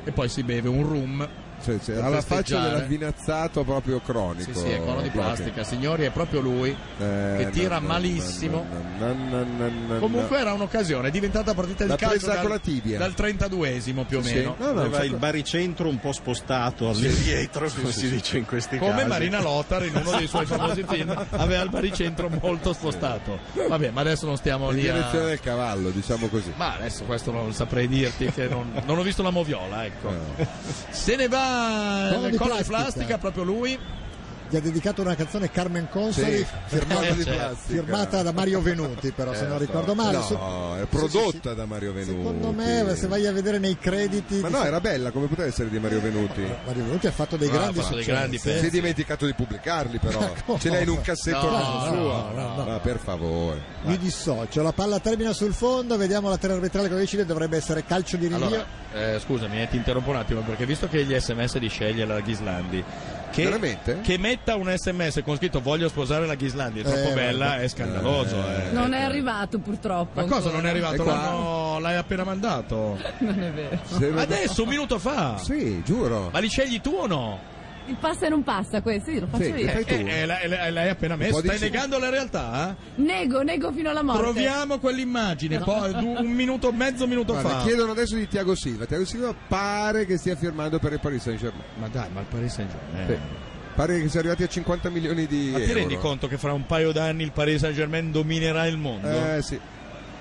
Speaker 3: E poi si beve un rum.
Speaker 4: Cioè, cioè,
Speaker 3: da
Speaker 4: alla faccia
Speaker 3: festeggiare.
Speaker 4: dell'avvinazzato proprio cronico.
Speaker 3: Sì, sì, è cono di
Speaker 4: Ecco, Blocchi.
Speaker 3: plastica, signori, è proprio lui.
Speaker 4: Eh,
Speaker 3: che tira
Speaker 4: na, na,
Speaker 3: malissimo.
Speaker 4: na, na, na, na, na.
Speaker 3: Comunque era un'occasione, è diventata partita di
Speaker 4: L'ha
Speaker 3: calcio
Speaker 4: presa
Speaker 3: dal,
Speaker 4: con la tibia.
Speaker 3: dal 32esimo più o
Speaker 4: Sì.
Speaker 3: meno.
Speaker 4: No, no,
Speaker 7: Aveva
Speaker 4: fa-
Speaker 7: il baricentro un po' spostato all'indietro, come si dice in questi
Speaker 3: Come
Speaker 7: casi.
Speaker 3: Marina Lothar in uno dei suoi famosi film aveva il baricentro molto spostato. Vabbè, ma adesso non stiamo
Speaker 4: in
Speaker 3: lì a...
Speaker 4: direzione del cavallo, diciamo così.
Speaker 3: Ma adesso questo non saprei dirti che non, non ho visto la moviola, ecco.
Speaker 4: Eh.
Speaker 3: Se ne va
Speaker 2: Cono
Speaker 3: il
Speaker 2: di
Speaker 3: cono di
Speaker 2: plastica.
Speaker 3: plastica, proprio lui.
Speaker 2: Gli ha dedicato una canzone Carmen Consoli
Speaker 4: Sì, firmata di
Speaker 3: certo.
Speaker 4: plastica.
Speaker 2: firmata da Mario Venuti, però se non ricordo male.
Speaker 4: Eh, No,
Speaker 2: Su-
Speaker 4: è
Speaker 2: Sì, sì,
Speaker 4: prodotta da Mario
Speaker 2: sì.
Speaker 4: Venuti.
Speaker 2: Secondo me, se vai a vedere nei crediti
Speaker 4: Ma
Speaker 2: di-
Speaker 4: no, era bella, come poteva essere di Mario Venuti?
Speaker 2: Mario Venuti ha fatto dei
Speaker 3: Ah,
Speaker 2: grandi
Speaker 3: ha fatto dei
Speaker 2: successi.
Speaker 3: grandi pezzi.
Speaker 4: Si è dimenticato di pubblicarli, però.
Speaker 2: come?
Speaker 4: Ce l'hai in un cassetto
Speaker 3: No,
Speaker 4: a casa
Speaker 3: no,
Speaker 4: sua.
Speaker 2: no, no.
Speaker 4: Ma per favore.
Speaker 2: Mi dissocio, la palla termina sul fondo, vediamo la terra arbitrale cosa decide, dovrebbe essere calcio di rinvio.
Speaker 10: Allora, eh, scusami, eh, ti interrompo un attimo perché visto che gli sms li sceglie la Ghislandi, che,
Speaker 4: Veramente?
Speaker 10: che metta un sms con scritto voglio sposare la Ghislandi è troppo
Speaker 2: Eh,
Speaker 10: bella, è scandaloso. eh.
Speaker 8: Non è arrivato purtroppo.
Speaker 3: Ma cosa
Speaker 8: ancora.
Speaker 3: non è arrivato?
Speaker 4: E eh, qua?
Speaker 3: L'hanno- l'hai appena mandato.
Speaker 8: Non è vero.
Speaker 4: Se-
Speaker 10: Adesso, un minuto fa.
Speaker 4: Sì, giuro.
Speaker 10: Ma li scegli tu o no?
Speaker 8: Il passa e non passa, questo, sì, lo faccio
Speaker 4: Sì,
Speaker 8: io.
Speaker 4: lo fai-
Speaker 3: Eh, eh, l'hai- l'hai l'hai appena messo.
Speaker 4: po' di
Speaker 3: Stai
Speaker 4: sì.
Speaker 3: negando la realtà? eh?
Speaker 8: Nego, nego fino alla morte.
Speaker 3: Proviamo quell'immagine, poi du- un minuto, mezzo minuto
Speaker 4: Guarda,
Speaker 3: fa.
Speaker 4: chiedono adesso di Tiago Silva. Tiago Silva pare che stia firmando per il Paris Saint-Germain.
Speaker 3: Ma dai, ma il Paris Saint-Germain.
Speaker 4: Sì. Pare che sia arrivati a 50 milioni di
Speaker 10: Ma ti
Speaker 4: euro.
Speaker 10: rendi conto che fra un paio d'anni il Paris Saint Germain dominerà il mondo?
Speaker 4: Eh sì.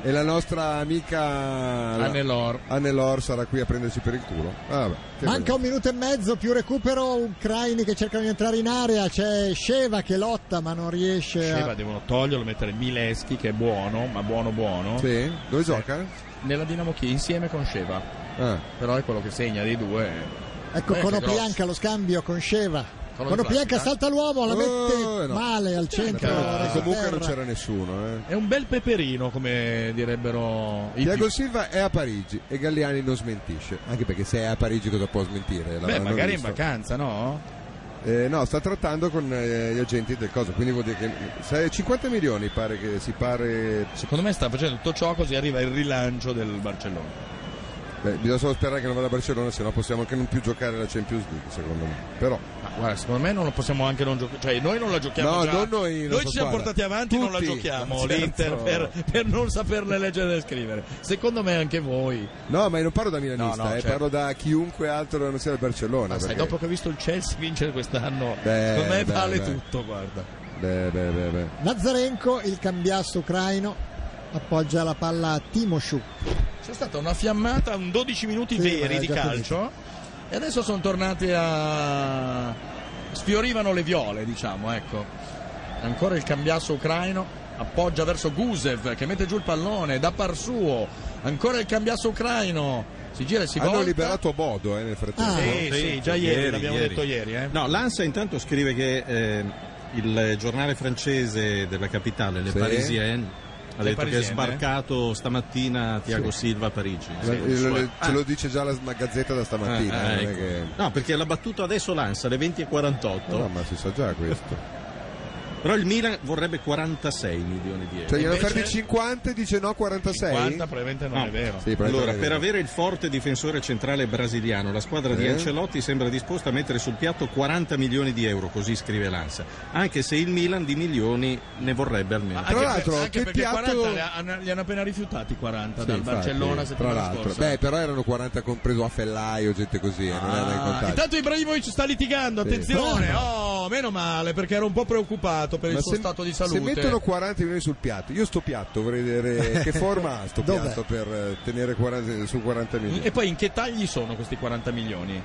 Speaker 4: E la nostra amica la-
Speaker 3: Anelor.
Speaker 4: Anelor sarà qui a prenderci per il culo. Ah, vabbè, che
Speaker 2: Manca
Speaker 4: bello.
Speaker 2: un minuto e mezzo, più recupero, Ucraini che cercano di entrare in area, c'è Sceva che lotta ma non riesce
Speaker 10: Sceva
Speaker 2: a...
Speaker 10: devono toglierlo, mettere Mileschi che è buono, ma buono buono.
Speaker 4: Sì? Dove gioca?
Speaker 10: Nella Dinamo Chi insieme con Sheva,
Speaker 4: Ah.
Speaker 10: però è quello che segna dei due.
Speaker 2: Ecco
Speaker 3: Eh,
Speaker 2: Conopianca lo scambio con Sceva.
Speaker 3: Conopianca.
Speaker 2: Conopianca salta l'uomo, la mette
Speaker 4: Oh, no.
Speaker 2: male al centro.
Speaker 4: Però,
Speaker 2: resta
Speaker 10: eh,
Speaker 2: a
Speaker 4: comunque non
Speaker 2: terra.
Speaker 4: c'era nessuno. Eh.
Speaker 10: È un bel peperino, come direbbero i
Speaker 4: Tiago
Speaker 10: più.
Speaker 4: Silva è a Parigi e Galliani non smentisce. Anche perché se è a Parigi cosa può smentire?
Speaker 3: Beh,
Speaker 4: L'avranno
Speaker 3: magari in
Speaker 4: visto.
Speaker 3: vacanza, no?
Speaker 4: Eh, no, sta trattando con eh, gli agenti del coso, quindi vuol dire che se- 50 milioni pare che si pare.
Speaker 10: Secondo me sta facendo tutto ciò così arriva il rilancio del Barcellona.
Speaker 4: Beh, bisogna solo sperare che non vada a Barcellona, sennò possiamo anche non più giocare la Champions League, secondo me. Però
Speaker 10: Ma guarda, secondo me non lo possiamo anche non giocare. Cioè, noi non la giochiamo
Speaker 4: No,
Speaker 10: già.
Speaker 4: non noi,
Speaker 10: Noi ci
Speaker 4: la squadra.
Speaker 10: siamo portati avanti non la
Speaker 4: Tutti.
Speaker 10: giochiamo
Speaker 4: Ma certo.
Speaker 10: l'Inter per, per non saperle leggere e scrivere. Secondo me anche voi.
Speaker 4: No, ma io non parlo da milanista,
Speaker 10: No, no,
Speaker 4: eh,
Speaker 10: certo.
Speaker 4: parlo da chiunque altro non sia il Barcellona.
Speaker 10: Ma sai,
Speaker 4: perché-
Speaker 10: dopo che ho visto il Chelsea vincere quest'anno,
Speaker 4: Beh,
Speaker 10: secondo me
Speaker 4: beh,
Speaker 10: vale
Speaker 4: beh.
Speaker 10: tutto, guarda.
Speaker 4: Beh, beh, beh, beh.
Speaker 2: Nazarenko, il cambiasso ucraino, appoggia la palla a Timoshuk.
Speaker 10: C'è stata una fiammata, un 12 minuti
Speaker 2: Sì, ma
Speaker 10: veri
Speaker 4: eh,
Speaker 2: era
Speaker 10: di
Speaker 2: già
Speaker 10: calcio e adesso sono tornati a... sfiorivano le viole, diciamo, ecco. Ancora il cambiasso ucraino, appoggia verso Gusev che mette giù il pallone da par suo,
Speaker 3: Ancora il cambiasso ucraino. Si gira e si
Speaker 4: Hanno
Speaker 3: volta. Ah,
Speaker 4: liberato Bodo eh, nel
Speaker 10: Ah,
Speaker 4: frattempo.
Speaker 3: sì, sì, già ieri, l'abbiamo detto ieri. Eh.
Speaker 7: No, l'Ansa intanto scrive che eh, il giornale francese della capitale, Le
Speaker 4: Sì.
Speaker 7: Parisienne,
Speaker 3: Le
Speaker 7: ha detto che è
Speaker 3: Parisienne.
Speaker 7: sbarcato stamattina Tiago Silva a Parigi.
Speaker 3: Eh,
Speaker 7: Ecco.
Speaker 4: La-
Speaker 7: Sì,
Speaker 3: cioè,
Speaker 4: lo-
Speaker 7: sua-
Speaker 4: ce
Speaker 3: ah.
Speaker 4: lo dice già la s- gazzetta da stamattina.
Speaker 7: Ah,
Speaker 4: non è
Speaker 7: ecco.
Speaker 4: che-
Speaker 7: No, perché l'ha battuto adesso l'Ansa alle 20.48,
Speaker 4: No, ma si sa già questo.
Speaker 7: però il Milan vorrebbe 46 milioni di euro.
Speaker 4: Cioè, gli hanno
Speaker 3: Invece-
Speaker 4: offerti 50 e dice no 46?
Speaker 3: 50 probabilmente non
Speaker 7: No.
Speaker 3: è vero.
Speaker 4: Ah, Sì, probabilmente
Speaker 7: Allora,
Speaker 4: non è
Speaker 7: per
Speaker 4: vero.
Speaker 7: avere il forte difensore centrale brasiliano, la squadra di
Speaker 4: Eh?
Speaker 7: Ancelotti sembra disposta a mettere sul piatto 40 milioni di euro, così scrive l'Ansa, anche se il Milan di milioni ne vorrebbe almeno.
Speaker 4: Tra
Speaker 3: Anche
Speaker 4: l'altro,
Speaker 3: per- anche
Speaker 4: che
Speaker 3: perché
Speaker 4: piatto-
Speaker 3: 40 le hanno- gli hanno appena rifiutati 40
Speaker 4: Sì,
Speaker 3: dal
Speaker 4: infatti,
Speaker 3: Barcellona
Speaker 4: tra
Speaker 3: settimana
Speaker 4: l'altro.
Speaker 3: scorsa.
Speaker 4: Beh, però erano 40 compreso a Fellaio, gente così, eh, non era in
Speaker 3: Ah,
Speaker 4: contatto.
Speaker 3: intanto Ibrahimovic sta litigando,
Speaker 4: Sì.
Speaker 3: attenzione.
Speaker 4: Buono.
Speaker 3: Oh, meno male perché ero un po' preoccupato per
Speaker 4: Ma
Speaker 3: il suo stato di salute.
Speaker 4: se mettono 40 milioni sul piatto, io sto piatto vorrei vedere che forma ha sto
Speaker 2: Dov'è?
Speaker 4: piatto per eh, tenere 40, su 40 milioni.
Speaker 3: E poi in che tagli sono questi 40 milioni?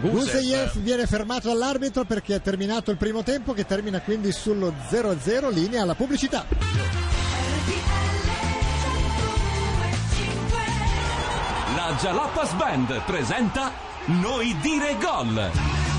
Speaker 2: Guseyev viene fermato dall'arbitro perché ha terminato il primo tempo che termina quindi sullo 0-0 linea alla pubblicità.
Speaker 1: La Jalapas Band presenta Noi dire gol.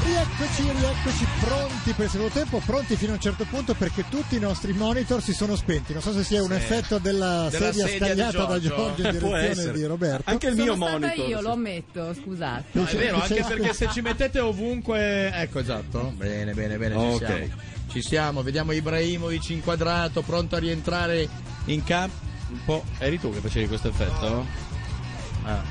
Speaker 2: Rieccoci, rieccoci pronti per il secondo tempo, pronti fino a un certo punto perché tutti i nostri monitor si sono spenti. Non so se sia un
Speaker 3: Sì.
Speaker 2: effetto della,
Speaker 3: Della
Speaker 2: sedia,
Speaker 3: sedia di
Speaker 2: scagliata da
Speaker 3: Giorgio.
Speaker 2: Giorgio in
Speaker 7: Può
Speaker 2: direzione
Speaker 7: essere.
Speaker 2: di Roberto.
Speaker 7: Anche il
Speaker 8: Sono
Speaker 7: mio
Speaker 8: stata
Speaker 7: monitor.
Speaker 8: io, lo ammetto, scusate.
Speaker 3: No, Ah, è vero,
Speaker 2: C'è-
Speaker 3: anche perché se ci mettete ovunque. Ecco, esatto. Bene, bene, bene. Ci
Speaker 7: Ok.
Speaker 3: siamo. Ci siamo, vediamo Ibrahimovic inquadrato, pronto a rientrare in campo. Un po'. Eri tu che facevi questo effetto? Ah.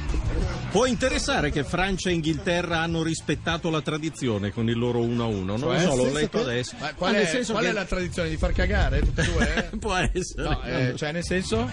Speaker 7: Può interessare che Francia e Inghilterra hanno rispettato la tradizione con il loro 1-1,
Speaker 3: Cioè,
Speaker 7: non lo so,
Speaker 3: nel
Speaker 7: l'ho
Speaker 2: senso
Speaker 7: letto
Speaker 2: che-
Speaker 7: adesso.
Speaker 3: Ma qual,
Speaker 7: Ah, nel
Speaker 3: è,
Speaker 7: senso
Speaker 3: qual
Speaker 7: che-
Speaker 3: è la tradizione di far cagare tutti e due? eh?
Speaker 7: Può essere.
Speaker 3: No, eh, cioè, nel senso.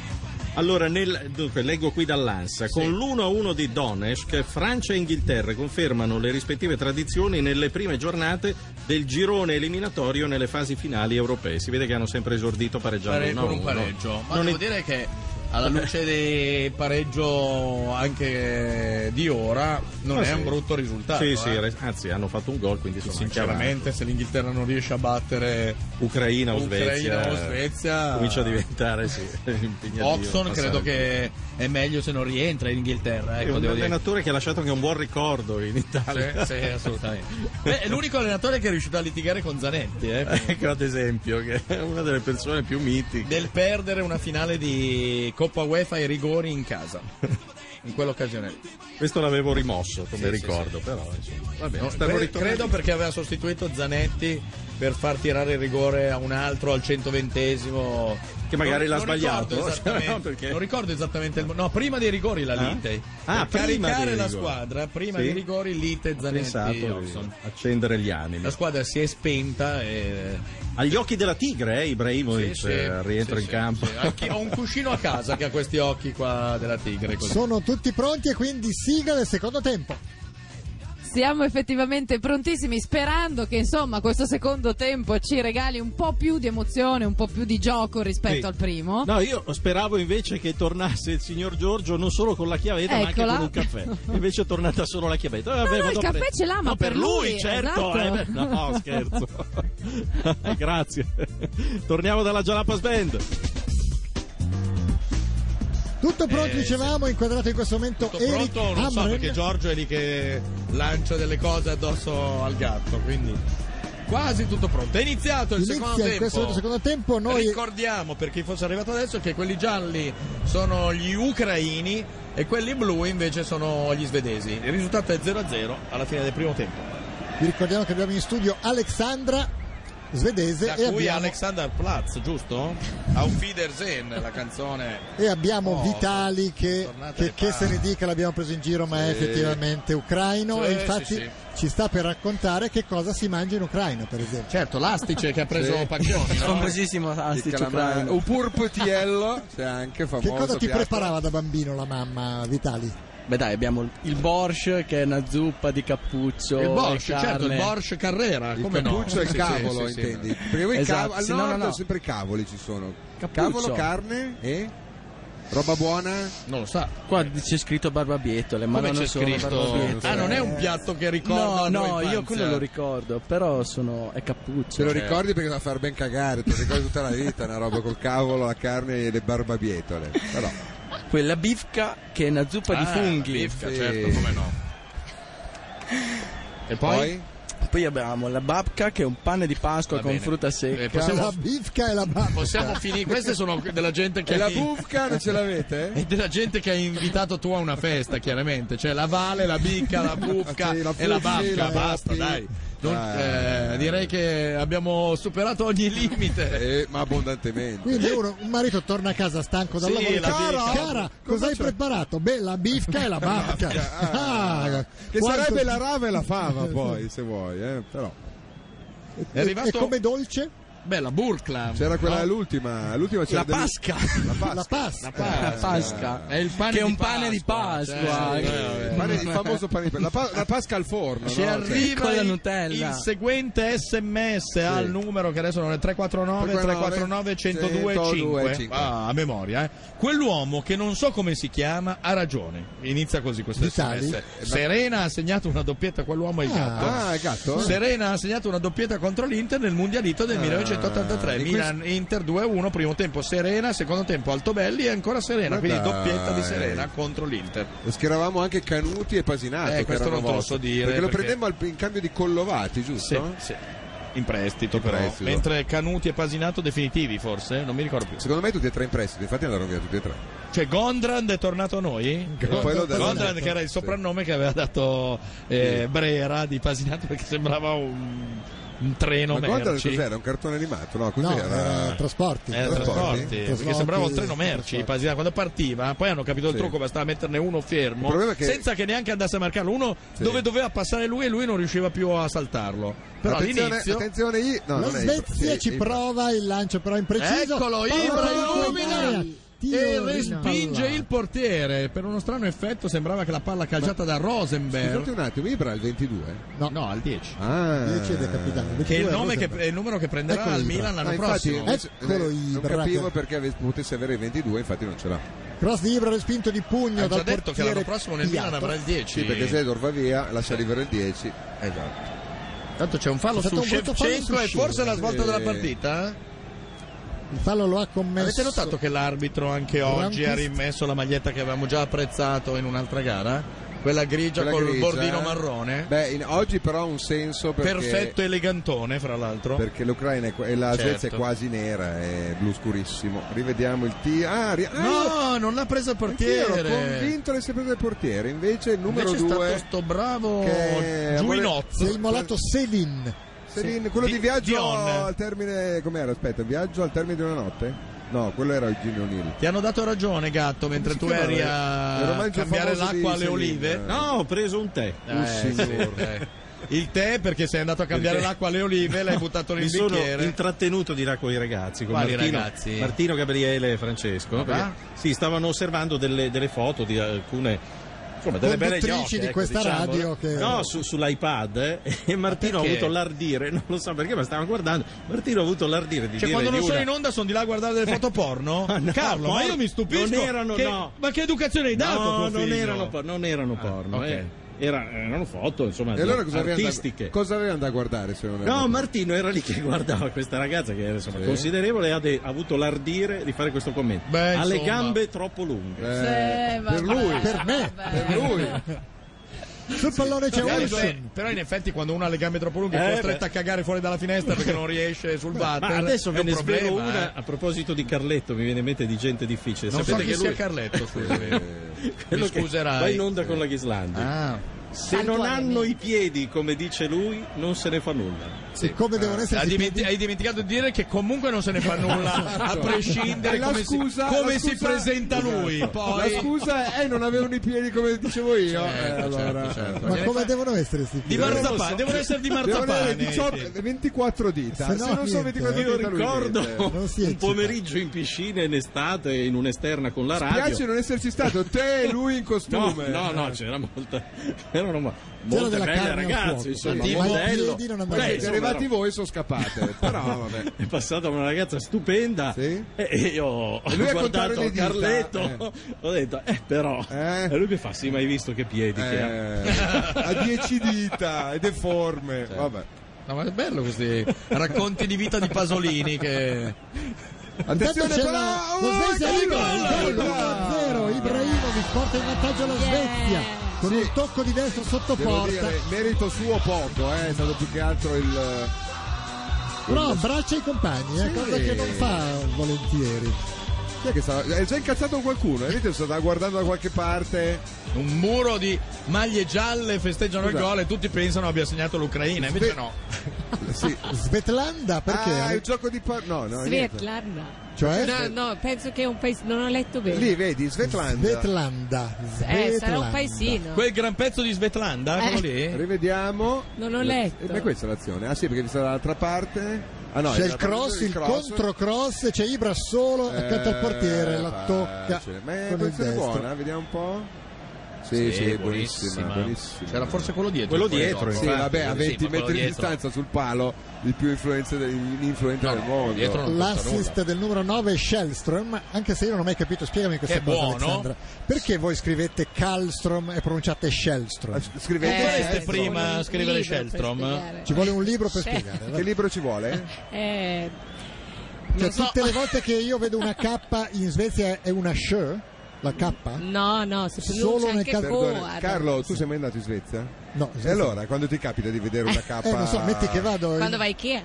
Speaker 7: Allora, nel- dunque, leggo qui dall'Ansa. Con l'1-1 di Donetsk, Francia e Inghilterra confermano le rispettive tradizioni nelle prime giornate del girone eliminatorio nelle fasi finali europee. Si vede che hanno sempre esordito pareggiando
Speaker 3: Pare- con
Speaker 7: 1-1.
Speaker 3: un pareggio. Ma
Speaker 7: Non
Speaker 3: devo
Speaker 7: è-
Speaker 3: dire che alla luce del pareggio anche di ora non
Speaker 7: Ah,
Speaker 3: è
Speaker 7: sì.
Speaker 3: un brutto risultato.
Speaker 7: Sì,
Speaker 3: eh.
Speaker 7: sì, re- anzi, hanno fatto un gol, quindi sono
Speaker 3: Sinceramente, se l'Inghilterra non riesce a battere
Speaker 7: anche avanti. Ucraina o Svezia.
Speaker 3: Ucraina o Svezia,
Speaker 7: Comincia a diventare, sì, impegnativo.
Speaker 3: Oxon credo
Speaker 7: passare.
Speaker 3: che è meglio se non rientra in Inghilterra.
Speaker 7: È
Speaker 3: Ecco,
Speaker 7: un
Speaker 3: devo dire.
Speaker 7: allenatore che ha lasciato anche un buon ricordo in Italia.
Speaker 3: Sì, sì, assolutamente. Beh, è l'unico allenatore che è riuscito a litigare con Zanetti. eh.
Speaker 7: Ecco ad esempio, che è una delle persone più mitiche.
Speaker 3: del perdere una finale di Coppa UEFA ai rigori in casa. In quell'occasione. lì.
Speaker 7: Questo l'avevo rimosso come
Speaker 3: Sì,
Speaker 7: ricordo, però insomma. Va bene,
Speaker 3: No,
Speaker 7: stavo
Speaker 3: cre-
Speaker 7: ritornando-
Speaker 3: credo perché aveva sostituito Zanetti per far tirare il rigore a un altro al 120esimo.
Speaker 7: Che magari l'ha sbagliato,
Speaker 3: Ricordo
Speaker 7: no?
Speaker 3: esattamente-
Speaker 7: No, perché-
Speaker 3: Non ricordo esattamente il mo- No, prima dei rigori la lite.
Speaker 7: Ah,
Speaker 3: per
Speaker 7: prima
Speaker 3: caricare
Speaker 7: dei
Speaker 3: la
Speaker 7: rigori.
Speaker 3: squadra, prima
Speaker 7: Sì.
Speaker 3: dei rigori lite
Speaker 7: Ho pensato
Speaker 3: Zanetti
Speaker 7: di
Speaker 3: Olson.
Speaker 7: accendere gli animi.
Speaker 3: La squadra si è spenta e
Speaker 7: Agli occhi della tigre, eh, Ibrahimovic eh, rientra
Speaker 3: sì,
Speaker 7: in
Speaker 3: sì,
Speaker 7: campo.
Speaker 3: sì. Anch'io Ho un cuscino a casa che ha questi occhi qua della tigre così.
Speaker 2: Sono tutti pronti e quindi sigla del secondo tempo.
Speaker 8: Siamo effettivamente prontissimi, sperando che insomma questo secondo tempo ci regali un po' più di emozione, un po' più di gioco rispetto
Speaker 7: Sì.
Speaker 8: al primo.
Speaker 7: No, io speravo invece che tornasse il signor Giorgio non solo con la chiavetta, ma
Speaker 8: Eccola.
Speaker 7: anche con un caffè. Invece è tornata solo la chiavetta. Eh,
Speaker 8: No,
Speaker 7: Vabbè,
Speaker 8: no,
Speaker 7: vado
Speaker 8: il
Speaker 7: a pre-
Speaker 8: caffè ce l'ha, ma
Speaker 7: No, per
Speaker 8: per
Speaker 7: lui,
Speaker 8: lui,
Speaker 7: certo.
Speaker 8: esatto.
Speaker 7: eh, beh, no, scherzo. Grazie. Torniamo dalla Jalapas Band.
Speaker 2: Tutto pronto,
Speaker 3: Eh,
Speaker 2: dicevamo, inquadrato in questo momento
Speaker 3: Tutto
Speaker 2: Eric
Speaker 3: pronto? Non so
Speaker 2: Hamren.
Speaker 3: perché Giorgio è lì che lancia delle cose addosso al gatto, quindi quasi tutto pronto. È iniziato il secondo
Speaker 2: Inizia in
Speaker 3: tempo.
Speaker 2: questo momento il secondo tempo, noi
Speaker 3: Ricordiamo per chi fosse arrivato adesso che quelli gialli sono gli ucraini e quelli blu invece sono gli svedesi. Il risultato è 0-0 alla fine del primo tempo.
Speaker 2: vi ricordiamo che abbiamo in studio Alexandra, svedese,
Speaker 3: Da
Speaker 2: e
Speaker 3: cui
Speaker 2: abbiamo,
Speaker 3: Alexander Platz, giusto? Auf Wiedersehen la canzone.
Speaker 2: e abbiamo
Speaker 3: Oh,
Speaker 2: Vitali che,
Speaker 3: tornate
Speaker 2: che,
Speaker 3: le
Speaker 2: che se ne
Speaker 3: palle.
Speaker 2: dica l'abbiamo preso in giro ma è
Speaker 3: Sì.
Speaker 2: effettivamente ucraino
Speaker 3: Sì,
Speaker 2: e infatti
Speaker 3: sì, sì.
Speaker 2: ci sta per raccontare che cosa si mangia in Ucraina per esempio.
Speaker 3: Certo, l'astice che ha preso Pacchioni, no?
Speaker 6: Famosissimo
Speaker 4: Il
Speaker 6: Astic
Speaker 4: calamaro.
Speaker 6: Ucraino.
Speaker 4: Un purputiello, c'è anche
Speaker 2: Che
Speaker 4: famoso.
Speaker 2: cosa ti
Speaker 4: piatto.
Speaker 2: preparava da bambino la mamma Vitali?
Speaker 6: Uh, Beh dai, abbiamo il- il borsch che è una zuppa di cappuccio
Speaker 3: Il
Speaker 6: e
Speaker 3: Borsch, certo, il
Speaker 6: carne.
Speaker 3: Borsch Carrera,
Speaker 4: Il
Speaker 3: come no?
Speaker 4: cappuccio e il
Speaker 3: Sì, sì,
Speaker 4: cavolo,
Speaker 3: sì, sì,
Speaker 4: intendi?
Speaker 3: sì.
Speaker 4: Perché voi
Speaker 6: Esatto,
Speaker 4: cavo- al
Speaker 6: sì, no,
Speaker 4: nord
Speaker 6: no, no.
Speaker 4: sempre i cavoli ci sono.
Speaker 6: Cappuccio.
Speaker 4: Cavolo, carne e roba buona.
Speaker 3: Non lo sa.
Speaker 6: Qua c'è scritto barbabietole, ma
Speaker 3: Come
Speaker 6: non
Speaker 3: c'è
Speaker 6: sono
Speaker 3: scritto?
Speaker 6: barbabietole.
Speaker 3: Ah, non è un piatto che ricorda
Speaker 6: No,
Speaker 3: la tua
Speaker 6: no, io
Speaker 3: infanzia?
Speaker 6: quello lo ricordo, però sono è cappuccio.
Speaker 4: Te lo
Speaker 6: cioè.
Speaker 4: ricordi perché da far ben cagare, te lo ricordi tutta la vita, una roba col cavolo, la carne e le barbabietole. Però
Speaker 6: Cioè, quella bifca che è una zuppa di
Speaker 3: Ah,
Speaker 6: funghi.
Speaker 3: bifca, certo, come no. E poi?
Speaker 6: Poi abbiamo la babca che è un pane di Pasqua
Speaker 3: Va
Speaker 6: con
Speaker 3: bene.
Speaker 6: frutta secca.
Speaker 3: Eh, possiamo-
Speaker 2: La bifca e la babca.
Speaker 3: Possiamo finire, queste sono della gente che
Speaker 4: E la
Speaker 3: ti-
Speaker 4: bufca non ce l'avete?
Speaker 3: E della gente che hai invitato tu a una festa, chiaramente. Cioè la Vale, la Bicca, la Bucca
Speaker 4: Sì, la
Speaker 3: e la eh,
Speaker 4: Fusci,
Speaker 3: Babca,
Speaker 4: la
Speaker 3: basta,
Speaker 4: Pi.
Speaker 3: dai. Non-
Speaker 4: Dai.
Speaker 3: eh, direi che abbiamo superato ogni limite.
Speaker 4: Eh, ma abbondantemente.
Speaker 2: Quindi uno, un marito torna a casa stanco dal lavoro.
Speaker 3: Sì, la
Speaker 2: Cara,
Speaker 3: bifca.
Speaker 2: cara,
Speaker 4: Cosa
Speaker 2: cosa hai
Speaker 4: c'è?
Speaker 2: preparato? Beh, la bifca e la babca. Ah,
Speaker 4: Che
Speaker 2: quanto-
Speaker 4: sarebbe la rava e la fava poi, se vuoi, eh, però.
Speaker 3: È
Speaker 2: E
Speaker 3: arrivato
Speaker 2: come dolce?
Speaker 3: beh, la Burkla.
Speaker 6: Cioè,
Speaker 4: C'era quella
Speaker 3: no?
Speaker 4: l'ultima, l'ultima c'era
Speaker 6: La
Speaker 4: del-
Speaker 6: pasca.
Speaker 4: la pasca.
Speaker 2: La pasta.
Speaker 6: La pasca.
Speaker 3: È il pane
Speaker 6: Che è
Speaker 3: di
Speaker 6: un pane di
Speaker 3: Pasqua,
Speaker 6: Pasqua.
Speaker 3: cioè, eh, eh.
Speaker 4: Il pane- il famoso pane di la, pa- la pasca al forno.
Speaker 3: Ci
Speaker 4: no? Cioè,
Speaker 3: arriva
Speaker 6: con la
Speaker 3: il-
Speaker 6: Nutella.
Speaker 3: il seguente sms al numero che adesso non è 349 349 102
Speaker 4: 102
Speaker 3: 5. Ah, a memoria, eh. Quell'uomo che non so come si chiama ha ragione. Inizia così questo
Speaker 2: Vitali?
Speaker 3: sms. Serena ha segnato una doppietta a quell'uomo e il
Speaker 2: Ah.
Speaker 3: gatto.
Speaker 4: Eh, Ah, il gatto? Ah,
Speaker 3: Serena ha segnato una doppietta contro l'Inter nel mondialito del 1983.
Speaker 4: di cui-
Speaker 3: Milan Inter 2-1, primo tempo Serena, secondo tempo Altobelli e ancora Serena.
Speaker 4: Ma
Speaker 3: quindi
Speaker 4: dai.
Speaker 3: doppietta di Serena contro l'Inter.
Speaker 4: Schieravamo anche Canuti e Pasinato.
Speaker 3: Eh,
Speaker 4: che
Speaker 3: questo
Speaker 4: erano
Speaker 3: non te lo
Speaker 4: vostri.
Speaker 3: so dire,
Speaker 4: Perché lo
Speaker 3: perché-
Speaker 4: prendemmo al- in cambio di Collovati,
Speaker 3: Sì,
Speaker 4: giusto?
Speaker 3: sì. In prestito,
Speaker 4: In
Speaker 3: però.
Speaker 4: prestito.
Speaker 3: Mentre Canuti e Pasinato definitivi, forse? Non mi ricordo più.
Speaker 4: Secondo me tutti e tre in prestito, infatti l'hanno rovinato tutti e tre.
Speaker 3: Cioè, Gondrand è tornato a noi?
Speaker 4: E poi lo daranno.
Speaker 3: Gondrand, che era il soprannome che aveva dato eh, Brera di Pasinato perché sembrava un, un treno
Speaker 4: Ma guarda
Speaker 3: merci.
Speaker 4: cos'era? Un cartone animato? No,
Speaker 2: No,
Speaker 4: cos'era?
Speaker 2: era trasporti.
Speaker 3: Eh, trasporti,
Speaker 4: Trasporti?
Speaker 3: perché
Speaker 2: Trasporti,
Speaker 3: sembrava un treno merci
Speaker 2: trasporti.
Speaker 3: Pasinato quando partiva poi hanno capito il
Speaker 4: Sì.
Speaker 3: trucco bastava metterne uno
Speaker 4: Il
Speaker 3: fermo
Speaker 4: problema è che-
Speaker 3: senza che neanche andasse a marcarlo uno
Speaker 4: Sì.
Speaker 3: dove doveva passare lui e lui non riusciva più a saltarlo però
Speaker 4: attenzione,
Speaker 3: all'inizio
Speaker 4: attenzione, I- no,
Speaker 2: la
Speaker 4: non è I-
Speaker 2: Svezia
Speaker 4: sì,
Speaker 2: ci
Speaker 4: I-
Speaker 2: prova il lancio, però impreciso.
Speaker 3: Eccolo,
Speaker 2: Palla
Speaker 3: Ibra
Speaker 2: fuori
Speaker 3: illumina
Speaker 2: dall'area. Tiro
Speaker 3: e
Speaker 2: di
Speaker 3: respinge
Speaker 2: palla.
Speaker 3: il portiere. Per uno strano effetto sembrava che la palla calciata da
Speaker 4: Scusate
Speaker 3: Rosenberg.
Speaker 4: un attimo, Ibra al 22.
Speaker 3: No, no, al 10.
Speaker 4: Ah,
Speaker 2: Dieci del capitano.
Speaker 3: Che è il,
Speaker 2: Due,
Speaker 3: nome che,
Speaker 2: Rosenberg.
Speaker 3: è il numero che prenderà
Speaker 2: Eccolo
Speaker 3: al
Speaker 2: Ibra. ecco
Speaker 3: Milan l'anno
Speaker 4: Ah, infatti,
Speaker 3: prossimo.
Speaker 4: invece-
Speaker 2: Eccolo
Speaker 4: non
Speaker 2: Ibra,
Speaker 4: capivo
Speaker 2: che-
Speaker 4: perché ave- potesse avere il 22, infatti non ce l'ha.
Speaker 2: Cross di Ibra respinto di pugno
Speaker 3: Ha
Speaker 2: dal
Speaker 3: già detto che l'anno
Speaker 2: portiere
Speaker 3: prossimo nel
Speaker 2: Piatto.
Speaker 3: Milan avrà il 10.
Speaker 4: Sì, perché Sedor va via, lascia libero il 10.
Speaker 3: Esatto. Tanto c'è un fallo
Speaker 2: C'è
Speaker 3: su
Speaker 2: stato un brutto fallo
Speaker 3: Shevchenko
Speaker 2: su Eh.
Speaker 3: e forse la svolta
Speaker 4: Sì.
Speaker 3: della partita.
Speaker 2: Il fallo lo ha commesso.
Speaker 3: Avete notato che l'arbitro anche oggi
Speaker 2: Rampist-
Speaker 3: ha rimesso la maglietta che avevamo già apprezzato in un'altra gara? Quella grigia
Speaker 4: Quella
Speaker 3: col
Speaker 4: grigia,
Speaker 3: bordino
Speaker 4: eh?
Speaker 3: marrone?
Speaker 4: Beh, in- oggi però ha un senso perché,
Speaker 3: Perfetto e elegantone, fra l'altro.
Speaker 4: perché l'Ucraina è, qua- e la
Speaker 3: Certo.
Speaker 4: Svezia è quasi nera, è blu scurissimo. Rivediamo il T. Ah, ri- ah,
Speaker 3: No, non l'ha presa il
Speaker 4: anch'io ero
Speaker 3: portiere.
Speaker 4: convinto di essere preso il portiere, invece il numero
Speaker 3: Invece è stato
Speaker 4: 2
Speaker 3: sto bravo
Speaker 4: che-
Speaker 2: Si è
Speaker 3: Giuinozzo.
Speaker 2: immolato Selin.
Speaker 4: Selin, quello di,
Speaker 3: Di-
Speaker 4: viaggio
Speaker 3: Dion.
Speaker 4: al termine com'era? Aspetta, viaggio al termine di una notte? No, quello era Eugenio Nil.
Speaker 3: Ti hanno dato ragione, gatto, mentre
Speaker 4: si
Speaker 3: tu
Speaker 4: chiamava?
Speaker 3: eri
Speaker 4: Il
Speaker 3: a
Speaker 4: romanzo
Speaker 3: cambiare
Speaker 4: famoso di
Speaker 3: l'acqua alle
Speaker 4: Selin.
Speaker 3: olive.
Speaker 7: No, ho preso un tè.
Speaker 4: un signor.
Speaker 3: eh. Il tè perché sei andato a cambiare
Speaker 7: Perché?
Speaker 3: l'acqua alle olive e l'hai buttato nel
Speaker 7: Mi sono
Speaker 3: bicchiere.
Speaker 7: intrattenuto di là con i ragazzi, con
Speaker 3: Quali
Speaker 7: Martino,
Speaker 3: ragazzi?
Speaker 7: Martino, Gabriele e Francesco.
Speaker 3: Ah,
Speaker 7: perché-
Speaker 3: va?
Speaker 7: sì, stavano osservando delle, delle foto di alcune insomma, delle belle
Speaker 2: Conduttrici
Speaker 7: gnocche,
Speaker 2: di
Speaker 7: ecco,
Speaker 2: questa
Speaker 7: diciamo,
Speaker 2: radio
Speaker 7: no?
Speaker 2: che-
Speaker 7: No, su- sull'iPad eh, e Martino ha
Speaker 3: perché?
Speaker 7: avuto l'ardire, non lo so perché, ma stavo guardando. Martino ha avuto l'ardire di
Speaker 3: Cioè,
Speaker 7: dire
Speaker 3: quando
Speaker 7: di
Speaker 3: non sono
Speaker 7: una-
Speaker 3: in onda sono di là a guardare delle foto porno?
Speaker 7: Ah, no,
Speaker 3: Carlo, ma
Speaker 7: porno.
Speaker 3: io mi stupisco.
Speaker 7: Non erano,
Speaker 3: che-
Speaker 7: no.
Speaker 3: Ma che educazione hai dato?
Speaker 7: No,
Speaker 3: tuo
Speaker 7: non
Speaker 3: figlio? Ah,
Speaker 7: erano, por- non erano porno,
Speaker 3: ok.
Speaker 7: eh. Era- erano foto, insomma,
Speaker 4: E allora cosa avevano da,
Speaker 7: artistiche.
Speaker 4: cosa avevano da guardare se non era-
Speaker 7: No, Martino era lì che guardava questa ragazza che era insomma,
Speaker 4: Sì.
Speaker 7: considerevole e ha, de- ha avuto l'ardire di fare questo commento.
Speaker 3: Beh,
Speaker 7: ha le
Speaker 3: insomma.
Speaker 7: gambe troppo lunghe.
Speaker 4: Eh,
Speaker 8: Eh, vabbè.
Speaker 4: per lui,
Speaker 2: Per me.
Speaker 4: per lui.
Speaker 2: Sul
Speaker 4: Eh,
Speaker 2: pallone c'è
Speaker 3: Magari due-
Speaker 2: Olsen.
Speaker 3: però in effetti quando uno ha le gambe troppo lunghe
Speaker 7: Eh,
Speaker 3: è costretto a cagare fuori dalla finestra perché non riesce sul
Speaker 7: Ma
Speaker 3: water
Speaker 7: adesso
Speaker 3: è
Speaker 7: ve
Speaker 3: un
Speaker 7: ne svelo
Speaker 3: problema,
Speaker 7: una
Speaker 3: eh.
Speaker 7: a proposito di Carletto, mi viene in mente di gente difficile.
Speaker 3: non so
Speaker 7: Sapete
Speaker 3: chi
Speaker 7: che
Speaker 3: sia
Speaker 7: lui
Speaker 3: Carletto scusami
Speaker 4: Eh.
Speaker 7: quello
Speaker 3: mi
Speaker 7: che
Speaker 3: scuserai.
Speaker 7: va in onda con la Ghislandi.
Speaker 3: ah
Speaker 7: Se non
Speaker 8: Santuario.
Speaker 7: hanno i piedi, come dice lui, non se ne fa nulla.
Speaker 2: E come devono essere
Speaker 3: Ha
Speaker 2: i
Speaker 3: dimenti-
Speaker 2: piedi?
Speaker 3: hai dimenticato di dire che comunque non se ne fa nulla a
Speaker 4: E
Speaker 3: prescindere
Speaker 4: la
Speaker 3: come,
Speaker 4: scusa-
Speaker 3: si, come
Speaker 4: la
Speaker 3: si
Speaker 4: scusa- Esatto,
Speaker 3: presenta lui
Speaker 4: La
Speaker 3: poi
Speaker 4: scusa è eh, non avevano i piedi come dicevo io. Eh, allora.
Speaker 3: certo.
Speaker 2: Ma come devono essere sti
Speaker 3: di
Speaker 2: piedi?
Speaker 3: marzapane devono essere di
Speaker 4: Devono avere
Speaker 3: marzapane
Speaker 4: 18 24 dita. Se,
Speaker 2: Se no,
Speaker 4: non sono
Speaker 2: niente.
Speaker 3: eh.
Speaker 4: 24
Speaker 7: Io
Speaker 4: dita lui
Speaker 7: ricordo
Speaker 3: cioè,
Speaker 4: mette.
Speaker 2: Non si
Speaker 7: un
Speaker 2: eccita.
Speaker 7: pomeriggio in piscina in estate, in un'esterna con la radio.
Speaker 4: Piace non esserci stato te e lui in
Speaker 7: No,
Speaker 4: costume.
Speaker 7: no, no, c'era molta, c'erano mo- molte
Speaker 2: della
Speaker 7: belle
Speaker 2: carne al
Speaker 7: ragazze,
Speaker 2: fuoco.
Speaker 7: insomma,
Speaker 2: Ma i
Speaker 7: un
Speaker 2: piedi
Speaker 7: modello.
Speaker 2: non
Speaker 7: Beh,
Speaker 2: andavano bene.
Speaker 4: Siete
Speaker 7: insomma,
Speaker 4: arrivati
Speaker 7: era-
Speaker 4: voi sono scappate. Però vabbè.
Speaker 7: È passata una ragazza stupenda
Speaker 4: Sì?
Speaker 7: e e io ho
Speaker 4: E lui a contare
Speaker 7: guardato
Speaker 4: le dita,
Speaker 7: Carletto,
Speaker 4: eh.
Speaker 7: ho detto, eh però,
Speaker 4: Eh?
Speaker 7: e lui mi fa, sì, ma hai visto che piedi che ha?
Speaker 4: Eh, a 10 dita, è deforme. Vabbè.
Speaker 3: No, ma è bello questi racconti di vita di Pasolini che
Speaker 2: Intanto
Speaker 4: Attenzione,
Speaker 2: c'è
Speaker 4: però!
Speaker 2: la
Speaker 4: Oh,
Speaker 2: la Svezia
Speaker 4: che
Speaker 2: libera,
Speaker 4: gol!
Speaker 2: il gol 1-0, Ibrahimovic porta in vantaggio la Svezia con
Speaker 4: Sì.
Speaker 2: un tocco di destra sotto
Speaker 4: Devo
Speaker 2: porta.
Speaker 4: dire, merito suo poco, eh, è stato più che altro il.
Speaker 2: Però
Speaker 4: il-
Speaker 2: abbraccia i compagni, eh,
Speaker 4: Sì.
Speaker 2: cosa che non fa volentieri.
Speaker 4: Chi è che stava? È già incazzato qualcuno, eh, vedete? Stava guardando da qualche parte.
Speaker 3: Un muro di maglie gialle festeggiano il
Speaker 4: Scusa.
Speaker 3: gol e tutti pensano abbia segnato l'Ucraina, invece no.
Speaker 4: Sì.
Speaker 2: Svetlanda perché?
Speaker 4: Ah, è Ah, il gioco di. par- no, no, niente.
Speaker 9: Svetlana.
Speaker 2: Cioè?
Speaker 9: No, no, penso che è un paese. Non ho letto bene.
Speaker 4: Lì, vedi, Svetlanda.
Speaker 2: Svetlanda.
Speaker 9: eh, sarà
Speaker 2: Svetlanda.
Speaker 9: un paesino.
Speaker 3: Quel gran pezzo di Svetlanda, quello lì?
Speaker 4: Rivediamo.
Speaker 9: Eh.
Speaker 4: Eh,
Speaker 9: Non ho letto.
Speaker 4: Ma questa è l'azione. Ah, sì, perché vi sta dall'altra parte. Ah, no,
Speaker 2: c'è
Speaker 4: è
Speaker 2: il
Speaker 4: la-
Speaker 2: cross, il controcross, c'è Ibra solo accanto al portiere, la
Speaker 4: Eh,
Speaker 2: tocca
Speaker 4: facile. Ma è
Speaker 2: con il
Speaker 4: posizione
Speaker 2: destro.
Speaker 4: buona, vediamo un po'. Sì, sì, buonissima, buonissima.
Speaker 3: C'era forse Cioè, quello dietro.
Speaker 7: Quello
Speaker 3: poi,
Speaker 7: dietro,
Speaker 3: no?
Speaker 4: Sì,
Speaker 7: infatti,
Speaker 4: vabbè, a
Speaker 3: sì,
Speaker 4: 20
Speaker 3: ma quello
Speaker 4: metri di
Speaker 3: dietro.
Speaker 4: distanza sul palo, il più influente del, influente del mondo.
Speaker 3: dietro non-
Speaker 2: L'assist del numero 9 Shellstrom, anche se io non ho mai capito, spiegami questa
Speaker 3: È
Speaker 2: cosa
Speaker 3: buono.
Speaker 2: Alexandra. Perché voi scrivete Kallstrom e pronunciate Shellstrom?
Speaker 4: Ah, Scrivete
Speaker 9: Eh,
Speaker 3: Vorreste
Speaker 9: ecco.
Speaker 3: prima
Speaker 9: Un
Speaker 3: scrivere
Speaker 9: libro per
Speaker 3: Shellstrom?
Speaker 9: spiegare.
Speaker 2: Ci vuole un libro per
Speaker 9: Sì.
Speaker 2: spiegare.
Speaker 4: che
Speaker 2: vabbè.
Speaker 4: libro ci vuole?
Speaker 9: Eh,
Speaker 2: Cioè,
Speaker 9: non so.
Speaker 2: tutte le volte che io vedo una K in Svezia è una Sh, la K?
Speaker 9: No, no, si
Speaker 2: Solo
Speaker 9: pronuncia
Speaker 2: nel
Speaker 9: anche
Speaker 2: caso-
Speaker 4: Perdona,
Speaker 9: Goa.
Speaker 4: Carlo, tu sei mai andato in Svezia?
Speaker 2: No, in
Speaker 4: E
Speaker 2: Svezia-
Speaker 4: allora, quando ti capita di vedere una K?
Speaker 2: Eh, non so, metti che vado. in-
Speaker 9: Quando vai a Ikea,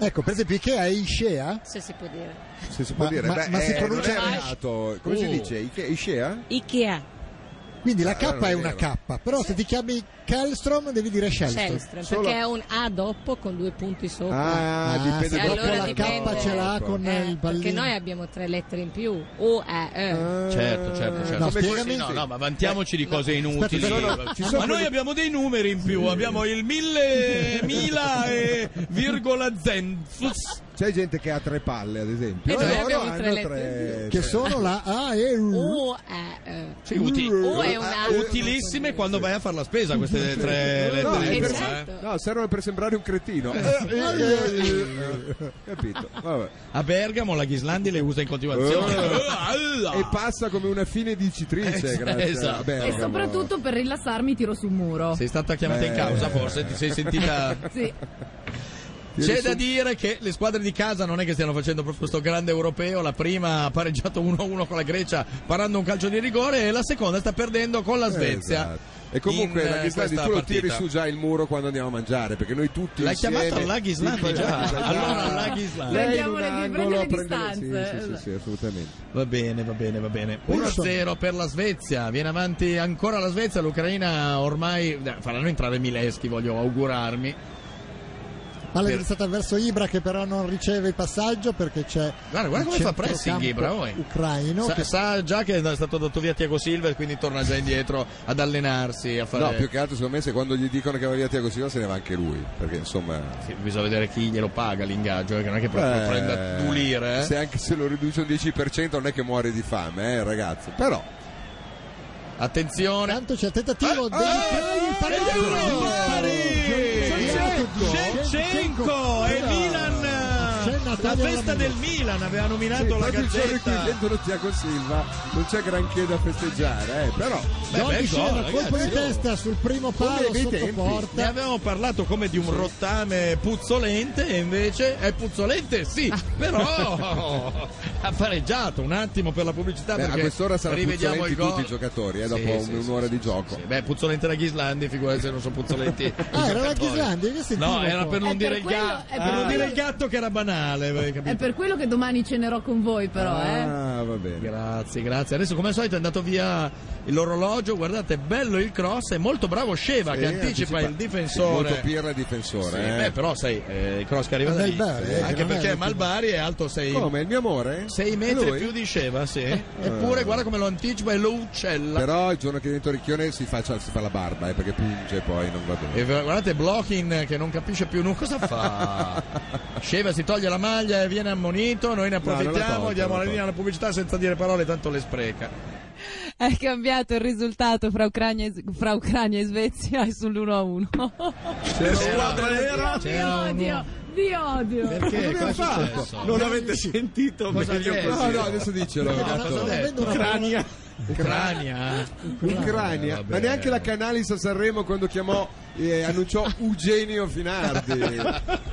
Speaker 2: Ecco, per esempio, Ikea è Iscea.
Speaker 9: se si può dire.
Speaker 4: Se si può
Speaker 2: Ma-
Speaker 4: dire,
Speaker 2: ma-
Speaker 4: beh,
Speaker 2: ma si
Speaker 4: eh,
Speaker 2: pronuncia-
Speaker 4: non è Uh. reato. Come si dice? Ike- Iscea?
Speaker 9: Ikea,
Speaker 2: Quindi la K
Speaker 4: Allora non
Speaker 2: è
Speaker 4: è
Speaker 2: una
Speaker 4: vero.
Speaker 2: K, però se ti chiami Kallstrom devi dire Shellstrom.
Speaker 9: Shellstrom,
Speaker 4: Solo-
Speaker 9: perché è un A dopo con due punti sopra.
Speaker 4: Ah,
Speaker 2: Ah,
Speaker 4: dipende
Speaker 2: sì,
Speaker 4: da
Speaker 9: allora
Speaker 4: dalla
Speaker 9: dipende.
Speaker 4: K
Speaker 9: ce l'ha
Speaker 2: con- il
Speaker 9: perché
Speaker 2: pallino.
Speaker 9: noi abbiamo tre lettere in più. O, A, E.
Speaker 4: Ah,
Speaker 3: Certo, certo, certo.
Speaker 2: No,
Speaker 3: Scusi,
Speaker 2: spiegami-
Speaker 3: no, no, ma vantiamoci di cose inutili.
Speaker 2: aspetta,
Speaker 4: no, no, ci sono
Speaker 3: ma noi
Speaker 4: delle-
Speaker 3: abbiamo dei numeri in più, abbiamo il mille, mila e virgola zenfus.
Speaker 4: C'è gente che ha tre palle, ad esempio.
Speaker 9: E noi
Speaker 4: loro
Speaker 9: abbiamo tre
Speaker 4: hanno
Speaker 9: lettere.
Speaker 2: Che
Speaker 4: cioè-
Speaker 2: sono la A e U.
Speaker 9: O, A, E.
Speaker 3: Uti-
Speaker 9: O è
Speaker 3: Ah,
Speaker 9: una
Speaker 3: eh,
Speaker 9: A.
Speaker 3: utilissime quando vai a fare la spesa queste tre lettere.
Speaker 4: No, è
Speaker 3: in
Speaker 9: Eh,
Speaker 3: più,
Speaker 4: per-
Speaker 9: certo.
Speaker 4: no, servono per sembrare un cretino. Eh, eh, eh, eh, Capito? Vabbè.
Speaker 3: A Bergamo la Ghislandi le usa in continuazione.
Speaker 4: E passa come una fine dicitrice,
Speaker 3: Eh,
Speaker 4: grazie.
Speaker 3: esatto.
Speaker 4: a Bergamo.
Speaker 11: E soprattutto per rilassarmi tiro sul muro.
Speaker 3: Sei stata chiamata in causa, forse ti sei sentita.
Speaker 11: Sì.
Speaker 3: C'è da dire che le squadre di casa non è che stiano facendo proprio questo grande europeo. La prima ha pareggiato 1-1 con la Grecia, parando un calcio di rigore, e la seconda sta perdendo con la
Speaker 4: Eh,
Speaker 3: Svezia.
Speaker 4: esatto. E comunque
Speaker 3: in,
Speaker 4: la
Speaker 3: eh,
Speaker 4: Ghislandi tu
Speaker 3: questa
Speaker 4: lo
Speaker 3: partita.
Speaker 4: tiri su già il muro quando andiamo a mangiare, perché noi tutti
Speaker 3: L'hai
Speaker 4: insieme... esatto.
Speaker 3: chiamata la Ghislandi già. Allora la Ghislandi.
Speaker 4: Lei in
Speaker 11: Prendiamo
Speaker 4: un
Speaker 11: le-
Speaker 4: angolo
Speaker 11: prendiamo le
Speaker 4: a prendere-
Speaker 11: distanze.
Speaker 4: Sì, sì, sì, sì, assolutamente.
Speaker 3: Va bene, va bene, va bene.
Speaker 2: Wilson.
Speaker 3: 1-0 per la Svezia, viene avanti ancora la Svezia, l'Ucraina ormai eh, faranno entrare Mileschi, voglio augurarmi.
Speaker 2: Palla
Speaker 3: Per-
Speaker 2: indirizzata verso Ibra che però non riceve il passaggio perché c'è
Speaker 3: Guarda, guarda
Speaker 2: il
Speaker 3: come fa pressing
Speaker 2: centrocampo
Speaker 3: Ibra, oh, eh.
Speaker 2: ucraino
Speaker 3: Sa,
Speaker 2: che
Speaker 3: sa già che è stato dato via Tiago Silva e quindi torna già indietro ad allenarsi, a fare...
Speaker 4: No, più che altro secondo me se quando gli dicono che va via Tiago Silva se ne va anche lui, perché insomma...
Speaker 3: Sì, bisogna vedere chi glielo paga l'ingaggio, eh, che non è che proprio
Speaker 4: eh,
Speaker 3: prenda a pulire. eh.
Speaker 4: Se anche se lo riduce un 10% non è che muore di fame, eh, ragazzi. Però...
Speaker 3: Attenzione,
Speaker 2: Tanto c'è il tentativo
Speaker 4: Eh,
Speaker 2: degli ucraini, il
Speaker 4: eh,
Speaker 2: pareggio,
Speaker 4: eh,
Speaker 2: il
Speaker 4: eh,
Speaker 2: pareggio,
Speaker 4: eh,
Speaker 2: il autogol.
Speaker 3: Shevchenko e
Speaker 2: Però-
Speaker 3: Milan eh,
Speaker 2: C'è
Speaker 3: la
Speaker 2: Natalia
Speaker 3: festa del
Speaker 2: Ramiro.
Speaker 3: Milan aveva
Speaker 4: Sì,
Speaker 3: nominato la
Speaker 4: proprio i giorni qui
Speaker 3: gazzetta
Speaker 4: dentro Tiago Silva non c'è granché da festeggiare, eh, però...
Speaker 3: Beh,
Speaker 2: Johnny
Speaker 3: bel
Speaker 2: Scena,
Speaker 3: gol,
Speaker 2: colpo
Speaker 3: ragazzi,
Speaker 2: di
Speaker 3: oh.
Speaker 2: testa sul primo palo
Speaker 4: Come dei
Speaker 2: sotto
Speaker 4: tempi.
Speaker 3: ne
Speaker 2: porta
Speaker 3: avevamo parlato come di un rottame puzzolente e invece è puzzolente sì
Speaker 4: Ah.
Speaker 3: però ha pareggiato un attimo per la pubblicità
Speaker 4: Beh, a
Speaker 3: perché
Speaker 4: quest'ora saranno
Speaker 3: rivediamo
Speaker 4: puzzolenti
Speaker 3: il gol
Speaker 4: tutti i giocatori, eh,
Speaker 3: Sì,
Speaker 4: dopo
Speaker 3: sì,
Speaker 4: un'ora
Speaker 3: sì,
Speaker 4: di
Speaker 3: sì,
Speaker 4: gioco.
Speaker 3: sì. beh puzzolente la Ghislandi figurati se non sono puzzolenti i
Speaker 2: Ah, era la
Speaker 3: giocatori.
Speaker 2: Ghislandi, che sentivo
Speaker 3: no era
Speaker 2: poi.
Speaker 3: per non
Speaker 11: È
Speaker 3: dire
Speaker 11: Eh, per
Speaker 3: il
Speaker 11: quello-
Speaker 3: gatto
Speaker 11: è
Speaker 3: per
Speaker 11: per
Speaker 3: non dire
Speaker 11: quello-
Speaker 3: il gatto che era banale avevi
Speaker 11: È
Speaker 3: capito?
Speaker 11: per quello che domani cenerò con voi, però, eh.
Speaker 4: Ah, va bene.
Speaker 3: Grazie, grazie. Adesso come al solito è andato via l'orologio, guardate, bello il cross, è molto bravo Sceva che
Speaker 4: Sì,
Speaker 3: anticipa, il difensore.
Speaker 4: Eh, Molto pirra il
Speaker 3: Sì,
Speaker 4: difensore. eh.
Speaker 3: beh, però sai, eh, il cross che arriva da
Speaker 2: Dai,
Speaker 3: lì.
Speaker 2: Bari, eh, che
Speaker 3: anche
Speaker 2: non è
Speaker 3: perché
Speaker 2: l'ultimo.
Speaker 3: Malbari è alto 6
Speaker 4: Come, il mio amore?
Speaker 3: metri
Speaker 4: Lui? Eh.
Speaker 3: più di Sceva, sì. Eppure guarda come lo anticipa e lo uccella.
Speaker 4: Però il giorno che divento ricchione si, faccia- si fa la barba, eh, perché punge poi non va bene.
Speaker 3: E v- guardate Blochin che non capisce più nulla cosa fa. Sceva si toglie la maglia e viene ammonito, noi ne
Speaker 4: non l'ha
Speaker 3: approfittiamo,
Speaker 4: tolta,
Speaker 3: diamo
Speaker 4: non
Speaker 3: la
Speaker 4: l'ha
Speaker 3: linea alla pubblicità senza dire parole, tanto le spreca.
Speaker 8: È cambiato il risultato fra Ucraina e, fra Ucrania e Svezia e sull'1-1.
Speaker 7: Cioè,
Speaker 4: C'era un-
Speaker 11: Vi
Speaker 3: C'era un-
Speaker 11: odio, vi odio.
Speaker 3: Perché?
Speaker 4: Come
Speaker 3: Cosa è
Speaker 4: fa?
Speaker 3: successo?
Speaker 7: Non avete sentito
Speaker 3: Cosa
Speaker 7: meglio
Speaker 3: è?
Speaker 7: così.
Speaker 4: No, no, adesso dicelo.
Speaker 3: No, cosa ho
Speaker 4: Gatto.
Speaker 3: detto?
Speaker 2: avendo una parola-
Speaker 3: Ucrania.
Speaker 4: Ucrania.
Speaker 3: Eh, vabbè.
Speaker 4: Ma neanche la Canalis a Sanremo quando chiamò e annunciò Eugenio Finardi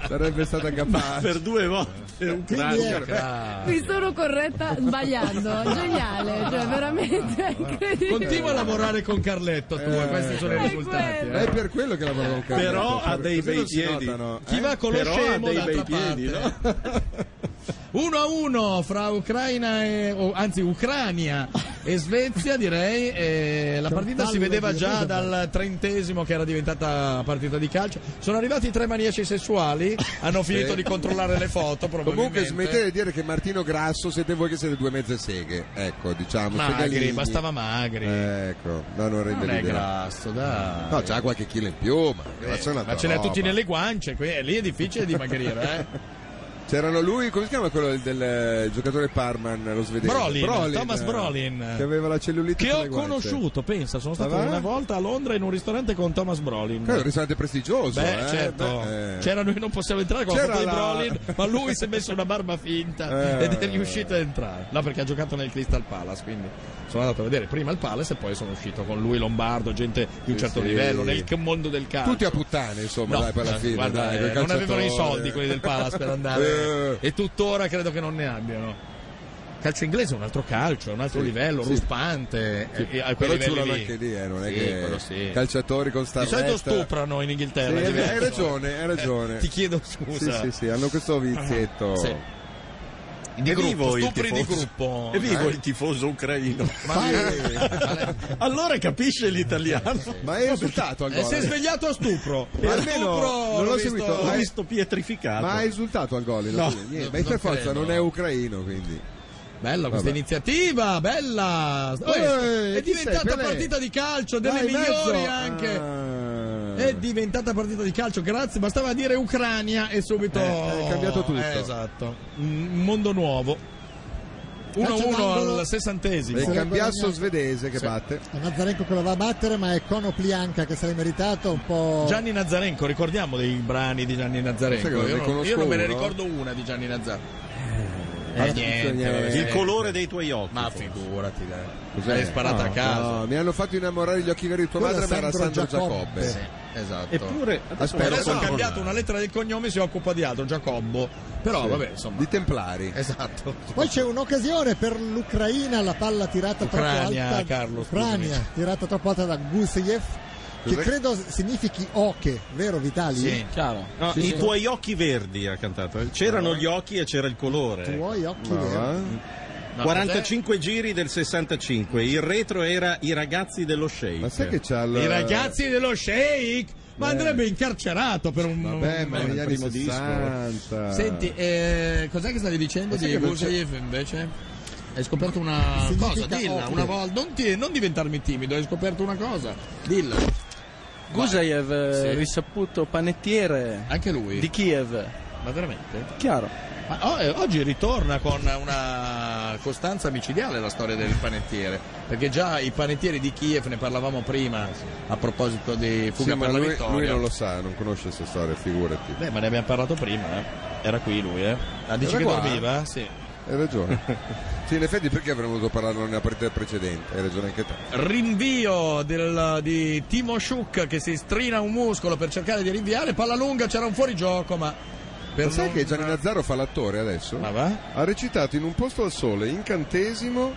Speaker 4: sarebbe stata capace.
Speaker 7: Per due volte Ucrania.
Speaker 11: Mi sono corretta sbagliando, geniale, cioè veramente incredibile.
Speaker 3: Ah, Continua a lavorare con Carletto tu,
Speaker 4: Eh,
Speaker 3: e questi sono i
Speaker 11: È
Speaker 3: risultati.
Speaker 11: quello.
Speaker 3: eh.
Speaker 4: È per quello che lavoravo con Carletto.
Speaker 7: Però
Speaker 4: per-
Speaker 7: ha dei
Speaker 4: così
Speaker 7: bei
Speaker 4: non si
Speaker 7: piedi.
Speaker 4: notano,
Speaker 3: Chi
Speaker 4: eh?
Speaker 3: va con lo
Speaker 7: Però ha
Speaker 3: scemo
Speaker 7: dei bei
Speaker 3: d'altra
Speaker 7: piedi,
Speaker 3: parte. 1 a 1 fra Ucraina e o, anzi Ucrania e Svezia direi e la partita si vedeva già dal trentesimo che era diventata partita di calcio sono arrivati i tre maniaci sessuali hanno finito di controllare le foto probabilmente
Speaker 4: Comunque smettete di dire che Martino Grasso siete voi che siete due mezze seghe. Ecco, diciamo.
Speaker 3: magri
Speaker 4: Segalini.
Speaker 3: bastava
Speaker 7: Eh,
Speaker 3: magri
Speaker 4: Ecco, no, non rende
Speaker 3: non è
Speaker 4: l'idea.
Speaker 3: grasso dai
Speaker 4: No,
Speaker 7: certo,
Speaker 4: c'ha qualche chilo in più, ma, Grasso è una
Speaker 3: ma ce l'ha
Speaker 4: roba.
Speaker 3: Eh, tutti nelle guance qui, eh, lì è difficile dimagrire eh
Speaker 4: C'erano lui, come si chiama quello del, del giocatore Parman, lo svedese?
Speaker 3: Brolin, Thomas Brolin.
Speaker 4: Che aveva la cellulite
Speaker 3: che ho
Speaker 4: sulle guance.
Speaker 3: conosciuto pensa sono stato
Speaker 4: Ma Ah, va?
Speaker 3: una volta a Londra in un ristorante con Thomas Brolin
Speaker 4: Quello è un ristorante prestigioso,
Speaker 3: Beh,
Speaker 4: eh,
Speaker 3: certo.
Speaker 4: beh, eh.
Speaker 3: C'era noi non possiamo entrare con la
Speaker 4: C'era
Speaker 3: foto di
Speaker 4: la-
Speaker 3: Brolin, ma lui si è messo una barba finta
Speaker 4: Eh,
Speaker 3: ed è
Speaker 4: vabbè,
Speaker 3: riuscito ad entrare. No, perché ha giocato nel Crystal Palace, quindi sono andato a vedere prima il Palace e poi sono uscito con lui Lombardo, gente di un
Speaker 4: Sì,
Speaker 3: certo
Speaker 4: sì.
Speaker 3: livello nel c- mondo del calcio.
Speaker 4: Tutti a puttane, insomma,
Speaker 3: No,
Speaker 4: dai, per la fine.
Speaker 3: guarda,
Speaker 4: dai, coi
Speaker 3: eh, non avevano i
Speaker 4: calciatori. Eh.
Speaker 3: soldi quelli del Palace per andare e tuttora credo che non ne abbiano. Calcio inglese è un altro calcio, è un altro
Speaker 4: Sì,
Speaker 3: livello,
Speaker 4: sì.
Speaker 3: ruspante.
Speaker 4: Sì,
Speaker 3: e- e Eh, a quei
Speaker 4: però
Speaker 3: livelli
Speaker 4: giurano
Speaker 3: lì.
Speaker 4: anche lì, eh, non è
Speaker 3: Sì, quello
Speaker 4: che
Speaker 3: sì.
Speaker 4: calciatori con
Speaker 3: Di
Speaker 4: starletta.
Speaker 3: solito stuprano in
Speaker 4: Sì,
Speaker 3: Inghilterra. è
Speaker 4: hai
Speaker 3: diverso.
Speaker 4: ragione, hai ragione.
Speaker 3: Eh, Ti chiedo scusa.
Speaker 4: Sì, sì, sì, hanno questo vizietto.
Speaker 3: Sì. Di
Speaker 7: È
Speaker 3: gruppo,
Speaker 7: vivo il
Speaker 3: stupri di
Speaker 7: tifoso.
Speaker 3: gruppo.
Speaker 7: È vivo
Speaker 3: Eh?
Speaker 7: il tifoso ucraino.
Speaker 4: Ma,
Speaker 7: Allora capisce l'italiano.
Speaker 4: ma è esultato
Speaker 3: Eh,
Speaker 4: ancora.
Speaker 3: si è svegliato a stupro.
Speaker 4: Ma almeno non l'ho
Speaker 3: l'ho visto-
Speaker 4: seguito.
Speaker 7: L'ho
Speaker 4: Ma-
Speaker 7: visto pietrificato.
Speaker 4: Ma ha esultato al gol?
Speaker 7: No.
Speaker 4: niente.
Speaker 3: No,
Speaker 4: Ma in per
Speaker 3: non
Speaker 4: forza
Speaker 3: credo.
Speaker 4: non è ucraino, quindi.
Speaker 3: Bella questa
Speaker 4: Vabbè.
Speaker 3: iniziativa, bella. Oh,
Speaker 4: Eh,
Speaker 3: è
Speaker 4: chi sei,
Speaker 3: diventata
Speaker 4: Pelé?
Speaker 3: partita di calcio, delle
Speaker 4: Vai,
Speaker 3: migliori
Speaker 4: mezzo. Eh.
Speaker 3: anche.
Speaker 4: Ah.
Speaker 3: È diventata partita di calcio, grazie. Bastava dire Ucrania e subito
Speaker 4: Eh, è cambiato tutto.
Speaker 3: Eh, esatto. Un mondo nuovo.
Speaker 2: Calcio
Speaker 3: 1-1
Speaker 2: d'angolo.
Speaker 3: al sessantesimo.
Speaker 4: È il cambiasso
Speaker 2: guadagnato.
Speaker 4: svedese che batte.
Speaker 2: È Mazzarenko che lo va a battere, ma è Conoplianca che se l'è meritato un po'.
Speaker 3: Gianni Nazarenco, ricordiamo dei brani di Gianni
Speaker 4: Sai che
Speaker 3: Nazarenco.
Speaker 4: non
Speaker 3: Io
Speaker 4: ne
Speaker 3: non, io
Speaker 4: conosco
Speaker 3: non me ne
Speaker 4: uno.
Speaker 3: ricordo una di Gianni Nazarenco.
Speaker 4: Eh, bisogna-
Speaker 7: Il
Speaker 4: Eh.
Speaker 7: colore dei tuoi occhi.
Speaker 3: Ma
Speaker 7: forse.
Speaker 3: figurati, dai.
Speaker 4: Cos'è?
Speaker 3: L'hai sparata a
Speaker 4: No,
Speaker 3: caso.
Speaker 4: no, mi hanno fatto innamorare gli occhi veri di tua
Speaker 2: Quello
Speaker 4: madre,
Speaker 2: è
Speaker 4: ma era
Speaker 2: Sandro
Speaker 4: Sandro
Speaker 2: Giacobbe.
Speaker 4: Giacobbe.
Speaker 3: Sì, esatto.
Speaker 7: Eppure adesso
Speaker 4: Aspetta,
Speaker 7: me lo
Speaker 3: Adesso ha
Speaker 7: sono
Speaker 3: cambiato
Speaker 7: ricordato.
Speaker 3: una lettera del cognome e si occupa di altro, Giacobbo. Però
Speaker 4: Sì.
Speaker 3: Oh, vabbè, insomma.
Speaker 4: Di Templari.
Speaker 3: Esatto.
Speaker 2: Poi c'è un'occasione per l'Ucraina, la palla tirata
Speaker 3: Ucrania,
Speaker 2: troppo alta.
Speaker 3: Carlo, scusami.
Speaker 2: Ucrania, tirata troppo alta da Guseyev, che
Speaker 4: Cos'è?
Speaker 2: credo significhi oche, vero Vitali?
Speaker 3: Sì.
Speaker 6: Chiaro.
Speaker 7: No, I tuoi occhi verdi ha cantato. eh. C'erano gli occhi e c'era il colore.
Speaker 2: Tuoi occhi
Speaker 4: Ma
Speaker 2: veri.
Speaker 3: eh.
Speaker 4: va?
Speaker 3: No,
Speaker 7: 45 giri del 65. Il retro era I ragazzi dello Sheikh.
Speaker 4: Ma sai che c'ha il...
Speaker 3: cos'è? I ragazzi dello Sheikh. Ma
Speaker 4: Beh.
Speaker 3: andrebbe incarcerato per un.
Speaker 4: Eh. Vabbè, ma
Speaker 3: un-
Speaker 4: negli anni
Speaker 7: primo disco.
Speaker 4: 60.
Speaker 3: Senti, eh, cos'è che stavi dicendo
Speaker 4: sai
Speaker 3: di
Speaker 4: che non
Speaker 3: Gusev invece? Hai scoperto una
Speaker 2: Significa
Speaker 3: cosa, dilla
Speaker 2: occhio.
Speaker 3: una volta, non, ti- non diventarmi timido, hai scoperto una cosa, dilla,
Speaker 6: Guseyev,
Speaker 3: Sì.
Speaker 6: eh, risaputo panettiere
Speaker 3: anche lui,
Speaker 6: di Kiev.
Speaker 3: ma veramente?
Speaker 6: Chiaro.
Speaker 3: Ma o- eh, oggi ritorna con una costanza micidiale la storia del panettiere, perché già i panettieri di Kiev ne parlavamo prima a proposito di
Speaker 4: Sì,
Speaker 3: fuga
Speaker 4: ma
Speaker 3: per la
Speaker 4: lui,
Speaker 3: vittoria.
Speaker 4: lui non lo sa, non conosce questa storia, figurati.
Speaker 3: Beh, ma ne abbiamo parlato prima, eh. era qui lui, eh. Ah, dici
Speaker 4: Era
Speaker 3: che
Speaker 4: qua?
Speaker 3: dormiva? Sì.
Speaker 4: Hai ragione. sì, in effetti perché avremmo dovuto parlarlo nella partita precedente? Hai ragione anche te.
Speaker 3: rinvio del- di Timo Schuck che si strina un muscolo per cercare di rinviare. Palla lunga, c'era un fuorigioco, ma. Per
Speaker 4: Ma sai
Speaker 3: non- eh?
Speaker 4: che Gianni Nazzaro fa l'attore adesso?
Speaker 3: Ma va?
Speaker 4: Ha recitato in un posto al sole incantesimo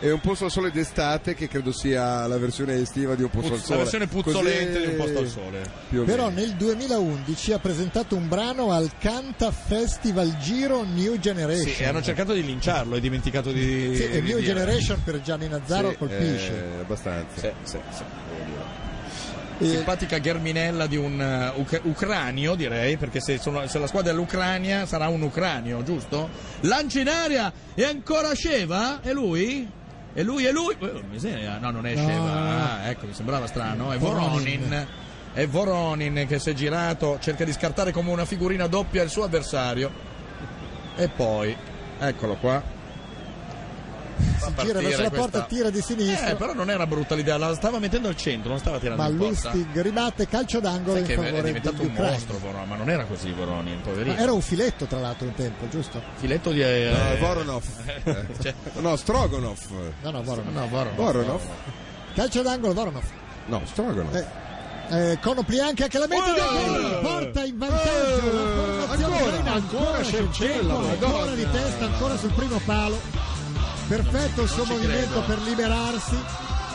Speaker 4: e un posto al sole d'estate, che credo sia la versione estiva di un posto al
Speaker 3: Puzz-
Speaker 4: sole.
Speaker 3: la versione puzzolente
Speaker 4: Così-
Speaker 3: di un posto al sole.
Speaker 4: Più o
Speaker 2: Però
Speaker 4: meno.
Speaker 2: nel 2011 ha presentato un brano al Canta Festival Giro New
Speaker 4: Eh,
Speaker 2: Generation.
Speaker 3: Sì, hanno cercato di linciarlo, hai dimenticato di.
Speaker 2: Sì, e
Speaker 3: di
Speaker 2: New
Speaker 3: dire.
Speaker 2: Generation per Gianni Nazzaro
Speaker 4: Sì,
Speaker 2: colpisce.
Speaker 4: eh, abbastanza.
Speaker 3: Sì, sì, sì.
Speaker 2: E-
Speaker 3: Simpatica gherminella di un eh, uc- ucranio, direi, perché se, sono- se la squadra è l'Ucrania sarà un ucranio, giusto? Lancia in aria e ancora Sceva? È lui? E lui, è lui? Eh, miseria, no, non è
Speaker 2: No.
Speaker 3: Sceva. Ah, ecco, mi sembrava strano. È
Speaker 2: Voronin.
Speaker 3: Voronin. È Voronin che si è girato, cerca di scartare come una figurina doppia il suo avversario. E poi, eccolo qua.
Speaker 2: si gira verso la porta, tira di sinistra.
Speaker 3: Eh, però non era brutta l'idea, la stava mettendo al centro, non stava tirando
Speaker 2: ma
Speaker 3: in porta.
Speaker 2: Lustig ribatte calcio d'angolo
Speaker 3: Sai
Speaker 2: in
Speaker 3: che è
Speaker 2: favore
Speaker 3: diventato
Speaker 2: degli
Speaker 3: un
Speaker 2: ucraini.
Speaker 3: mostro Voroni, ma non era così Voroni, poverino.
Speaker 2: Ma era un filetto, tra l'altro, un tempo, giusto?
Speaker 3: filetto di... eh,
Speaker 4: No, Voronov.
Speaker 3: Cioè-
Speaker 4: No, Strogonov.
Speaker 2: No, no, Voronov.
Speaker 3: No, Voronov.
Speaker 4: Voronov?
Speaker 2: Calcio d'angolo, Voronov.
Speaker 4: No, Strogonov.
Speaker 2: Eh, eh, Konoplianca che la mette dentro, porta in
Speaker 3: Eh!
Speaker 2: vantaggio la formazione
Speaker 4: ancora,
Speaker 2: ucraina,
Speaker 4: ancora Shevchenko,
Speaker 2: ancora,
Speaker 4: Madonna.
Speaker 2: di testa, ancora sul primo palo. Perfetto il suo
Speaker 3: non ci
Speaker 2: movimento
Speaker 3: credo.
Speaker 2: per liberarsi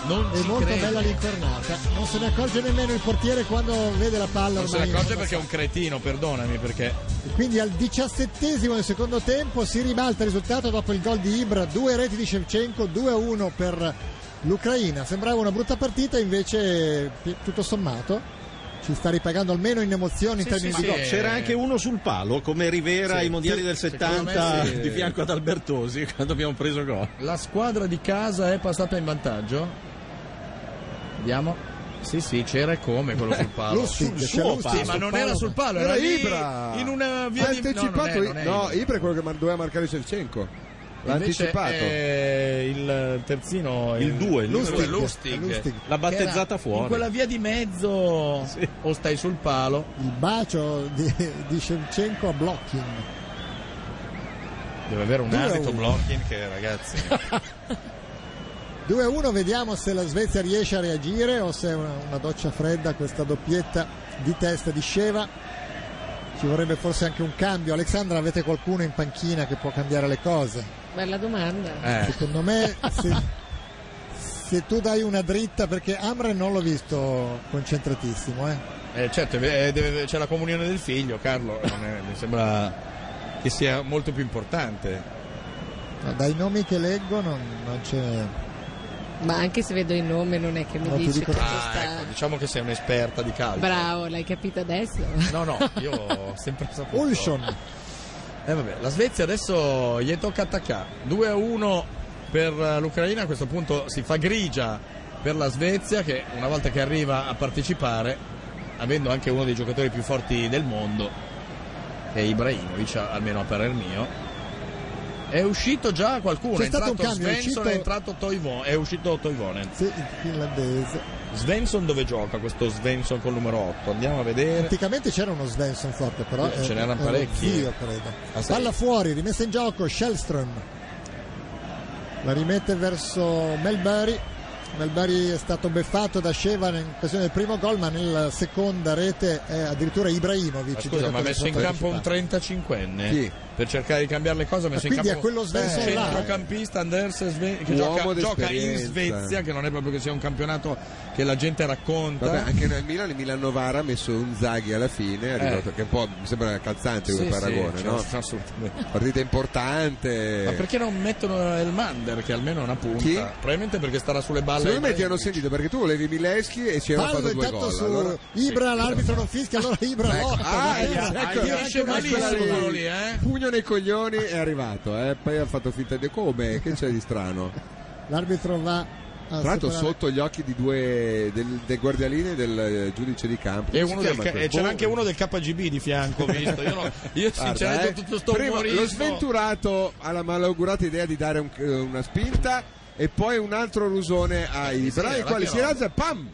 Speaker 3: Non
Speaker 2: e
Speaker 3: ci
Speaker 2: molto
Speaker 3: credo.
Speaker 2: bella l'incornata. Non se ne accorge nemmeno il portiere quando vede la palla
Speaker 3: Non se ne
Speaker 2: ormai
Speaker 3: accorge perché è
Speaker 2: passata.
Speaker 3: un cretino, perdonami, perché...
Speaker 2: Quindi al diciassettesimo del secondo tempo si ribalta il risultato dopo il gol di Ibra, due reti di Shevchenko, 2-1 per l'Ucraina. Sembrava una brutta partita, invece pi- tutto sommato ci sta ripagando almeno in emozioni in termini
Speaker 7: Ma
Speaker 2: di
Speaker 7: no,
Speaker 2: gol.
Speaker 7: Eh. c'era anche uno sul palo come Rivera ai mondiali del 70
Speaker 3: secondo me sì.
Speaker 7: di fianco ad Albertosi quando abbiamo preso gol.
Speaker 3: La squadra di casa è passata in vantaggio? Vediamo. Sì, sì, c'era e come quello sul palo.
Speaker 2: Lustig,
Speaker 7: sul
Speaker 2: c'è
Speaker 7: suo
Speaker 2: Lustig
Speaker 7: palo.
Speaker 3: Sì, ma
Speaker 2: sul
Speaker 3: non era sul palo, era,
Speaker 4: Era
Speaker 3: lì,
Speaker 4: Ibra.
Speaker 3: in una
Speaker 4: Ha
Speaker 3: via di
Speaker 4: anticipato
Speaker 3: no, non è- non è
Speaker 4: no, Ibra è quello che mar- doveva marcare Shevchenko. L'ha
Speaker 3: Invece eh,
Speaker 4: anticipato.
Speaker 3: è il terzino
Speaker 7: Il due, il
Speaker 3: Lustig,
Speaker 7: numero-
Speaker 3: Lustig,
Speaker 2: Lustig.
Speaker 7: L'ha
Speaker 3: che era
Speaker 7: battezzata fuori.
Speaker 3: in quella via di mezzo o stai sul palo
Speaker 2: Il bacio di, di Shevchenko a Blocking.
Speaker 3: deve avere un
Speaker 2: Due a
Speaker 3: arbitro
Speaker 2: uno.
Speaker 3: blocking che ragazzi
Speaker 2: 2-1, vediamo se la Svezia riesce a reagire o se è una, una doccia fredda questa doppietta di testa di Sceva. Ci vorrebbe forse anche un cambio. Alexandra, avete qualcuno in panchina che può cambiare le cose?
Speaker 9: Bella domanda.
Speaker 3: eh.
Speaker 2: Secondo me, se, se tu dai una dritta, perché Amre non l'ho visto concentratissimo, eh.
Speaker 3: Eh, certo eh, deve- c'è la comunione del figlio Carlo eh, non è- mi sembra che sia molto più importante
Speaker 2: No, dai nomi che leggo non, non c'è.
Speaker 9: Ma anche se vedo il nome non è che mi
Speaker 2: No, ti
Speaker 9: dici
Speaker 2: dico-
Speaker 9: che ci
Speaker 3: ah,
Speaker 9: sta.
Speaker 3: ecco, diciamo che sei un'esperta di calcio
Speaker 9: Bravo, l'hai capito adesso?
Speaker 3: no no io ho sempre saputo
Speaker 2: Olsson,
Speaker 3: Eh, vabbè, la Svezia adesso gli tocca attaccare. 2 a 1 per eh, l'Ucraina, a questo punto si fa grigia per la Svezia che una volta che arriva a partecipare, avendo anche uno dei giocatori più forti del mondo, che è Ibrahimovic, almeno a parer mio, è uscito già qualcuno,
Speaker 2: C'è
Speaker 3: è
Speaker 2: stato
Speaker 3: entrato
Speaker 2: un cambio, è
Speaker 3: Svensson, è,
Speaker 2: uscito-
Speaker 3: entrato Toivo- è uscito Toivonen.
Speaker 2: sì, il finlandese.
Speaker 3: Svensson dove gioca questo Svensson col numero 8? Andiamo a vedere.
Speaker 2: Praticamente c'era uno Svensson forte, però.
Speaker 3: Eh, ce
Speaker 2: eh,
Speaker 3: n'erano
Speaker 2: eh,
Speaker 3: parecchi.
Speaker 2: Io credo.
Speaker 3: Ah, sì?
Speaker 2: Palla fuori, rimessa in gioco, Shellstrom. La rimette verso Melbury. Melbury è stato beffato da Shevan in occasione del primo gol, ma nella seconda rete è addirittura Ibrahimovic.
Speaker 3: Ma scusa, ma ha
Speaker 2: giocatore
Speaker 3: messo in
Speaker 2: forte
Speaker 3: campo un
Speaker 2: partecipato.
Speaker 3: 35enne
Speaker 4: Sì.
Speaker 3: per cercare di cambiare le cose. Ha messo in
Speaker 2: quindi
Speaker 3: campo
Speaker 2: è quello Svensson
Speaker 3: un
Speaker 2: là, eh.
Speaker 3: centrocampista Anders Sve- che
Speaker 4: Uomo
Speaker 3: gioca, gioca in
Speaker 4: d'esperienza.
Speaker 3: Svezia, che non è proprio che sia un campionato che la gente racconta.
Speaker 4: Vabbè, anche nel Milan, il Milan Novara ha messo un Zaghi alla fine, è arrivato, che un po' mi sembra calzante
Speaker 3: Eh. Sì,
Speaker 4: come paragone,
Speaker 3: sì,
Speaker 4: no?
Speaker 3: cioè, assolutamente.
Speaker 4: Partita importante.
Speaker 3: Ma perché non mettono Elmander, che almeno è una punta?
Speaker 4: Chi?
Speaker 3: Probabilmente perché starà sulle balle.
Speaker 4: Secondo me ti
Speaker 3: ai-
Speaker 4: hanno sentito perché tu volevi Mileschi e ci hanno
Speaker 2: Fallo
Speaker 4: fatto due
Speaker 2: intanto
Speaker 4: gol.
Speaker 2: su
Speaker 4: allora-
Speaker 2: Ibra, l'arbitro non fischia, allora Ibra
Speaker 4: Ecco,
Speaker 2: lotta.
Speaker 4: ah,
Speaker 2: eh,
Speaker 4: ecco,
Speaker 3: Ah,
Speaker 4: ecco,
Speaker 3: finisce
Speaker 4: ecco,
Speaker 3: malissimo
Speaker 4: quella
Speaker 3: quello lì, eh?
Speaker 4: Pugno nei coglioni è arrivato, eh? poi ha fatto finta di come, che c'è di strano?
Speaker 2: L'arbitro va a
Speaker 4: Tra l'altro
Speaker 2: Ah, separare-
Speaker 4: sotto gli occhi di due del, del guardialine e del eh, giudice di campo.
Speaker 3: E
Speaker 4: Come si
Speaker 3: uno del
Speaker 4: chiama
Speaker 3: K-
Speaker 4: quel-
Speaker 3: e c'era
Speaker 4: boh.
Speaker 3: anche uno del KGB di fianco, ho visto. Io, no- io
Speaker 4: Guarda,
Speaker 3: sinceramente
Speaker 4: eh.
Speaker 3: tutto sto
Speaker 4: Prima
Speaker 3: umorismo-
Speaker 4: lo sventurato alla malaugurata idea di dare un- una spinta e poi un altro rusone a Ibra,
Speaker 3: Eh, sì,
Speaker 4: il quale
Speaker 3: la
Speaker 4: si
Speaker 3: chiama.
Speaker 4: alza e pam!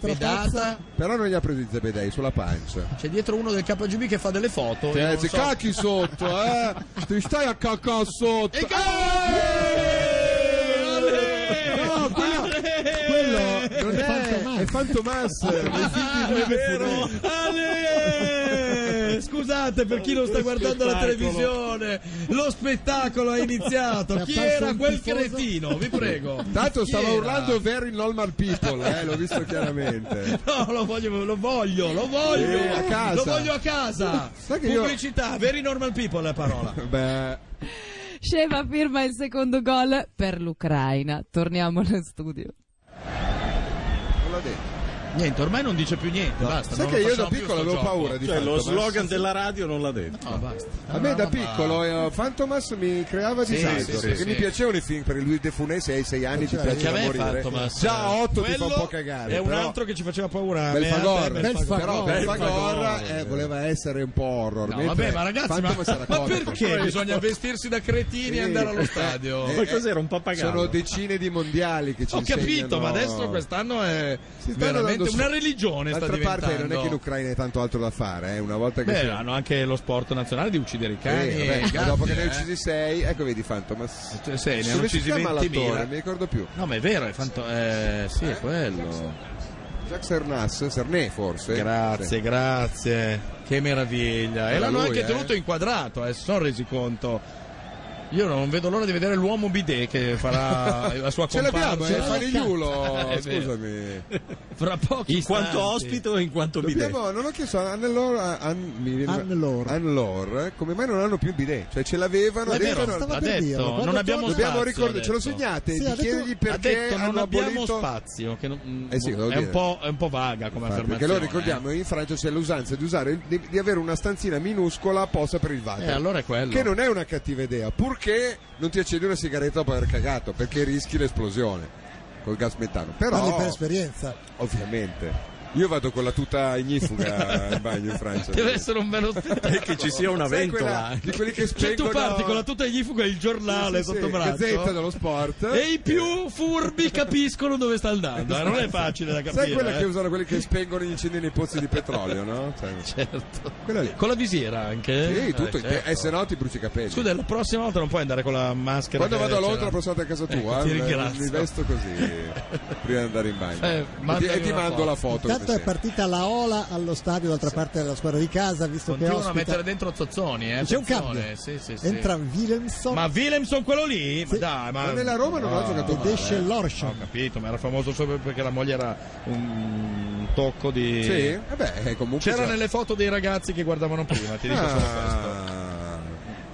Speaker 3: Pedata.
Speaker 4: Però non gli ha preso il zebedei sulla pancia.
Speaker 3: C'è dietro uno del KGB che fa delle foto. io
Speaker 4: Cioè,
Speaker 3: non
Speaker 4: dice,
Speaker 3: so-
Speaker 4: cacchi sotto, eh! Ti stai a cacca sotto!
Speaker 3: E
Speaker 4: Eh! No, quello, quello
Speaker 3: Eh!
Speaker 4: non è, è Fantomas
Speaker 3: Ah, è vero. Ale! Scusate per chi non sta guardando la televisione, lo spettacolo è iniziato.
Speaker 2: È
Speaker 3: Chi
Speaker 2: apparso
Speaker 3: era
Speaker 2: un
Speaker 3: quel
Speaker 2: tifoso?
Speaker 3: cretino? Vi prego.
Speaker 4: Tanto
Speaker 3: Chi
Speaker 4: stava
Speaker 3: era?
Speaker 4: urlando very normal people, eh, l'ho visto chiaramente.
Speaker 3: No, lo voglio, lo voglio, lo voglio.
Speaker 4: Eh, a casa.
Speaker 3: Lo voglio a casa.
Speaker 4: Sai che io-
Speaker 3: Pubblicità, very normal people la parola.
Speaker 4: Beh,
Speaker 12: Sceva firma il secondo gol per l'Ucraina. Torniamo allo studio.
Speaker 4: non l'ho detto.
Speaker 3: Niente, ormai non dice più niente, basta.
Speaker 4: Sai
Speaker 3: non lo
Speaker 4: che io da
Speaker 3: facciamo più
Speaker 4: piccolo
Speaker 3: sto
Speaker 4: avevo
Speaker 3: gioco.
Speaker 4: paura di
Speaker 7: Cioè,
Speaker 4: Fantomas.
Speaker 7: lo slogan della radio non l'ha detto.
Speaker 3: No, basta.
Speaker 4: A me da
Speaker 3: Roba-
Speaker 4: piccolo eh, Fantomas mi creava
Speaker 3: Sì,
Speaker 4: disagio
Speaker 3: sì, sì,
Speaker 4: perché
Speaker 3: sì. Cioè,
Speaker 4: mi piacevano i film per il Luis de Funès e ai sei anni ti
Speaker 3: Perché a
Speaker 4: piaceva
Speaker 3: me
Speaker 4: morire.
Speaker 3: Fantomas,
Speaker 4: Già a
Speaker 3: eh,
Speaker 4: otto ti fa un
Speaker 3: quello
Speaker 4: po' cagare.
Speaker 3: È un
Speaker 4: però-
Speaker 3: altro che ci faceva paura.
Speaker 4: Belfagor,
Speaker 3: Ah, Beh,
Speaker 2: Belfagor.
Speaker 4: però
Speaker 3: Belfagor.
Speaker 4: Belfagor eh, voleva essere un po' horror.
Speaker 3: No,
Speaker 4: mentre
Speaker 3: vabbè, ma ragazzi, ma,
Speaker 4: Fantomas era
Speaker 3: ma
Speaker 4: comico.
Speaker 3: perché bisogna vestirsi da cretini e andare allo stadio? Eh,
Speaker 7: Ma cos'era un pappagallo?
Speaker 4: Sono decine di mondiali che Eh, ci
Speaker 3: Ho capito,
Speaker 4: insegnano-
Speaker 3: ma adesso quest'anno è
Speaker 4: Si stanno
Speaker 3: veramente
Speaker 4: dando su-
Speaker 3: una religione. Sta
Speaker 4: D'altra
Speaker 3: diventando.
Speaker 4: parte non è che in Ucraina è tanto altro da fare, eh. una volta che...
Speaker 3: Beh,
Speaker 4: si-
Speaker 3: hanno anche lo sport nazionale di uccidere i
Speaker 4: Sì,
Speaker 3: cani.
Speaker 4: vabbè,
Speaker 3: e i
Speaker 4: ma
Speaker 3: gatti,
Speaker 4: dopo che ne hai
Speaker 3: eh.
Speaker 4: uccisi sei, ecco vedi Fantomas.
Speaker 3: Cioè, sei, ne hanno
Speaker 4: Come si
Speaker 3: uccisi
Speaker 4: chiama l'attore?
Speaker 3: 20.000.
Speaker 4: Mi ricordo più.
Speaker 3: No, ma è vero, è fanto- eh, sì, è quello.
Speaker 4: Jacques Sernas, Serné forse?
Speaker 3: Grazie, grazie. Che meraviglia. E
Speaker 4: Era
Speaker 3: l'hanno
Speaker 4: lui,
Speaker 3: anche
Speaker 4: eh.
Speaker 3: tenuto inquadrato, eh, si sono resi conto. Io non vedo l'ora di vedere l'uomo bidet che farà la sua
Speaker 4: Ce l'abbiamo,
Speaker 3: comparsa.
Speaker 4: eh, Fanigliulo,
Speaker 3: È vero.
Speaker 4: scusami.
Speaker 3: Fra pochi
Speaker 7: In quanto
Speaker 3: istanti.
Speaker 4: Ah,
Speaker 7: ospite o in quanto bidet?
Speaker 4: Dobbiamo, non ho chiesto a Annelore, a- a- mi viene-
Speaker 2: Annelore.
Speaker 4: Annelore, eh, come mai non hanno più il bidet? Cioè ce l'avevano,
Speaker 3: È
Speaker 4: adesso
Speaker 3: vero,
Speaker 4: non-
Speaker 2: stavo
Speaker 3: ha
Speaker 2: per
Speaker 3: detto,
Speaker 2: dirlo, quando
Speaker 3: non abbiamo
Speaker 2: torna-
Speaker 4: Dobbiamo
Speaker 3: spazio,
Speaker 4: ricordare, ce lo
Speaker 3: ha detto.
Speaker 4: segnate,
Speaker 2: Sì,
Speaker 4: gli
Speaker 2: ha detto-
Speaker 4: chiedergli
Speaker 3: ha
Speaker 4: perché
Speaker 3: detto non
Speaker 4: hanno
Speaker 3: abbiamo
Speaker 4: abolito...
Speaker 3: spazio, che non-
Speaker 4: Eh sì, cosa vuol
Speaker 3: è, un
Speaker 4: dire?
Speaker 3: po', è un po' vaga come
Speaker 4: Infatti,
Speaker 3: affermazione.
Speaker 4: Perché lo
Speaker 3: eh.
Speaker 4: ricordiamo, in Francia c'è l'usanza di, usare, di, di avere una stanzina minuscola apposta per il water.
Speaker 3: Eh, allora è quello.
Speaker 4: Che non è una cattiva idea, purché non ti accendi una sigaretta dopo aver cagato, perché rischi l'esplosione col gas metano.
Speaker 2: Parli
Speaker 4: Però,
Speaker 2: per esperienza.
Speaker 4: ovviamente, io vado con la tuta ignifuga in Ah, bagno in Francia.
Speaker 3: Deve essere un bello spettacolo.
Speaker 7: E che ci sia una
Speaker 4: Sai
Speaker 7: ventola.
Speaker 4: quella- di quelli che
Speaker 3: Cioè tu
Speaker 4: spengono...
Speaker 3: parti con la tuta ignifuga e il giornale
Speaker 4: Sì, sì,
Speaker 3: sotto
Speaker 4: sì,
Speaker 3: braccio.
Speaker 4: Gazzetta dello sport.
Speaker 3: E i più furbi capiscono dove sta andando. eh, Non è facile da capire.
Speaker 4: Sai quella che
Speaker 3: eh.
Speaker 4: usano quelli che spengono gli incendi nei pozzi di petrolio, no? Cioè,
Speaker 3: Certo.
Speaker 4: quella lì.
Speaker 3: Con la visiera anche.
Speaker 4: Sì, tutto
Speaker 3: Eh,
Speaker 4: in te-
Speaker 3: certo.
Speaker 4: eh, se no ti bruci i capelli.
Speaker 3: Scusa, la prossima volta non puoi andare con la maschera.
Speaker 4: Quando
Speaker 3: che
Speaker 4: vado a
Speaker 3: c'era.
Speaker 4: Londra la prossima volta a casa tua,
Speaker 3: Ecco, ti
Speaker 4: eh,
Speaker 3: ringrazio.
Speaker 4: mi vesto così prima di andare in bagno.
Speaker 3: Eh,
Speaker 4: E ti-
Speaker 3: mandami
Speaker 4: e ti
Speaker 3: una
Speaker 4: mando
Speaker 3: foto.
Speaker 4: la foto.
Speaker 2: Intanto
Speaker 4: come
Speaker 2: è
Speaker 4: sempre.
Speaker 2: partita la Ola allo stadio d'altra parte della squadra di casa, visto che
Speaker 3: Continuano a mettere
Speaker 2: ospita.
Speaker 3: dentro Zozzoni, eh.
Speaker 2: C'è un
Speaker 3: attenzione.
Speaker 2: cambio.
Speaker 3: Sì, sì, sì.
Speaker 2: Entra Willemson
Speaker 3: Ma Willemson quello lì? Ma
Speaker 2: Sì.
Speaker 3: dai, ma...
Speaker 4: Ma nella Roma non ha giocato
Speaker 2: ed
Speaker 4: male.
Speaker 2: esce
Speaker 4: eh.
Speaker 3: Ho
Speaker 2: Lorschon.
Speaker 3: capito, ma era famoso solo perché la moglie era un tocco di...
Speaker 4: Sì, vabbè, comunque.
Speaker 3: C'era
Speaker 4: già-
Speaker 3: nelle foto dei ragazzi che guardavano prima, ti dico solo questo.
Speaker 4: Ah.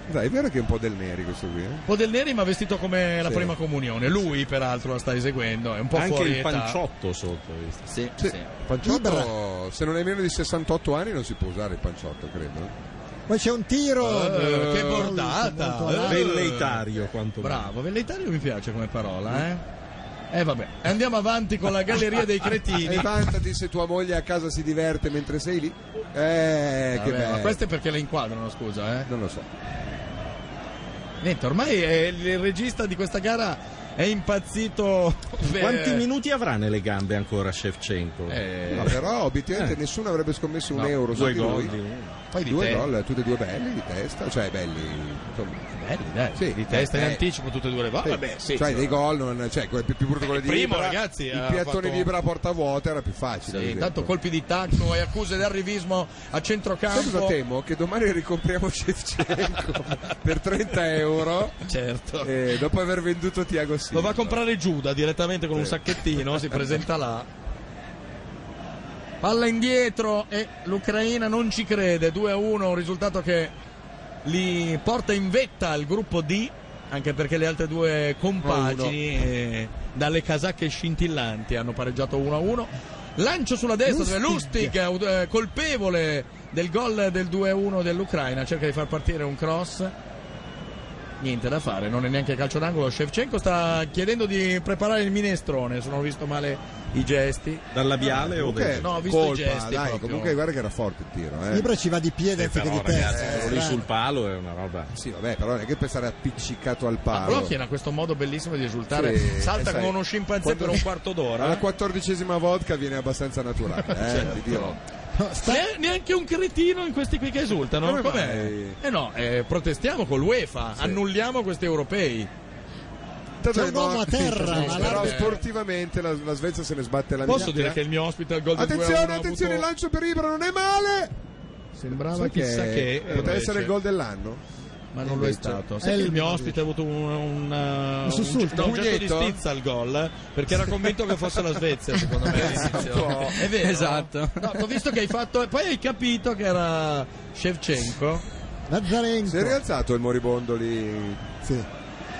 Speaker 4: Dai, è vero che è un po' del Neri questo qui. eh?
Speaker 3: Un po' del Neri ma vestito come la
Speaker 4: Sì.
Speaker 3: prima comunione. Lui peraltro la sta eseguendo, è un po'
Speaker 7: Anche
Speaker 3: fuori
Speaker 7: il
Speaker 3: età.
Speaker 7: panciotto sotto, hai visto?
Speaker 3: Sì,
Speaker 4: Sì.
Speaker 3: sì.
Speaker 4: Panciotto, se non hai meno di 68 anni, non si può usare il panciotto, credo.
Speaker 2: Poi c'è un tiro.
Speaker 3: Eh, che
Speaker 2: Molto
Speaker 3: bordata!
Speaker 2: avanti.
Speaker 3: Eh.
Speaker 7: Velleitario quanto
Speaker 3: Bravo, velleitario mi piace come parola, eh. E vabbè, andiamo avanti con la galleria dei cretini.
Speaker 4: E vantati se tua moglie a casa si diverte mentre sei lì. Eh,
Speaker 3: Vabbè,
Speaker 4: che
Speaker 3: ma
Speaker 4: bello.
Speaker 3: queste perché le inquadrano, scusa, eh.
Speaker 4: Non lo so.
Speaker 3: Niente, ormai eh, il regista di questa gara è impazzito. per-
Speaker 7: Quanti minuti avrà nelle gambe ancora Shevchenko?
Speaker 3: Eh,
Speaker 4: Ma però, obiettivamente, nessuno avrebbe scommesso un
Speaker 3: No,
Speaker 4: euro su
Speaker 7: Due
Speaker 4: di
Speaker 7: gol.
Speaker 4: lui.
Speaker 7: di uno.
Speaker 3: poi di
Speaker 4: due
Speaker 3: te-
Speaker 4: gol, tutti e due belli di testa, cioè belli. Insomma.
Speaker 3: Belli, dai.
Speaker 4: Sì,
Speaker 3: di testa in
Speaker 4: eh,
Speaker 3: anticipo tutte e due le volte. Ah, Vabbè, sì.
Speaker 4: cioè
Speaker 3: sì.
Speaker 4: dei gol, non, cioè quello più, più brutto quello di
Speaker 3: primo,
Speaker 4: Ibra,
Speaker 3: ragazzi,
Speaker 4: il
Speaker 3: ha
Speaker 4: piattone
Speaker 3: fatto-
Speaker 4: di Ibra a porta vuota era più
Speaker 3: Sì,
Speaker 4: facile. ad esempio.
Speaker 3: intanto colpi di tacco e accuse di arrivismo a
Speaker 4: Sai cosa
Speaker 3: centrocampo.
Speaker 4: temo? Che domani ricompriamo Shevchenko per 30 euro
Speaker 3: Certo.
Speaker 4: eh, dopo aver venduto Tiago Silva.
Speaker 3: Lo va a comprare Giuda direttamente con un
Speaker 4: Sì.
Speaker 3: sacchettino, si presenta là. Palla indietro e l'Ucraina non ci crede. 2-1, un risultato che li porta in vetta al gruppo D, anche perché le altre due compagini, eh, dalle casacche scintillanti, hanno pareggiato 1-1. Lancio sulla destra dove
Speaker 2: Lustig.
Speaker 3: Lustig, aut- eh, colpevole del gol del 2-1 dell'Ucraina, cerca di far partire un cross. Niente da fare, non è neanche calcio d'angolo. Shevchenko sta chiedendo di preparare il minestrone. Se non ho visto male i gesti.
Speaker 7: Dal labiale o
Speaker 4: Comunque,
Speaker 7: del...
Speaker 3: No, ho visto
Speaker 4: colpa,
Speaker 3: i gesti
Speaker 4: dai,
Speaker 3: proprio.
Speaker 4: comunque guarda che era forte il tiro. Eh.
Speaker 2: Ibra ci va di piede
Speaker 7: Eh,
Speaker 2: anziché
Speaker 7: però,
Speaker 2: di testa.
Speaker 7: ragazzi,
Speaker 2: Eh,
Speaker 7: quello lì
Speaker 2: strano.
Speaker 7: sul palo è una roba.
Speaker 4: Sì, vabbè, però non è che per stare appiccicato al palo.
Speaker 3: Blochin ha questo modo bellissimo di esultare.
Speaker 4: Sì,
Speaker 3: Salta
Speaker 4: eh, sai,
Speaker 3: come uno scimpanzé
Speaker 4: quando-
Speaker 3: per un quarto
Speaker 4: Alla
Speaker 3: d'ora.
Speaker 4: quattordicesima vodka viene abbastanza naturale, eh, ti
Speaker 3: Certo.
Speaker 4: dirò.
Speaker 2: No, sta-
Speaker 3: Ne- neanche un cretino in questi qui che esultano.
Speaker 4: Come
Speaker 3: Com'è?
Speaker 4: mai?
Speaker 3: Eh no, eh, protestiamo con l'UEFA, annulliamo questi europei.
Speaker 4: Tanto
Speaker 2: C'è un
Speaker 4: è morto.
Speaker 2: uomo a terra, ma
Speaker 4: però
Speaker 2: l'arbitro-
Speaker 4: sportivamente la, la Svezia se ne sbatte la
Speaker 3: Posso
Speaker 4: minchia.
Speaker 3: dire che il mio ospite al gol del 2
Speaker 4: Attenzione, attenzione, il lancio per Ibra non è male.
Speaker 3: Sembrava
Speaker 4: Sai
Speaker 3: chissà che.
Speaker 4: poteva
Speaker 3: Eh, invece-
Speaker 4: essere il gol dell'anno.
Speaker 3: Ma non lo è
Speaker 4: Invece-
Speaker 3: stato. Sai che il mio ospite ha avuto un, un, uh, un,
Speaker 2: sussulto.
Speaker 3: un gesto di
Speaker 4: Pugnetto?
Speaker 3: stizza al gol eh, perché era convinto che fosse la Svezia, secondo me. all'inizio. È vero.
Speaker 6: Esatto.
Speaker 3: No, ho visto che hai fatto e poi hai capito che era Shevchenko.
Speaker 2: Lazzarenko.
Speaker 4: Si è rialzato il moribondo lì.
Speaker 2: Sì.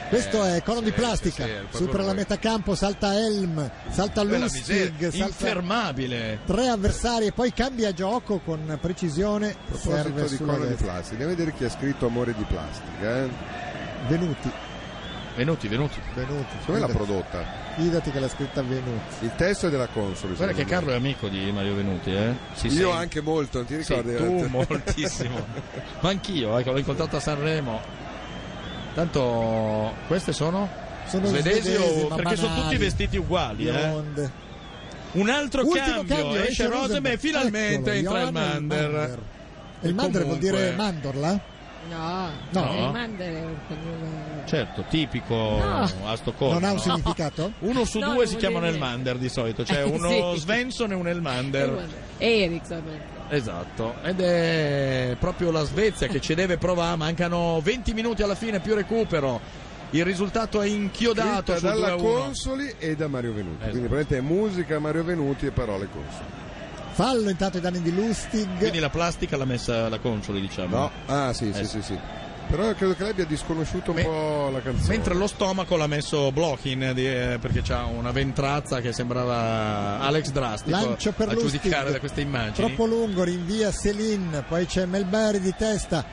Speaker 2: Questo
Speaker 3: Eh,
Speaker 2: è cono di plastica, supera la metà campo, salta Helm, salta
Speaker 3: Quella
Speaker 2: Lustig,
Speaker 3: miseria,
Speaker 2: salta
Speaker 3: infermabile.
Speaker 2: tre avversari e poi cambia gioco con precisione.
Speaker 4: A proposito
Speaker 2: Serve
Speaker 4: di
Speaker 2: sulla
Speaker 4: cono di
Speaker 2: destra.
Speaker 4: plastica, andiamo a vedere chi ha scritto Amore di plastica. eh.
Speaker 2: Venuti,
Speaker 3: Venuti, venuti.
Speaker 2: Venuti.
Speaker 4: Come l'ha prodotta?
Speaker 2: fidati che l'ha scritta Venuti.
Speaker 4: Il testo è della Consoli.
Speaker 3: Guarda che
Speaker 4: secondo
Speaker 3: Carlo è amico di Mario Venuti, eh? Si
Speaker 4: me. Io
Speaker 3: sente.
Speaker 4: anche molto, non ti
Speaker 3: Sì,
Speaker 4: ricordi?
Speaker 3: tu moltissimo. Ma anch'io, ecco, l'ho incontrato a Sanremo. Tanto queste sono,
Speaker 2: Sono
Speaker 3: svedesi,
Speaker 2: svedesi,
Speaker 3: o...
Speaker 2: ma
Speaker 3: perché sono
Speaker 2: banali.
Speaker 3: tutti vestiti uguali, eh?
Speaker 2: Bionde.
Speaker 3: Un altro
Speaker 2: Ultimo
Speaker 3: cambio, esce, Rosenberg e
Speaker 2: Eccolo,
Speaker 3: finalmente entra il
Speaker 2: Johan e
Speaker 3: Mander.
Speaker 2: E il Mander vuol
Speaker 3: comunque-
Speaker 2: dire mandorla?
Speaker 13: No,
Speaker 3: No.
Speaker 13: eh, mandare un cognome.
Speaker 3: Certo, tipico
Speaker 13: No.
Speaker 3: a Stoccolma.
Speaker 2: non ha un
Speaker 3: no?
Speaker 2: significato?
Speaker 3: Uno su
Speaker 13: No,
Speaker 3: due
Speaker 13: non
Speaker 3: si
Speaker 13: voglio
Speaker 3: chiamano
Speaker 13: dire.
Speaker 3: Elmander di solito, cioè
Speaker 13: Eh,
Speaker 3: uno
Speaker 13: sì.
Speaker 3: Svensson e un
Speaker 9: Eh,
Speaker 3: Elmander.
Speaker 13: Ericsson.
Speaker 3: Esatto, ed è proprio la Svezia che ci deve provare, mancano 20 minuti alla fine più recupero. Il risultato è inchiodato
Speaker 4: Scritta
Speaker 3: sul
Speaker 4: dalla
Speaker 3: 2-1.
Speaker 4: Consoli e da Mario Venuti.
Speaker 3: Esatto.
Speaker 4: Quindi praticamente è musica Mario Venuti e parole Consoli.
Speaker 2: Fallo intanto ai danni di Lustig.
Speaker 3: Quindi la plastica l'ha messa la Consoli, diciamo.
Speaker 4: No? Ah sì, sì,
Speaker 3: Eh,
Speaker 4: sì, sì. Però credo che lei abbia disconosciuto un
Speaker 3: Me-
Speaker 4: po' la canzone.
Speaker 3: Mentre lo stomaco l'ha messo Blochin di- eh, perché c'ha una ventrazza che sembrava Alex Drastico
Speaker 2: Lancio per
Speaker 3: a giudicare
Speaker 2: Lustig.
Speaker 3: da queste immagini. Eh,
Speaker 2: Troppo lungo, rinvia Selin, poi c'è Melberry di testa.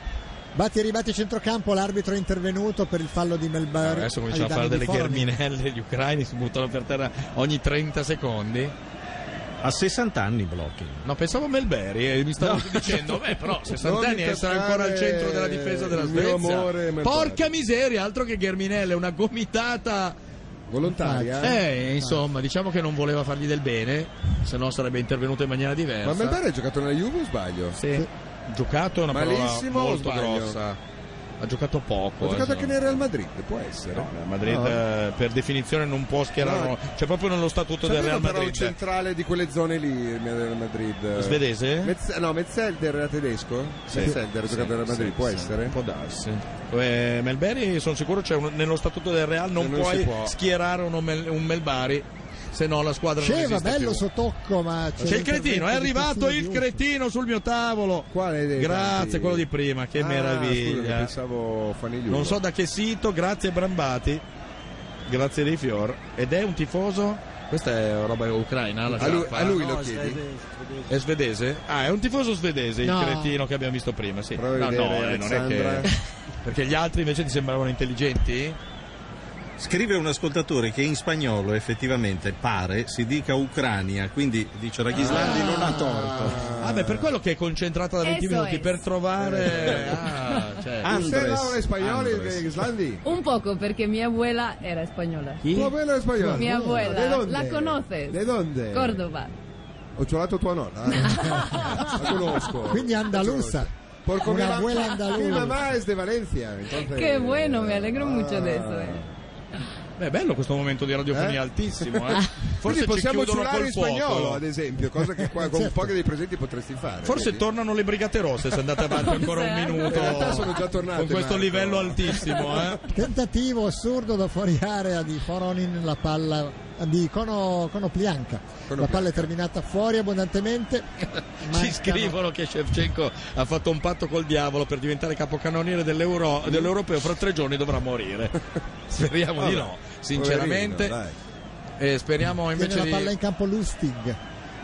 Speaker 2: Batti e ribatti centrocampo, l'arbitro è intervenuto per il fallo di Melberry.
Speaker 3: Adesso
Speaker 2: ai
Speaker 3: cominciamo a
Speaker 2: danni
Speaker 3: fare
Speaker 2: di
Speaker 3: delle
Speaker 2: Forni.
Speaker 3: gherminelle, gli ucraini si buttano per terra ogni 30 secondi.
Speaker 7: A 60 anni blocchi.
Speaker 3: No, pensavo a Melberry e mi stavo dicendo, beh però 60
Speaker 4: Non
Speaker 3: anni essere
Speaker 4: intaccare
Speaker 3: ancora al centro della difesa della
Speaker 4: il mio
Speaker 3: Svezia.
Speaker 4: amore, Melberry.
Speaker 3: Porca miseria, altro che Gherminelle, una gomitata.
Speaker 4: Volontaria?
Speaker 3: Eh, insomma, diciamo che non voleva fargli del bene, se no sarebbe intervenuto in maniera diversa.
Speaker 4: Ma Melberry ha giocato nella Juve o sbaglio?
Speaker 3: Sì. Giocato è una
Speaker 4: Malissimo,
Speaker 3: parola molto
Speaker 4: sbaglio.
Speaker 3: grossa. Ha giocato poco.
Speaker 4: Ha giocato
Speaker 3: eh,
Speaker 4: anche nel Real Madrid, può essere.
Speaker 3: No, il Madrid
Speaker 4: No.
Speaker 3: eh, per definizione non può schierare,
Speaker 4: No.
Speaker 3: c'è proprio nello statuto del
Speaker 4: Sapevo
Speaker 3: Real
Speaker 4: però il
Speaker 3: Madrid.
Speaker 4: centrale di quelle zone lì, il Real Madrid.
Speaker 3: Svedese?
Speaker 4: Metz- no, Metzelder era tedesco? Metzelder ha giocato nel Real Madrid, può essere?
Speaker 3: Può darsi. Eh, Melberi, sono sicuro, c'è un- nello statuto del Real non,
Speaker 4: Eh, Non si
Speaker 3: puoi
Speaker 4: può.
Speaker 3: schierare uno Mel- un Melbari, se no la squadra non
Speaker 2: Sceva,
Speaker 3: esiste
Speaker 2: bello
Speaker 3: più.
Speaker 2: suo tocco, ma c'è,
Speaker 3: C'è il cretino, è
Speaker 2: l'intervento
Speaker 3: arrivato
Speaker 2: di
Speaker 3: il
Speaker 2: Giusto.
Speaker 3: cretino sul mio tavolo.
Speaker 4: Quale dei
Speaker 3: Grazie,
Speaker 4: tanti?
Speaker 3: quello di prima, che
Speaker 4: Ah,
Speaker 3: meraviglia.
Speaker 4: scusa, pensavo Fanigliulo.
Speaker 3: Non so da che sito, grazie Brambati, grazie dei Fior. Ed è un tifoso? Questa è roba ucraina, la
Speaker 4: A lui,
Speaker 3: sciarpa?
Speaker 4: a lui lo chiedi?
Speaker 3: È svedese? Ah, è un tifoso svedese,
Speaker 14: No.
Speaker 3: il cretino che abbiamo visto prima, sì.
Speaker 4: Prova a
Speaker 3: no,
Speaker 4: vedere,
Speaker 3: no, eh, non è
Speaker 4: Alexandra.
Speaker 3: che... Perché gli altri invece ti sembravano intelligenti?
Speaker 7: Scrive un ascoltatore che in spagnolo effettivamente pare si dica Ucrania, quindi dice Raghislandi non ha torto.
Speaker 3: Ah, beh, per quello che è concentrata da 20
Speaker 9: Eso
Speaker 3: minuti,
Speaker 9: es.
Speaker 3: per
Speaker 4: Eh.
Speaker 3: trovare... Ah, cioè...
Speaker 4: Usted
Speaker 7: Andres,
Speaker 4: habla español
Speaker 7: Andres.
Speaker 4: en Islandi?
Speaker 9: Un poco, porque mi abuela era española.
Speaker 3: Chi?
Speaker 4: Tu abuela era española?
Speaker 9: Mi abuela.
Speaker 4: ¿De dónde?
Speaker 9: La conoces?
Speaker 4: ¿De dónde?
Speaker 9: Córdoba.
Speaker 4: Ho ciolato tua nonna. La conosco.
Speaker 2: Quindi andalusa.
Speaker 4: Porco
Speaker 2: Una
Speaker 4: mi mamá-
Speaker 2: abuela andaluza.
Speaker 4: Mi mamá es de Valencia. Entonces,
Speaker 9: Qué bueno, me alegro mucho de eso, eh.
Speaker 4: Ah.
Speaker 3: Beh, è bello questo momento di radiofonia
Speaker 4: Eh?
Speaker 3: altissimo, eh. Forse
Speaker 4: Quindi
Speaker 3: ci
Speaker 4: possiamo
Speaker 3: chiudono
Speaker 4: ciulare
Speaker 3: col
Speaker 4: in spagnolo,
Speaker 3: fuoco.
Speaker 4: ad esempio, cosa che qua con
Speaker 2: Certo.
Speaker 4: pochi dei presenti potresti fare.
Speaker 3: Forse
Speaker 4: vedi?
Speaker 3: tornano le Brigate Rosse se andate avanti ancora un
Speaker 9: Certo.
Speaker 3: minuto.
Speaker 4: In realtà sono già tornate,
Speaker 3: Con questo
Speaker 4: Marco.
Speaker 3: livello altissimo, eh.
Speaker 2: Tentativo assurdo da fuori area di Foronin la palla di Cono, Conoplianca. la palla è terminata fuori abbondantemente.
Speaker 3: Ci
Speaker 2: Mancano-
Speaker 3: scrivono che Shevchenko ha fatto un patto col diavolo per diventare capocannoniere dell'Euro- dell'Europeo. Fra tre giorni dovrà morire. Speriamo di no, sinceramente.
Speaker 4: Poverino, dai.
Speaker 3: E speriamo
Speaker 2: Tiene
Speaker 3: invece
Speaker 2: la
Speaker 3: di.
Speaker 2: palla in campo Lustig.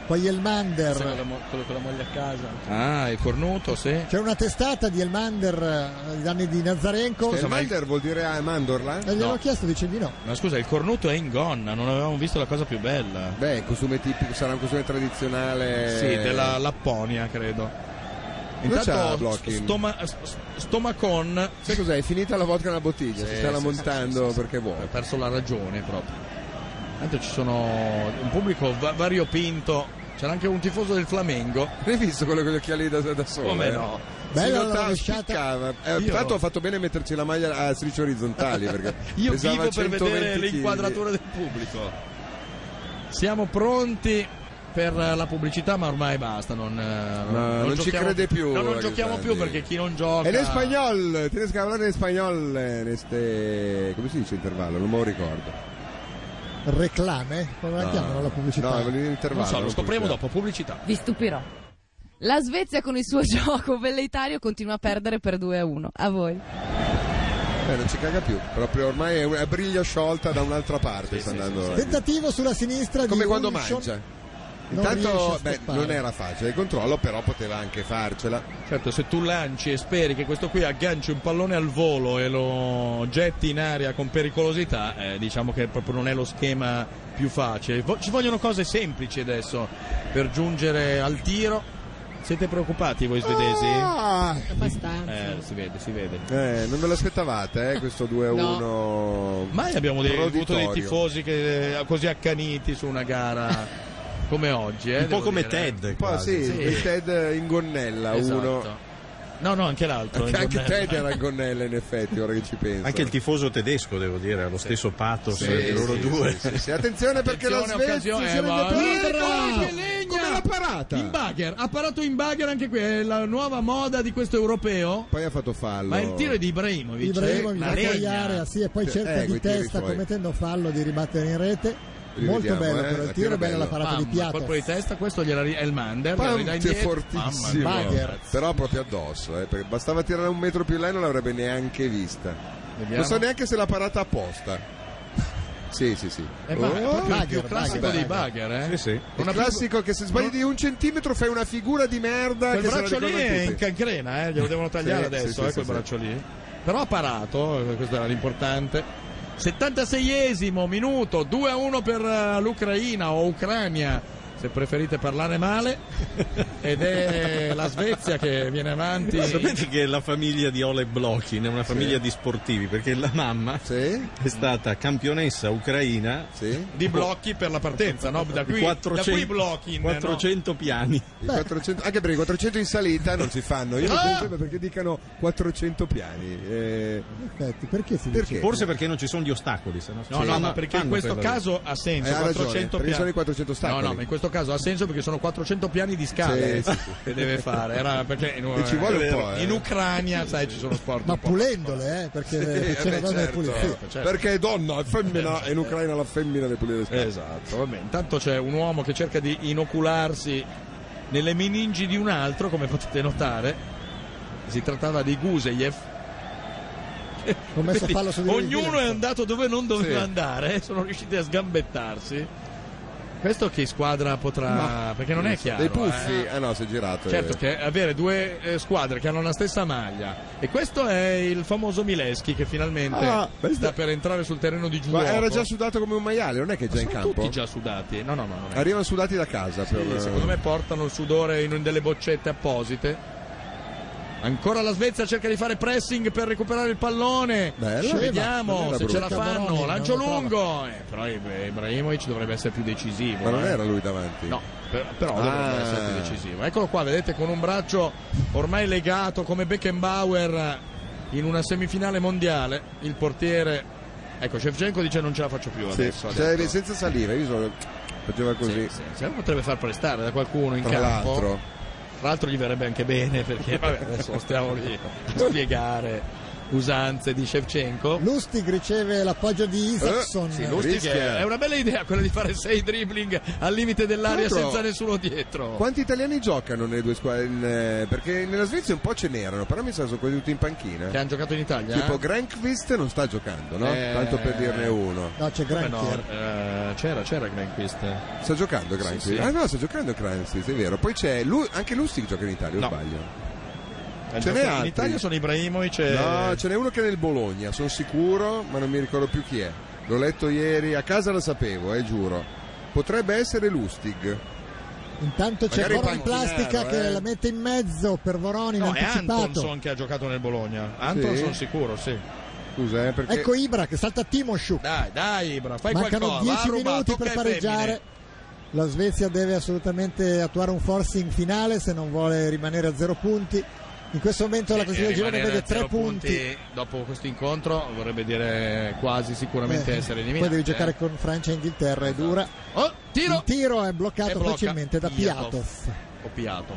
Speaker 2: Poi
Speaker 15: Quello con la
Speaker 2: Elmander.
Speaker 15: mo- quello con la moglie a casa.
Speaker 3: Ah, è cornuto, sì.
Speaker 2: C'è una testata di Elmander eh, ai danni di Nazarenko.
Speaker 4: Scusa,
Speaker 2: E
Speaker 4: Mander Eh, vuol dire ah, mandorla?
Speaker 2: gliel'ho
Speaker 3: no.
Speaker 2: chiesto, dice di no.
Speaker 3: Ma scusa, il cornuto è in gonna, non avevamo visto la cosa più bella.
Speaker 4: Beh, è un costume tipico, sarà un costume tradizionale.
Speaker 3: Sì, della Lapponia, credo.
Speaker 4: c'ha
Speaker 3: Intanto,
Speaker 4: Blochin?
Speaker 3: stoma- s- Stomacon
Speaker 4: Sai cos'è? È finita la vodka nella bottiglia, si
Speaker 3: Sì,
Speaker 4: sta
Speaker 3: sì,
Speaker 4: lamontando
Speaker 3: sì, sì, sì.
Speaker 4: perché vuole.
Speaker 3: ha perso la ragione proprio. Tanto ci sono un pubblico va- variopinto, c'era anche un tifoso del Flamengo.
Speaker 4: Hai visto quello con gli occhiali da, da sole?
Speaker 3: Come no?
Speaker 2: Bella
Speaker 4: Bella
Speaker 2: la
Speaker 4: la
Speaker 2: rovesciata.
Speaker 4: spiccava. Eh,
Speaker 3: Io-
Speaker 4: Tanto ho fatto bene a metterci la maglia a strisce orizzontali perché
Speaker 3: Io
Speaker 4: pesava
Speaker 3: vivo per
Speaker 4: 120
Speaker 3: vedere
Speaker 4: chili.
Speaker 3: l'inquadratura del pubblico. Siamo pronti per eh, la pubblicità, ma ormai basta. Non, eh, non
Speaker 4: non ci
Speaker 3: giochiamo-
Speaker 4: crede più,
Speaker 3: No, non
Speaker 4: Raghi
Speaker 3: giochiamo
Speaker 4: Sandi.
Speaker 3: più perché chi non gioca.
Speaker 4: En español, tienes que hablar en español en este... Come si dice intervallo? Non me lo ricordo.
Speaker 2: Reclame? Come la chiamano la pubblicità?
Speaker 4: No, volevo dire intervallo.
Speaker 3: Non so, lo
Speaker 4: non
Speaker 3: scopriremo
Speaker 4: pubblicità.
Speaker 3: dopo. Pubblicità.
Speaker 9: Vi stupirò. La Svezia con il suo gioco velleitario continua a perdere per 2 a 1. A voi.
Speaker 4: Eh, non ci caga più, proprio ormai è una briglia sciolta da un'altra parte. sta andando avanti.
Speaker 2: Tentativo sulla sinistra
Speaker 4: Come
Speaker 2: di
Speaker 4: quando
Speaker 2: Ulsson.
Speaker 4: mangia.
Speaker 2: non riesce a
Speaker 4: Intanto beh,
Speaker 2: stoppare.
Speaker 4: non era facile il controllo, però poteva anche farcela.
Speaker 3: Certo, se tu lanci e speri che questo qui agganci un pallone al volo e lo getti in aria con pericolosità, eh, diciamo che proprio non è lo schema più facile. Vo- ci vogliono cose semplici adesso per giungere al tiro. Siete preoccupati voi svedesi?
Speaker 4: Ah,
Speaker 16: Abbastanza.
Speaker 3: Eh, si vede, si vede.
Speaker 4: eh, non ve l'aspettavate, eh, questo 2-1.
Speaker 3: Mai abbiamo dei- avuto dei
Speaker 4: Proditorio.
Speaker 3: tifosi che, eh, così accaniti su una gara come oggi. eh,
Speaker 7: Un po'
Speaker 3: devo
Speaker 7: come
Speaker 3: dire.
Speaker 7: Ted.
Speaker 4: Un po' sì, il Ted in gonnella
Speaker 3: Esatto.
Speaker 4: uno.
Speaker 3: No, no, anche l'altro.
Speaker 4: Anche, anche
Speaker 3: in gonnella.
Speaker 4: Ted era in gonnella in effetti, ora che ci penso.
Speaker 7: Anche il tifoso tedesco, devo dire, ha lo stesso pathos
Speaker 4: Sì,
Speaker 7: di loro
Speaker 4: sì,
Speaker 7: due.
Speaker 4: sì, sì, sì. Attenzione perché
Speaker 3: Attenzione,
Speaker 4: la Svezia
Speaker 3: occasione,
Speaker 4: si
Speaker 3: eh, va-
Speaker 4: regge per-
Speaker 3: Mirra!
Speaker 4: Come l'ha parata?
Speaker 3: In bagger, ha parato in bagger anche qui, è la nuova moda di questo europeo.
Speaker 4: Poi ha fatto fallo.
Speaker 3: Ma il tiro è di Ibrahimovic.
Speaker 2: Ibrahimovic
Speaker 3: eh,
Speaker 2: va
Speaker 3: la
Speaker 2: fuori
Speaker 3: regna.
Speaker 2: area, sì, e poi
Speaker 4: Cioè,
Speaker 2: cerca
Speaker 4: eh,
Speaker 2: di
Speaker 4: quei tiri
Speaker 2: testa
Speaker 4: fuori.
Speaker 2: commettendo fallo di ribattere in rete.
Speaker 4: Rivediamo,
Speaker 2: Molto bello
Speaker 4: eh,
Speaker 2: però il tiro,
Speaker 4: la tira Ah,
Speaker 2: bella la
Speaker 4: bello.
Speaker 2: parata
Speaker 3: Mamma,
Speaker 2: di Piato.
Speaker 3: colpo di testa, questo gliela ri- è il Mander. gliela ridà
Speaker 4: Pante
Speaker 3: indietro. Mamma
Speaker 4: fortissimo.
Speaker 3: mia,
Speaker 2: Bagher.
Speaker 3: ragazzi.
Speaker 4: Però proprio addosso, eh, perché bastava tirare un metro più in là e non l'avrebbe neanche vista.
Speaker 3: Vediamo.
Speaker 4: Non so neanche se l'ha parata apposta. Sì, sì, sì.
Speaker 3: Eh, ma è proprio
Speaker 4: Oh,
Speaker 3: il più
Speaker 2: Bagher,
Speaker 3: classico
Speaker 4: Bagher.
Speaker 3: dei bagger, eh?
Speaker 7: Sì, sì.
Speaker 4: Un classico che se sbagli di un centimetro fai una figura di merda
Speaker 3: Quel
Speaker 4: che se la
Speaker 3: braccio lì
Speaker 4: ricordano
Speaker 3: è
Speaker 4: tutti.
Speaker 3: in cancrena, eh? glielo devono tagliare
Speaker 4: Sì,
Speaker 3: adesso,
Speaker 4: sì,
Speaker 3: eh,
Speaker 4: sì,
Speaker 3: quel
Speaker 4: sì,
Speaker 3: braccio lì. Però ha parato, eh, questo era l'importante. 76esimo minuto, 2-1 per eh, l'Ucraina o Ucrania, se preferite parlare male. Ed è la Svezia che viene avanti.
Speaker 7: Ma Sapete che la famiglia di Oleg Blokin è una famiglia di sportivi perché la mamma
Speaker 4: Sì,
Speaker 7: è stata campionessa ucraina
Speaker 4: sì.
Speaker 3: Di blocchi per la partenza, no? Da qui, da qui blocchi. no?
Speaker 7: 400 piani.
Speaker 4: I 400 anche perché i 400 in salita non si fanno. Io non comprendo perché dicano 400 piani. eh,
Speaker 2: Effetti, perché si dice?
Speaker 4: perché?
Speaker 7: Forse perché non ci sono gli ostacoli, se no,
Speaker 3: No, no, ma perché in questo caso ha
Speaker 4: Eh,
Speaker 3: senso
Speaker 4: ha ragione,
Speaker 3: 400
Speaker 4: perché sono
Speaker 3: piani.
Speaker 4: i 400
Speaker 3: No,
Speaker 4: ostacoli.
Speaker 3: no, ma in questo caso ha senso perché sono 400 piani di scale
Speaker 4: Sì, sì, sì.
Speaker 3: che deve fare. Era perché in,
Speaker 4: E ci vuole un po', eh.
Speaker 3: in Ucrania, sai, ci sono sport.
Speaker 2: Ma
Speaker 3: un po'.
Speaker 2: pulendole, eh, perché
Speaker 4: Eh,
Speaker 2: c'è la
Speaker 4: beh,
Speaker 2: donna
Speaker 4: certo.
Speaker 2: pulita. Sì.
Speaker 3: certo. Eh,
Speaker 4: Perché è donna, è femmina, e in Ucraina la femmina deve pulire le spalle.
Speaker 3: Esatto, vabbè. Intanto c'è un uomo che cerca di inocularsi nelle meningi di un altro, come potete notare. Si trattava di Guseyev.
Speaker 2: Ho messo
Speaker 3: Quindi
Speaker 2: fallo su di lui.
Speaker 3: ognuno è andato dove non doveva
Speaker 4: Sì.
Speaker 3: andare, eh, sono riusciti a sgambettarsi. Questo che squadra potrà. perché non è chiaro.
Speaker 4: Dei puffi,
Speaker 3: eh.
Speaker 4: ah no, si è girato.
Speaker 3: Certo
Speaker 4: eh.
Speaker 3: che avere due eh, squadre che hanno la stessa maglia e questo è il famoso Mileschi che finalmente
Speaker 4: Ah,
Speaker 3: sta per entrare sul terreno di gioco.
Speaker 4: Ma era già sudato come un maiale, non è che è già in
Speaker 3: Sono
Speaker 4: campo?
Speaker 3: Tutti già sudati. No, no, no. non è.
Speaker 4: Arrivano sudati da casa.
Speaker 3: Sì,
Speaker 4: per... eh,
Speaker 3: secondo me portano il sudore in delle boccette apposite. Ancora la Svezia cerca di fare pressing per recuperare il pallone.
Speaker 4: Bella.
Speaker 3: Ci
Speaker 4: Non
Speaker 3: vediamo
Speaker 4: era
Speaker 3: se ce la
Speaker 4: brutta.
Speaker 2: Cameroni,
Speaker 3: fanno.
Speaker 2: non
Speaker 3: Lancio
Speaker 2: la trova.
Speaker 3: lungo. Eh, però Ibra- Ibrahimovic dovrebbe essere più decisivo.
Speaker 4: Ma non
Speaker 3: eh.
Speaker 4: era lui davanti?
Speaker 3: No, per- però
Speaker 4: Ah.
Speaker 3: dovrebbe essere più decisivo. Eccolo qua, vedete con un braccio ormai legato come Beckenbauer in una semifinale mondiale. Il portiere. Ecco, Shevchenko dice non ce la faccio più
Speaker 4: Sì,
Speaker 3: adesso. ha
Speaker 4: cioè,
Speaker 3: detto.
Speaker 4: senza salire, io sono- faceva
Speaker 3: Sì,
Speaker 4: così.
Speaker 3: sì, sì, lo potrebbe far prestare da qualcuno in
Speaker 4: Tra
Speaker 3: campo.
Speaker 4: l'altro,
Speaker 3: Tra l'altro gli verrebbe anche bene perché vabbè, adesso non stiamo lì a spiegare usanze di Shevchenko.
Speaker 2: Lustig riceve l'appoggio di Isaacson.
Speaker 4: Eh, sì,
Speaker 3: Lustig
Speaker 4: rischia.
Speaker 3: è è una bella idea quella di fare sei dribbling al limite dell'area
Speaker 4: Tra l'altro-
Speaker 3: senza nessuno dietro.
Speaker 4: quanti italiani giocano nelle due squadre? in, eh, perché nella Svezia un po' ce n'erano, però mi sa sono quasi tutti in panchina.
Speaker 3: Che hanno giocato in Italia?
Speaker 4: Tipo Grankvist non sta giocando, no?
Speaker 3: Cioè, Eh.
Speaker 4: Tanto per dirne uno.
Speaker 2: No, c'è
Speaker 3: Come no,
Speaker 2: Granchier.
Speaker 3: eh, c'era, c'era Eh, Granquist.
Speaker 4: Sta giocando Grankvist?
Speaker 3: Sì, sì.
Speaker 4: Ah no, sta giocando Grankvist, è vero. Poi c'è Lu- anche Lustig gioca in Italia, o
Speaker 3: No.
Speaker 4: sbaglio?
Speaker 3: Ce
Speaker 4: n'è
Speaker 3: in
Speaker 4: altri?
Speaker 3: Italia sono Ibrahimovic e...
Speaker 4: No, ce n'è uno che è nel Bologna, sono sicuro, ma non mi ricordo più chi è. L'ho letto ieri, a casa la sapevo, eh, giuro. Potrebbe essere Lustig.
Speaker 2: Intanto c'è
Speaker 4: Magari
Speaker 2: Voron
Speaker 4: panchinaro,
Speaker 2: Plastica che
Speaker 4: eh.
Speaker 2: la mette in mezzo per Voroni in
Speaker 3: No, è
Speaker 2: anticipato.
Speaker 3: Antonson che ha giocato nel Bologna. Antonson sicuro, sì.
Speaker 4: Scusa, eh, perché...
Speaker 2: Ecco Ibra che salta Timoshuk.
Speaker 3: Dai, dai Ibra, fai
Speaker 2: Mancano
Speaker 3: qualcosa.
Speaker 2: 10
Speaker 3: va, ruba,
Speaker 2: minuti
Speaker 3: tocca
Speaker 2: per
Speaker 3: ai
Speaker 2: pareggiare.
Speaker 3: Eh,
Speaker 2: La Svezia deve assolutamente attuare un forcing finale se non vuole rimanere a zero punti. In questo momento la classifica
Speaker 3: Eh,
Speaker 2: di girone
Speaker 3: rimanere
Speaker 2: vede
Speaker 3: a
Speaker 2: 3
Speaker 3: zero
Speaker 2: punti.
Speaker 3: dopo questo incontro vorrebbe dire quasi sicuramente
Speaker 2: Eh,
Speaker 3: essere
Speaker 2: Poi
Speaker 3: eliminato.
Speaker 2: devi giocare con Francia e Inghilterra, è dura.
Speaker 3: Oh,
Speaker 2: Il
Speaker 3: tiro!
Speaker 2: tiro è bloccato
Speaker 3: E blocca
Speaker 2: facilmente da
Speaker 3: Piatov.
Speaker 2: Piatov.
Speaker 3: Ho piato.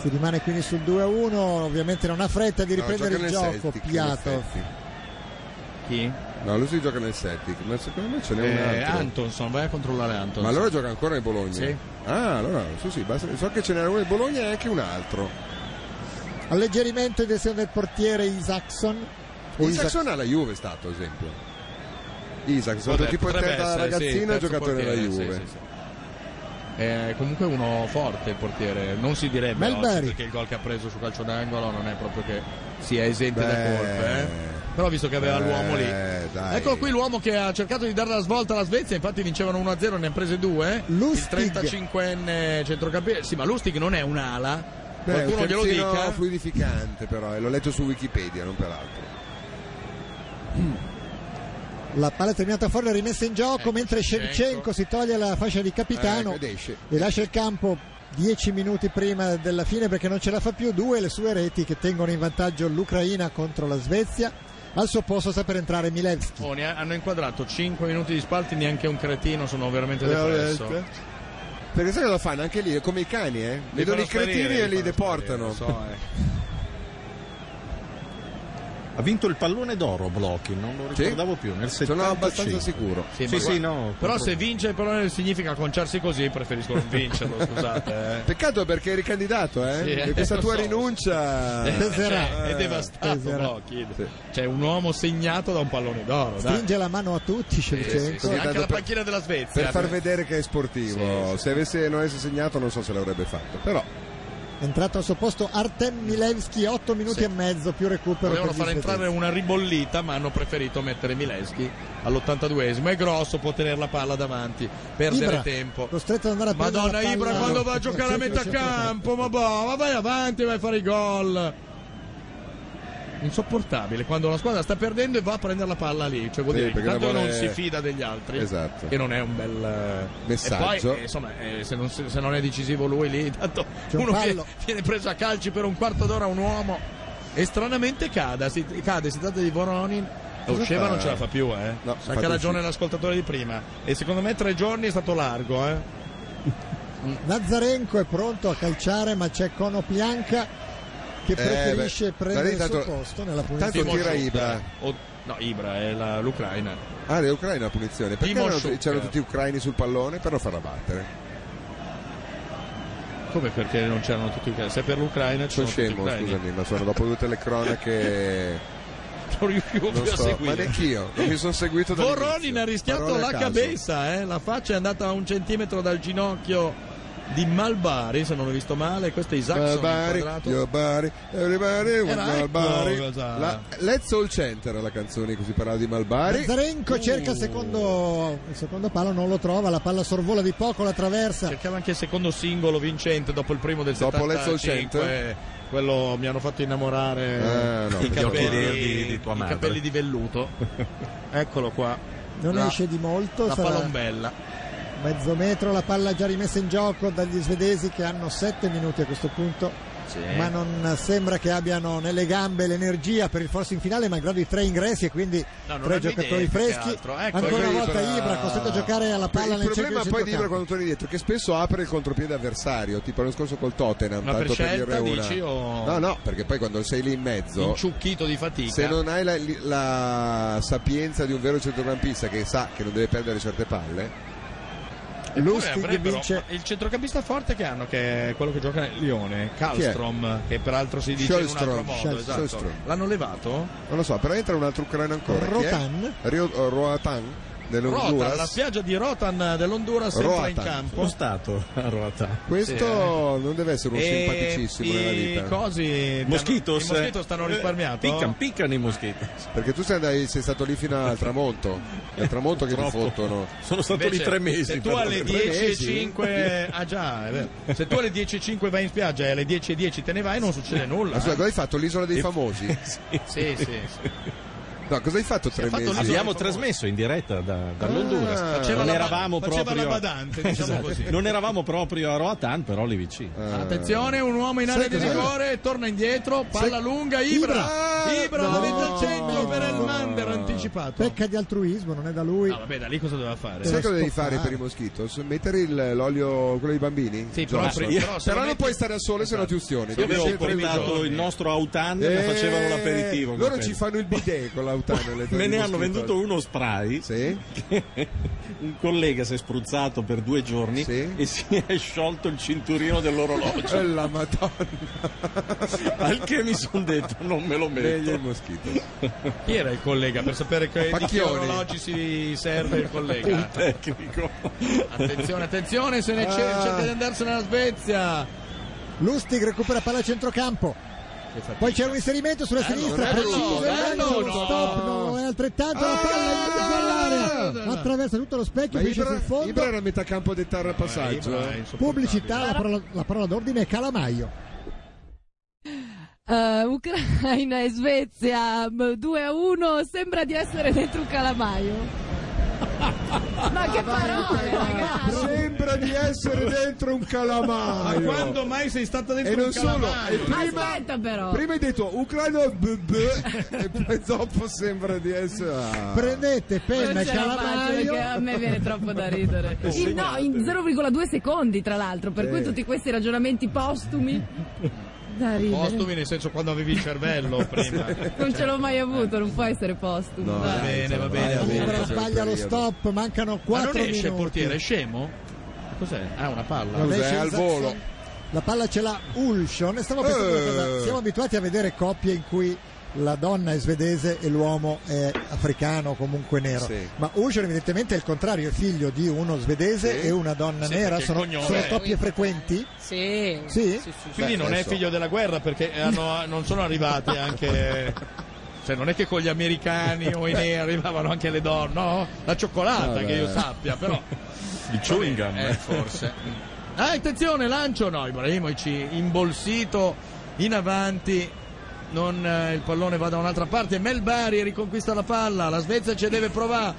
Speaker 2: Si rimane quindi sul 2-1, ovviamente non ha fretta di
Speaker 4: No,
Speaker 2: riprendere
Speaker 4: gioca
Speaker 2: il
Speaker 4: nel
Speaker 2: gioco.
Speaker 4: Celtic,
Speaker 2: Piatov.
Speaker 4: nel Celtic.
Speaker 3: Chi?
Speaker 4: No, lui si gioca nel Celtic, ma secondo me ce n'è un
Speaker 3: Eh,
Speaker 4: altro.
Speaker 3: Antonson, vai a controllare Antonson.
Speaker 4: Ma allora gioca ancora nel Bologna?
Speaker 3: Sì.
Speaker 4: Ah, allora, sì, sì, basta- so che ce n'era uno nel Bologna e anche un altro.
Speaker 2: Alleggerimento in direzione del portiere Isaacson.
Speaker 4: Isaacson alla Juve è stato esempio. Isaacson,
Speaker 3: Vabbè,
Speaker 4: tipo
Speaker 3: potrebbe
Speaker 4: da
Speaker 3: essere, sì,
Speaker 4: ragazzino
Speaker 3: terzo
Speaker 4: giocatore della
Speaker 3: portiere,
Speaker 4: Juve.
Speaker 3: sì, sì, È comunque uno forte il portiere, non si direbbe
Speaker 2: Melberry.
Speaker 3: oggi, perché il gol che ha preso su calcio d'angolo non è proprio che sia esente da
Speaker 4: Beh.
Speaker 3: colpe. eh. Però visto che aveva
Speaker 4: Eh,
Speaker 3: l'uomo lì,
Speaker 4: dai.
Speaker 3: ecco qui l'uomo che ha cercato di dare la svolta alla Svezia. Infatti, vincevano 1-0, ne ha prese due.
Speaker 2: Lustig.
Speaker 3: Il 35enne centrocampista. Sì, ma Lustig non è un'ala.
Speaker 4: Beh, è un
Speaker 3: Qualcuno glielo
Speaker 4: terzino
Speaker 3: dica.
Speaker 4: fluidificante però,
Speaker 3: eh,
Speaker 4: e l'ho letto su Wikipedia, non peraltro.
Speaker 2: La palla è terminata fuori, è rimessa in gioco
Speaker 4: Ecco,
Speaker 2: mentre
Speaker 4: Shevchenko.
Speaker 2: Shevchenko si toglie la fascia di capitano
Speaker 4: Eh,
Speaker 3: Ecco,
Speaker 4: ed esce.
Speaker 2: e lascia il campo 10 minuti prima della fine perché non ce la fa più. Due le sue reti che tengono in vantaggio l'Ucraina contro la Svezia. Al suo posto sta per entrare Milevski.
Speaker 3: Oh, ne ha- hanno inquadrato 5 minuti di spalti, neanche un cretino, sono veramente depresso.
Speaker 4: Veramente. Perché sai cosa fanno? Anche lì, come i cani, eh? Vedono
Speaker 3: fanno
Speaker 4: i cretini
Speaker 3: sparire,
Speaker 4: e
Speaker 3: li
Speaker 4: li
Speaker 3: fanno
Speaker 4: deportano.
Speaker 3: sparire,
Speaker 7: Ha vinto il pallone d'oro Blocchi, non lo
Speaker 4: Sì.
Speaker 7: ricordavo più, nel 75.
Speaker 4: Sono abbastanza sicuro.
Speaker 7: Sì,
Speaker 3: ma
Speaker 7: sì,
Speaker 3: guarda-
Speaker 7: no.
Speaker 3: Però
Speaker 7: contro-
Speaker 3: se vince il pallone significa conciarsi così, preferisco non vincerlo, scusate. eh.
Speaker 4: Peccato perché è ricandidato, eh?
Speaker 3: Sì, eh,
Speaker 4: e questa
Speaker 3: lo
Speaker 4: tua
Speaker 3: so.
Speaker 4: rinuncia
Speaker 3: Eh, cioè,
Speaker 4: Eh,
Speaker 3: è devastato
Speaker 4: peserà.
Speaker 3: Blocchi. Cioè, un uomo segnato da un pallone d'oro. dai.
Speaker 2: Stringe la mano a tutti
Speaker 3: Sì, sì,
Speaker 2: Shevchenko.
Speaker 3: sì, anche
Speaker 4: Tanto
Speaker 3: la
Speaker 4: per-
Speaker 3: panchina della Svezia. eh.
Speaker 4: Per far vedere che è sportivo. Se avesse non avesse segnato non so se l'avrebbe fatto. Però
Speaker 2: È entrato al suo posto Artem Milevski, 8 minuti e mezzo più recupero.
Speaker 3: Volevano
Speaker 2: per gli
Speaker 3: far entrare
Speaker 2: svedesi.
Speaker 3: una ribollita, ma hanno preferito mettere Mileschi all'82esimo. È grosso, può tenere la palla davanti, perdere
Speaker 2: Ibra,
Speaker 3: tempo.
Speaker 2: Costretto ad andare a prendere
Speaker 3: Madonna
Speaker 2: la palla.
Speaker 3: Ibra quando va a giocare a metà campo, ma boh, ma vai avanti, vai a fare i gol. Insopportabile quando la squadra sta perdendo e va a prendere la palla lì, cioè vuol
Speaker 4: Sì,
Speaker 3: dire che
Speaker 4: perché la
Speaker 3: tanto
Speaker 4: vuole-
Speaker 3: non si fida degli altri.
Speaker 4: Esatto.
Speaker 3: Che non è un bel eh,
Speaker 4: Messaggio.
Speaker 3: E poi, eh, insomma, eh, se, non, si- se non è decisivo lui lì, tanto
Speaker 2: C'è un
Speaker 3: uno viene,
Speaker 2: fallo.
Speaker 3: viene preso a calci per un quarto d'ora un uomo e stranamente cade, si, cade, si tratta di Voronin.
Speaker 4: Cosa
Speaker 3: Osceva
Speaker 4: fa?
Speaker 3: non ce la fa più, eh. Sa
Speaker 4: No, infatti
Speaker 3: che ha ragione
Speaker 4: sì.
Speaker 3: l'ascoltatore di prima. E secondo me tre giorni è stato largo, eh.
Speaker 2: Nazarenko è pronto a calciare, ma c'è Konopianca che preferisce
Speaker 4: Eh, beh,
Speaker 2: prendere
Speaker 4: guarda,
Speaker 2: il suo
Speaker 4: intanto-
Speaker 2: posto nella
Speaker 4: tanto
Speaker 2: punizione.
Speaker 4: tira Ibra.
Speaker 3: O- no, Ibra è la- l'Ucraina.
Speaker 4: Ah, dell'Ucraina la punizione. Perché
Speaker 3: Timo
Speaker 4: erano-
Speaker 3: Schuck.
Speaker 4: c'erano tutti ucraini sul pallone per non farla battere?
Speaker 3: Come perché non c'erano tutti ucraini? Se per l'Ucraina ci
Speaker 4: Sono
Speaker 3: sono
Speaker 4: scemo,
Speaker 3: tutti ucraini.
Speaker 4: scusami, ma sono dopo tutte le cronache.
Speaker 3: Non riuscivo
Speaker 4: Non
Speaker 3: più a
Speaker 4: so, ma
Speaker 3: seguire.
Speaker 4: neanch'io, non mi sono seguito da
Speaker 3: Voronin ha rischiato la cabeza, eh? la faccia è andata a un centimetro dal ginocchio di Malbari, se non ho visto male, questo è Isaacson
Speaker 4: Bari,
Speaker 3: inquadrato.
Speaker 4: your body, everybody wants
Speaker 3: Era
Speaker 4: Malbari.
Speaker 3: ecco cosa-
Speaker 4: La- Let's All Center è la canzone in cui si parlava di Malbari.
Speaker 2: Nazarenko
Speaker 4: Uh.
Speaker 2: cerca il secondo, il secondo palo, non lo trova, la palla sorvola di poco, la traversa.
Speaker 3: Cercava anche il secondo singolo vincente dopo il primo del
Speaker 4: Dopo Let's All
Speaker 3: 75.
Speaker 4: Center?
Speaker 3: quello mi hanno fatto innamorare
Speaker 4: Ah, no,
Speaker 3: i,
Speaker 4: perché ho
Speaker 7: parlato
Speaker 3: capelli,
Speaker 7: di- di tua
Speaker 3: i
Speaker 7: madre.
Speaker 3: capelli di velluto.
Speaker 4: Eh,
Speaker 3: Eccolo qua.
Speaker 2: Non
Speaker 3: La-
Speaker 2: esce di molto,
Speaker 3: La
Speaker 2: sarà
Speaker 3: palombella.
Speaker 2: mezzo metro, la palla già rimessa in gioco dagli svedesi che hanno 7 minuti a questo punto. Ma non sembra che abbiano nelle gambe l'energia per il forcing finale, malgrado i tre ingressi e quindi
Speaker 3: No, non
Speaker 2: tre
Speaker 3: hanno
Speaker 2: giocatori
Speaker 3: idee, più che
Speaker 2: freschi.
Speaker 3: altro. Ecco,
Speaker 2: Ancora una
Speaker 4: Ibra-
Speaker 2: volta Ibra, costretto a giocare alla palla
Speaker 4: il
Speaker 2: nel centro
Speaker 4: problema
Speaker 2: di
Speaker 4: poi di Ibra
Speaker 2: centrocampo.
Speaker 4: quando torni dietro è che spesso apre il contropiede avversario, tipo l'anno scorso col Tottenham,
Speaker 3: Ma
Speaker 4: tanto
Speaker 3: per
Speaker 4: per,
Speaker 3: scelta,
Speaker 4: dire una.
Speaker 3: dici, o-
Speaker 4: No, no, perché poi quando sei lì in mezzo,
Speaker 3: Inciucchito di fatica.
Speaker 4: se non hai la, la sapienza di un vero centrocampista che sa che non deve perdere certe palle,
Speaker 3: Poi
Speaker 2: Lustig
Speaker 3: avrebbero-
Speaker 2: vince
Speaker 3: Il centrocampista forte che hanno, che è quello che gioca nel Lione, Kallstrom, che peraltro si dice in un altro
Speaker 4: Sjöström,
Speaker 3: modo.
Speaker 4: Sjöström.
Speaker 3: esatto.
Speaker 4: Sjöström.
Speaker 3: L'hanno levato?
Speaker 4: non lo so, però entra un altro ucraino ancora. chi è?
Speaker 2: Rotan.
Speaker 4: Rio- oh, Roatan
Speaker 3: Rotan, la
Speaker 4: dell'Honduras.
Speaker 3: spiaggia di Rotan dell'Honduras entra in
Speaker 4: Roatan.
Speaker 7: Lo
Speaker 3: campo.
Speaker 7: Stato a ruota.
Speaker 4: Questo
Speaker 3: Sì, eh.
Speaker 4: non deve essere uno simpaticissimo
Speaker 3: i
Speaker 4: nella vita. Eh,
Speaker 3: cosi ti hanno- i
Speaker 7: Moschitos.
Speaker 3: Moschitos stanno risparmiando.
Speaker 7: Piccano, Eh, piccano i moschitos.
Speaker 4: Perché tu sei, andai- sei stato lì fino al tramonto. È al tramonto che ti
Speaker 7: Troppo.
Speaker 4: fottono.
Speaker 7: Sono stato
Speaker 3: Invece,
Speaker 7: lì tre mesi.
Speaker 3: Se tu
Speaker 7: però.
Speaker 3: alle
Speaker 4: Tre mesi?
Speaker 3: 10.05 ah già, è vero. se tu alle 10.05 vai in spiaggia e alle 10.10 te ne vai, non succede nulla.
Speaker 4: Ma scusa, cosa hai fatto? L'isola dei famosi?
Speaker 3: Sì, sì, sì.
Speaker 4: No, cosa hai fatto tre
Speaker 3: fatto
Speaker 4: mesi?
Speaker 3: l'isola-
Speaker 7: Abbiamo trasmesso in diretta da- dall'Honduras.
Speaker 4: Ah.
Speaker 7: non,
Speaker 3: la ba-
Speaker 7: eravamo
Speaker 3: faceva
Speaker 7: proprio...
Speaker 3: la badante, diciamo
Speaker 7: Esatto.
Speaker 3: così.
Speaker 7: non eravamo proprio a Roatan, però lì vicino.
Speaker 3: Attenzione, un uomo in area di rigore, torna indietro, palla lunga, Ibra, Ibra,
Speaker 2: Ibra,
Speaker 3: la mette al centro
Speaker 2: no.
Speaker 3: per El Mandaran anticipato.
Speaker 2: Pecca di altruismo, non è da lui.
Speaker 3: No, vabbè, da lì cosa doveva fare?
Speaker 4: Sai cosa devi
Speaker 2: stoppare.
Speaker 4: fare per i moschitos? Mettere il- l'olio, quello dei bambini?
Speaker 3: Sì, però-
Speaker 4: Johnson.
Speaker 3: però- però se lo
Speaker 4: non
Speaker 3: metti-
Speaker 4: puoi stare al sole, se no ti ustioni.
Speaker 7: Io
Speaker 4: Devi
Speaker 7: avevo
Speaker 4: scegliere i
Speaker 7: portato
Speaker 4: giorni.
Speaker 7: il nostro autan e
Speaker 4: Eh,
Speaker 7: facevano l'aperitivo. con
Speaker 4: Loro
Speaker 7: quello.
Speaker 4: ci fanno il bidet con l'autano. le-
Speaker 7: Me
Speaker 4: i
Speaker 7: ne hanno
Speaker 4: moschitos.
Speaker 7: venduto uno spray. che un collega si è spruzzato per due giorni e si è sciolto il cinturino dell'orologio.
Speaker 4: Eh, la madonna.
Speaker 7: Al che mi sono detto, non me lo
Speaker 4: Meglio
Speaker 7: metto.
Speaker 4: il moschito.
Speaker 3: Chi era il collega per sapere che di che
Speaker 4: Pacchioni.
Speaker 3: orologi si serve il
Speaker 7: Un
Speaker 3: collega?
Speaker 7: tecnico.
Speaker 3: Attenzione, attenzione, se ne
Speaker 4: Ah.
Speaker 3: c'è, cerca di andarsene alla Svezia.
Speaker 2: Lustig recupera palla a centrocampo. Poi c'è un inserimento sulla sinistra,
Speaker 4: non è
Speaker 2: preciso,
Speaker 4: gol,
Speaker 2: il
Speaker 4: eh,
Speaker 2: lancio,
Speaker 3: no,
Speaker 2: lo
Speaker 3: no.
Speaker 2: stop, no, è altrettanto la palla in mezzo all'area, attraversa tutto lo specchio,
Speaker 4: Ma
Speaker 2: finisce
Speaker 4: Ibra,
Speaker 2: sul fondo,
Speaker 4: Ibra era a metà campo a dettare al passaggio.
Speaker 3: Ibra,
Speaker 4: eh.
Speaker 2: pubblicità, la parola, la parola d'ordine è Calamaio.
Speaker 9: Eh, Ucraina e Svezia m, 2 a 1 sembra di essere dentro un calamaio ma che parole ragazzi
Speaker 4: Sembra di essere dentro un
Speaker 3: Ma
Speaker 4: calamaio.
Speaker 3: quando mai sei stata dentro
Speaker 4: E non
Speaker 3: un
Speaker 4: solo,
Speaker 3: calamaio?
Speaker 4: e prima,
Speaker 9: aspetta però
Speaker 4: prima hai detto Ucraino b- b- e poi dopo sembra di essere. ah.
Speaker 2: Prendete penna
Speaker 9: non
Speaker 2: e
Speaker 9: ce la faccio perché
Speaker 2: Calamaio,
Speaker 9: a me viene troppo da ridere In- no in 0,2 secondi tra l'altro per
Speaker 4: Eh, Sì.
Speaker 9: cui tutti questi ragionamenti postumi da ridere
Speaker 3: Postumi nel senso quando avevi il cervello prima.
Speaker 9: non ce l'ho mai avuto non può essere postumo
Speaker 4: No,
Speaker 9: dai.
Speaker 3: Va bene, va bene, va bene.
Speaker 2: Ibra sbaglia lo stop, mancano
Speaker 3: Ma
Speaker 2: 4
Speaker 3: non
Speaker 2: minuti.
Speaker 3: esce il portiere, è scemo? Cos'è? Ah, una palla.
Speaker 2: Non
Speaker 4: Cos'è?
Speaker 2: esce il
Speaker 4: Al
Speaker 2: Saxon.
Speaker 4: volo.
Speaker 2: La palla ce l'ha Ulshon e stiamo pensando una
Speaker 3: Eh.
Speaker 2: cosa. Siamo abituati a vedere coppie in cui la donna è svedese e l'uomo è africano o comunque nero.
Speaker 4: Sì.
Speaker 2: Ma Ulshon evidentemente è il contrario, è figlio di uno svedese
Speaker 4: Sì.
Speaker 2: e una donna
Speaker 3: Sì,
Speaker 2: nera.
Speaker 3: perché il
Speaker 2: Sono,
Speaker 3: cognome
Speaker 2: sono
Speaker 3: è-
Speaker 2: coppie frequenti?
Speaker 6: Sì.
Speaker 2: Sì?
Speaker 3: Quindi
Speaker 4: Beh,
Speaker 3: non
Speaker 4: adesso-
Speaker 3: è figlio della guerra perché hanno- non sono arrivati anche. Cioè, non è che con gli americani o i neri arrivavano anche le donne, no? La cioccolata
Speaker 4: Vabbè.
Speaker 3: che io sappia, però.
Speaker 7: Il chewing gum.
Speaker 3: Eh, forse. Ah, attenzione, lancio no, Ibrahimovic imbolsito in avanti. Non, eh, il pallone va da un'altra parte. Melbari riconquista la palla. La Svezia ci deve provare.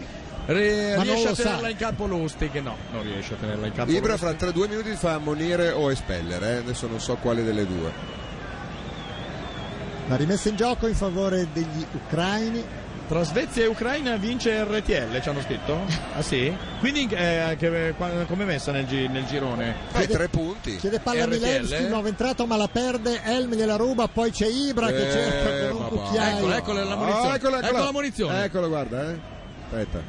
Speaker 3: Re-
Speaker 2: Ma non
Speaker 3: riesce
Speaker 2: lo
Speaker 3: a
Speaker 2: sa.
Speaker 3: tenerla in campo Lustig? No, non riesce a tenerla in campo.
Speaker 4: Ibra
Speaker 3: Lustig.
Speaker 4: fra tra due minuti fa ammonire o espellere. eh. Adesso non so quale delle due.
Speaker 2: La rimessa in gioco in favore degli ucraini.
Speaker 3: Tra Svezia e Ucraina vince RTL, ci hanno scritto? Ah sì? Quindi eh, che- qua- come è messa nel, gi- nel girone?
Speaker 4: Eh, tre punti.
Speaker 2: Chiede palla a
Speaker 3: RTL?
Speaker 2: Milevski, nuovo entrato ma la perde, Elmi gliela ruba, poi c'è Ibra che
Speaker 4: Eh,
Speaker 2: cerca con un
Speaker 4: vabbè.
Speaker 2: cucchiaio.
Speaker 6: Ecco,
Speaker 3: Eccola, eccola Ecco, la munizione. Ecco
Speaker 4: Ah, eccola, eccola.
Speaker 3: la munizione.
Speaker 4: Eccola, guarda, eh. Aspetta.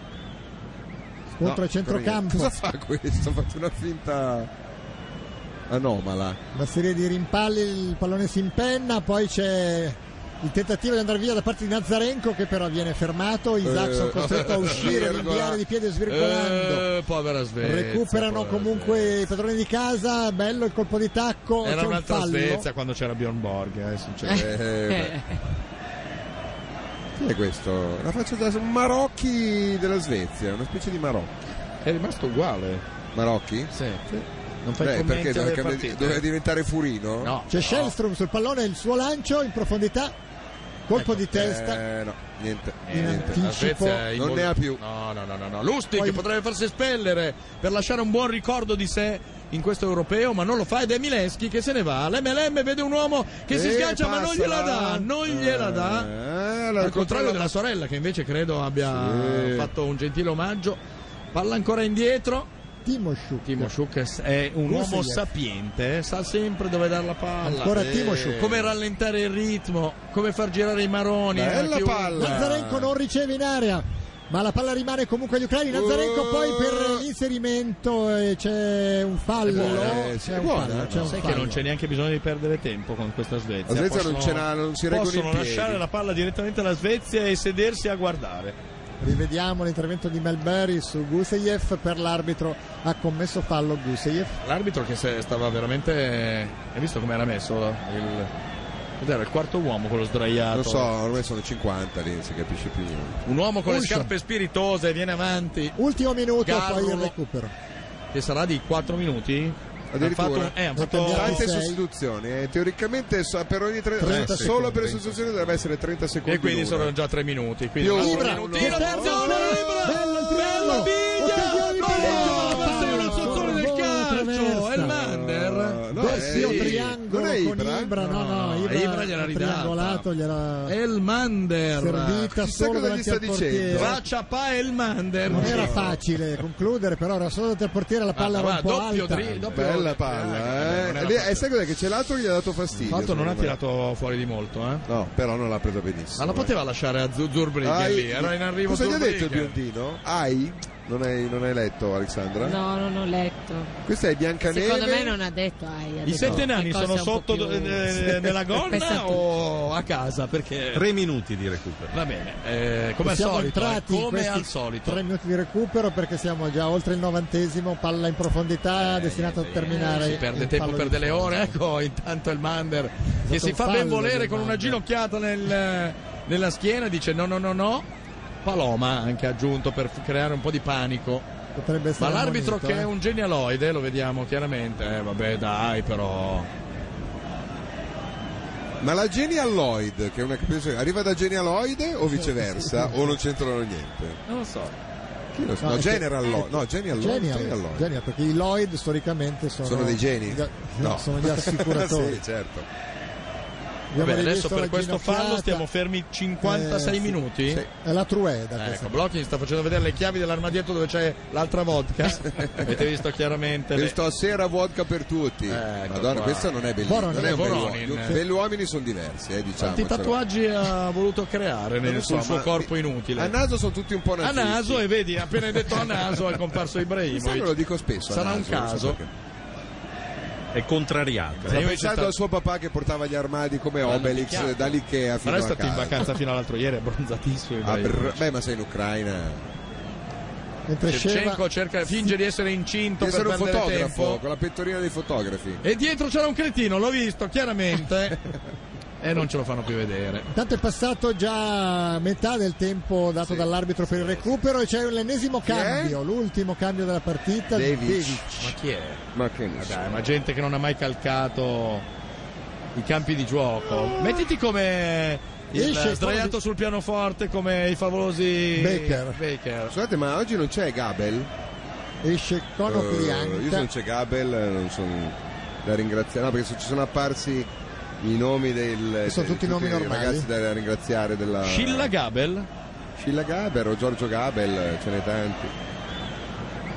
Speaker 2: Contro il centrocampo.
Speaker 4: Cosa fa questo? Ha fatto una finta anomala.
Speaker 2: una serie di rimpalli, il pallone si impenna, poi c'è il tentativo di andare via da parte di Nazarenko che però viene fermato, Isaacson
Speaker 4: Eh,
Speaker 2: costretto a uscire,
Speaker 4: virgola.
Speaker 2: rinviare di piede svirgolando.
Speaker 3: Eh, povera Svezia.
Speaker 2: Recuperano
Speaker 3: povera
Speaker 2: comunque i padroni di casa, bello il colpo di tacco,
Speaker 3: Svezia. Era
Speaker 2: c'è un
Speaker 3: un'altra
Speaker 2: fallo.
Speaker 3: Svezia quando c'era Bjorn Borg, eh, sinceramente.
Speaker 4: Eh, beh. Chi è questo? La faccia da un Marocchi della Svezia, una specie di Marocchi.
Speaker 3: È rimasto uguale.
Speaker 4: Marocchi?
Speaker 3: Sì. Non fai
Speaker 4: Beh,
Speaker 3: commenti
Speaker 4: perché
Speaker 3: alle
Speaker 4: doveva, cambiare-
Speaker 3: partite.
Speaker 4: doveva diventare Furino?
Speaker 3: No.
Speaker 2: C'è Shellstrom sul pallone, il suo lancio in profondità, colpo di testa,
Speaker 4: Eh, no, niente.
Speaker 3: Eh,
Speaker 4: niente.
Speaker 3: la Svezia è
Speaker 4: Non
Speaker 3: invol-
Speaker 4: ne ha più.
Speaker 3: No, no, no, no, no. Lustig
Speaker 2: Poi-
Speaker 3: potrebbe farsi espellere per lasciare un buon ricordo di sé in questo europeo, ma non lo fa ed è Mileschi che se ne va. L'MLM vede un uomo che si
Speaker 4: Eh,
Speaker 3: sgancia, ma non
Speaker 4: passala.
Speaker 3: gliela dà, non gliela dà.
Speaker 4: Eh, allora,
Speaker 3: Al contrario
Speaker 4: controlla-
Speaker 3: della sorella che invece credo abbia
Speaker 4: Sì.
Speaker 3: fatto un gentile omaggio. Palla ancora indietro.
Speaker 2: Timoshuk.
Speaker 3: Timo Schuck è un
Speaker 2: Russev.
Speaker 3: uomo sapiente, eh, sa sempre dove dare la palla.
Speaker 2: Ancora
Speaker 3: Eh,
Speaker 2: Timoshuk.
Speaker 3: Come rallentare il ritmo, come far girare i maroni.
Speaker 4: Bella
Speaker 3: Anche un-
Speaker 4: palla.
Speaker 2: Nazarenko non riceve in area, ma la palla rimane comunque agli ucraini.
Speaker 3: Oh.
Speaker 2: Nazarenko poi per l'inserimento eh, c'è un fallo.
Speaker 3: È buona,
Speaker 4: eh, sì,
Speaker 2: c'è
Speaker 4: è
Speaker 2: un
Speaker 4: buona,
Speaker 2: fallo,
Speaker 4: no?
Speaker 2: c'è un
Speaker 3: Sai che
Speaker 2: fallo.
Speaker 3: non c'è neanche bisogno di perdere tempo con questa Svezia.
Speaker 4: La Svezia
Speaker 3: Possono-
Speaker 4: non ce n'ha- non si reggono
Speaker 3: Possono
Speaker 4: in piedi.
Speaker 3: lasciare la palla direttamente alla Svezia e sedersi a guardare.
Speaker 2: Rivediamo l'intervento di Melberry su Guseyev per l'arbitro ha commesso fallo Guseyev.
Speaker 3: L'arbitro che se- stava veramente. Hai visto come era messo? Il... Cos'era il quarto uomo quello sdraiato?
Speaker 4: Non so, ormai sono 50 lì, non si capisce più niente.
Speaker 3: Un uomo con le
Speaker 2: Uscio.
Speaker 3: scarpe spiritose viene avanti.
Speaker 2: Ultimo minuto
Speaker 3: Garrulo. Eh,
Speaker 2: poi il recupero.
Speaker 3: Che sarà di 4 minuti? Ha
Speaker 4: Addirittura.
Speaker 3: fatto, eh, ha fatto-
Speaker 2: cambiato
Speaker 4: Tante
Speaker 2: sei.
Speaker 4: sostituzioni, eh. teoricamente so- per ogni tre,
Speaker 2: 30
Speaker 4: eh, solo
Speaker 2: secondi.
Speaker 4: per sostituzioni dovrebbe essere 30 secondi.
Speaker 3: E quindi
Speaker 4: l'una.
Speaker 3: sono già 3 minuti. Quindi
Speaker 4: Più
Speaker 3: un altro
Speaker 2: Ibra,
Speaker 3: minutino.
Speaker 2: che terzo
Speaker 3: Attenzione,
Speaker 2: gol!
Speaker 3: Ibra!
Speaker 2: Bello il triangolo!
Speaker 3: Bella piglia!
Speaker 2: Occasione di
Speaker 3: Pareggio!
Speaker 2: pareggio!
Speaker 3: Questa è un'azione del
Speaker 2: Buona
Speaker 3: calcio!
Speaker 2: traversa.
Speaker 3: Elmander!
Speaker 4: No,
Speaker 2: Dorsio
Speaker 4: eh,
Speaker 2: triangolo
Speaker 4: non è
Speaker 2: con
Speaker 4: Ibra?
Speaker 2: Ibra, no, no, Ibra,
Speaker 3: Ibra gliel'ha ridata.
Speaker 2: triangolato, gliel'ha
Speaker 3: Elmander.
Speaker 2: servita
Speaker 3: Chissà
Speaker 2: solo
Speaker 3: cosa gli
Speaker 2: davanti
Speaker 3: sta
Speaker 2: al portiere.
Speaker 3: dicendo. Faccia pa Elmander.
Speaker 2: Non era facile concludere, però era solo davanti al portiere, la palla era
Speaker 3: Ma
Speaker 2: un po'
Speaker 3: doppio,
Speaker 2: alta.
Speaker 3: tri- doppio
Speaker 4: Bella
Speaker 3: Eh,
Speaker 4: palla,
Speaker 3: non
Speaker 4: eh.
Speaker 3: era
Speaker 4: Ed è-
Speaker 3: facile.
Speaker 4: E sai cos'è che c'è l'altro che gli ha dato fastidio.
Speaker 3: Tanto non ha
Speaker 4: secondo me.
Speaker 3: tirato fuori di molto, eh.
Speaker 4: No, però non l'ha preso benissimo.
Speaker 3: Ma la poteva lasciare a Zu- Zurbriggen
Speaker 4: Ah,
Speaker 3: lì, era in arrivo
Speaker 4: Cosa gli ha detto il
Speaker 3: Zurbriggen.
Speaker 4: biondino? Ai? Non hai, non hai letto, Alexandra?
Speaker 9: No, non ho letto.
Speaker 4: Questa è Biancaneve.
Speaker 9: Secondo me non ha detto ai, ha
Speaker 4: I
Speaker 9: detto
Speaker 4: sette
Speaker 9: qualcosa
Speaker 4: nani sono
Speaker 9: un po'
Speaker 3: sotto
Speaker 9: più-
Speaker 3: eh, nella gonna
Speaker 9: Pensate-
Speaker 3: o a casa? Perché
Speaker 7: Tre minuti di recupero.
Speaker 3: va bene, eh, come al
Speaker 2: siamo
Speaker 3: solito, eh,
Speaker 2: entrati in
Speaker 3: come
Speaker 2: questi
Speaker 3: al solito.
Speaker 2: tre minuti di recupero perché siamo già oltre il novantesimo, palla in profondità destinata a terminare.
Speaker 3: Eh, si perde
Speaker 2: il
Speaker 3: tempo
Speaker 2: palo
Speaker 3: per
Speaker 2: di
Speaker 3: delle
Speaker 2: fondo.
Speaker 3: ore, ecco, intanto il Mander che si
Speaker 2: un
Speaker 3: fa
Speaker 2: fallo
Speaker 3: ben volere
Speaker 2: del
Speaker 3: con una
Speaker 2: Mander.
Speaker 3: ginocchiata nel- nella schiena, dice no no no no. Paloma anche aggiunto per f- creare un po' di panico.
Speaker 2: Potrebbe
Speaker 3: Ma
Speaker 2: essere
Speaker 3: l'arbitro
Speaker 2: ammonito,
Speaker 3: che
Speaker 2: eh.
Speaker 3: è un genialoide, lo vediamo chiaramente. Eh, vabbè, dai, però.
Speaker 4: Ma la Genialoid, che è una capigliatura, arriva da Genialoide o viceversa? o non c'entrano niente?
Speaker 3: Non lo so.
Speaker 4: Chi lo sa?
Speaker 2: No,
Speaker 4: No,
Speaker 2: è che-
Speaker 4: General Lloyd. No,
Speaker 2: Genial,
Speaker 4: Genial Lloyd. Genial
Speaker 2: genial,
Speaker 4: Lloyd.
Speaker 2: perché i Lloyd storicamente sono,
Speaker 4: Sono dei geni?
Speaker 2: Ga-
Speaker 4: No.
Speaker 2: Sono gli assicuratori.
Speaker 4: sì, certo.
Speaker 2: Abbiamo
Speaker 3: Vabbè,
Speaker 2: rivisto
Speaker 3: adesso per
Speaker 2: la
Speaker 3: questo
Speaker 2: ginocchiata.
Speaker 3: fallo stiamo fermi 56
Speaker 2: Eh, sì.
Speaker 3: minuti.
Speaker 2: Sì. È la Trueda. questa.
Speaker 3: Ecco, Blocking sta facendo vedere le chiavi dell'armadietto dove c'è l'altra vodka. Avete visto chiaramente. le-
Speaker 4: Questa sera vodka per tutti.
Speaker 3: Ecco
Speaker 4: Madonna,
Speaker 3: qua.
Speaker 4: questo non è bellissimo.
Speaker 2: Boronin,
Speaker 4: non è un
Speaker 3: Boronin.
Speaker 4: belluo- Gli uomini sono diversi, eh, diciamo.
Speaker 3: Quanti tatuaggi ha voluto creare nel,
Speaker 4: Non so,
Speaker 3: sul suo
Speaker 4: ma-
Speaker 3: corpo inutile?
Speaker 4: A naso sono tutti un po'
Speaker 3: A
Speaker 4: nazisti.
Speaker 3: naso, e vedi, appena hai detto a naso è comparso
Speaker 4: Sai che
Speaker 3: Ibrahimovic.
Speaker 4: lo dico spesso. a
Speaker 3: Sarà
Speaker 4: naso,
Speaker 3: un
Speaker 4: non so
Speaker 3: caso.
Speaker 4: perché.
Speaker 7: È contrariato.
Speaker 4: Sta
Speaker 3: Io ci
Speaker 4: pensando
Speaker 3: sta-
Speaker 4: al suo papà che portava gli armadi come Obelix
Speaker 3: picchiato.
Speaker 4: dall'Ikea
Speaker 3: Ma
Speaker 4: fino
Speaker 3: lei
Speaker 4: a
Speaker 3: è stato in
Speaker 4: casa.
Speaker 3: vacanza fino all'altro ieri, è bronzatissimo.
Speaker 4: Ah,
Speaker 3: Ibrahimovic.
Speaker 4: per- Beh, ma sei in Ucraina.
Speaker 2: Mentre Sheva
Speaker 3: Shevchenko Cioè, cerca, finge di essere incinto
Speaker 4: Di essere un
Speaker 3: per perdere
Speaker 4: fotografo
Speaker 3: tempo.
Speaker 4: con la pettorina dei fotografi.
Speaker 3: E dietro c'era un cretino, l'ho visto chiaramente. e non ce lo fanno più vedere.
Speaker 2: Intanto è passato già metà del tempo dato dall'arbitro per il recupero e c'è l'ennesimo cambio, l'ultimo cambio della partita. di
Speaker 4: Davies.
Speaker 2: Davies.
Speaker 3: Ma chi è?
Speaker 4: Ma che
Speaker 3: Ma dai, ma gente che non ha mai calcato i campi di gioco. Mettiti come il
Speaker 2: Esce,
Speaker 3: sdraiato
Speaker 2: fuori-
Speaker 3: sul pianoforte come i favolosi
Speaker 2: Baker.
Speaker 3: Baker.
Speaker 4: Scusate, ma oggi non c'è Gabel?
Speaker 2: Esce
Speaker 4: Eh, io se
Speaker 2: Conoplianca.
Speaker 4: non c'è Gabel eh, non sono da ringraziare. No, perché se ci sono apparsi i nomi del.
Speaker 2: Sono
Speaker 4: de-
Speaker 2: tutti nomi normali.
Speaker 4: ragazzi da ringraziare della.
Speaker 3: Scilla Gabel,
Speaker 4: Scilla Gabel o Giorgio Gabel, eh, ce n'è tanti.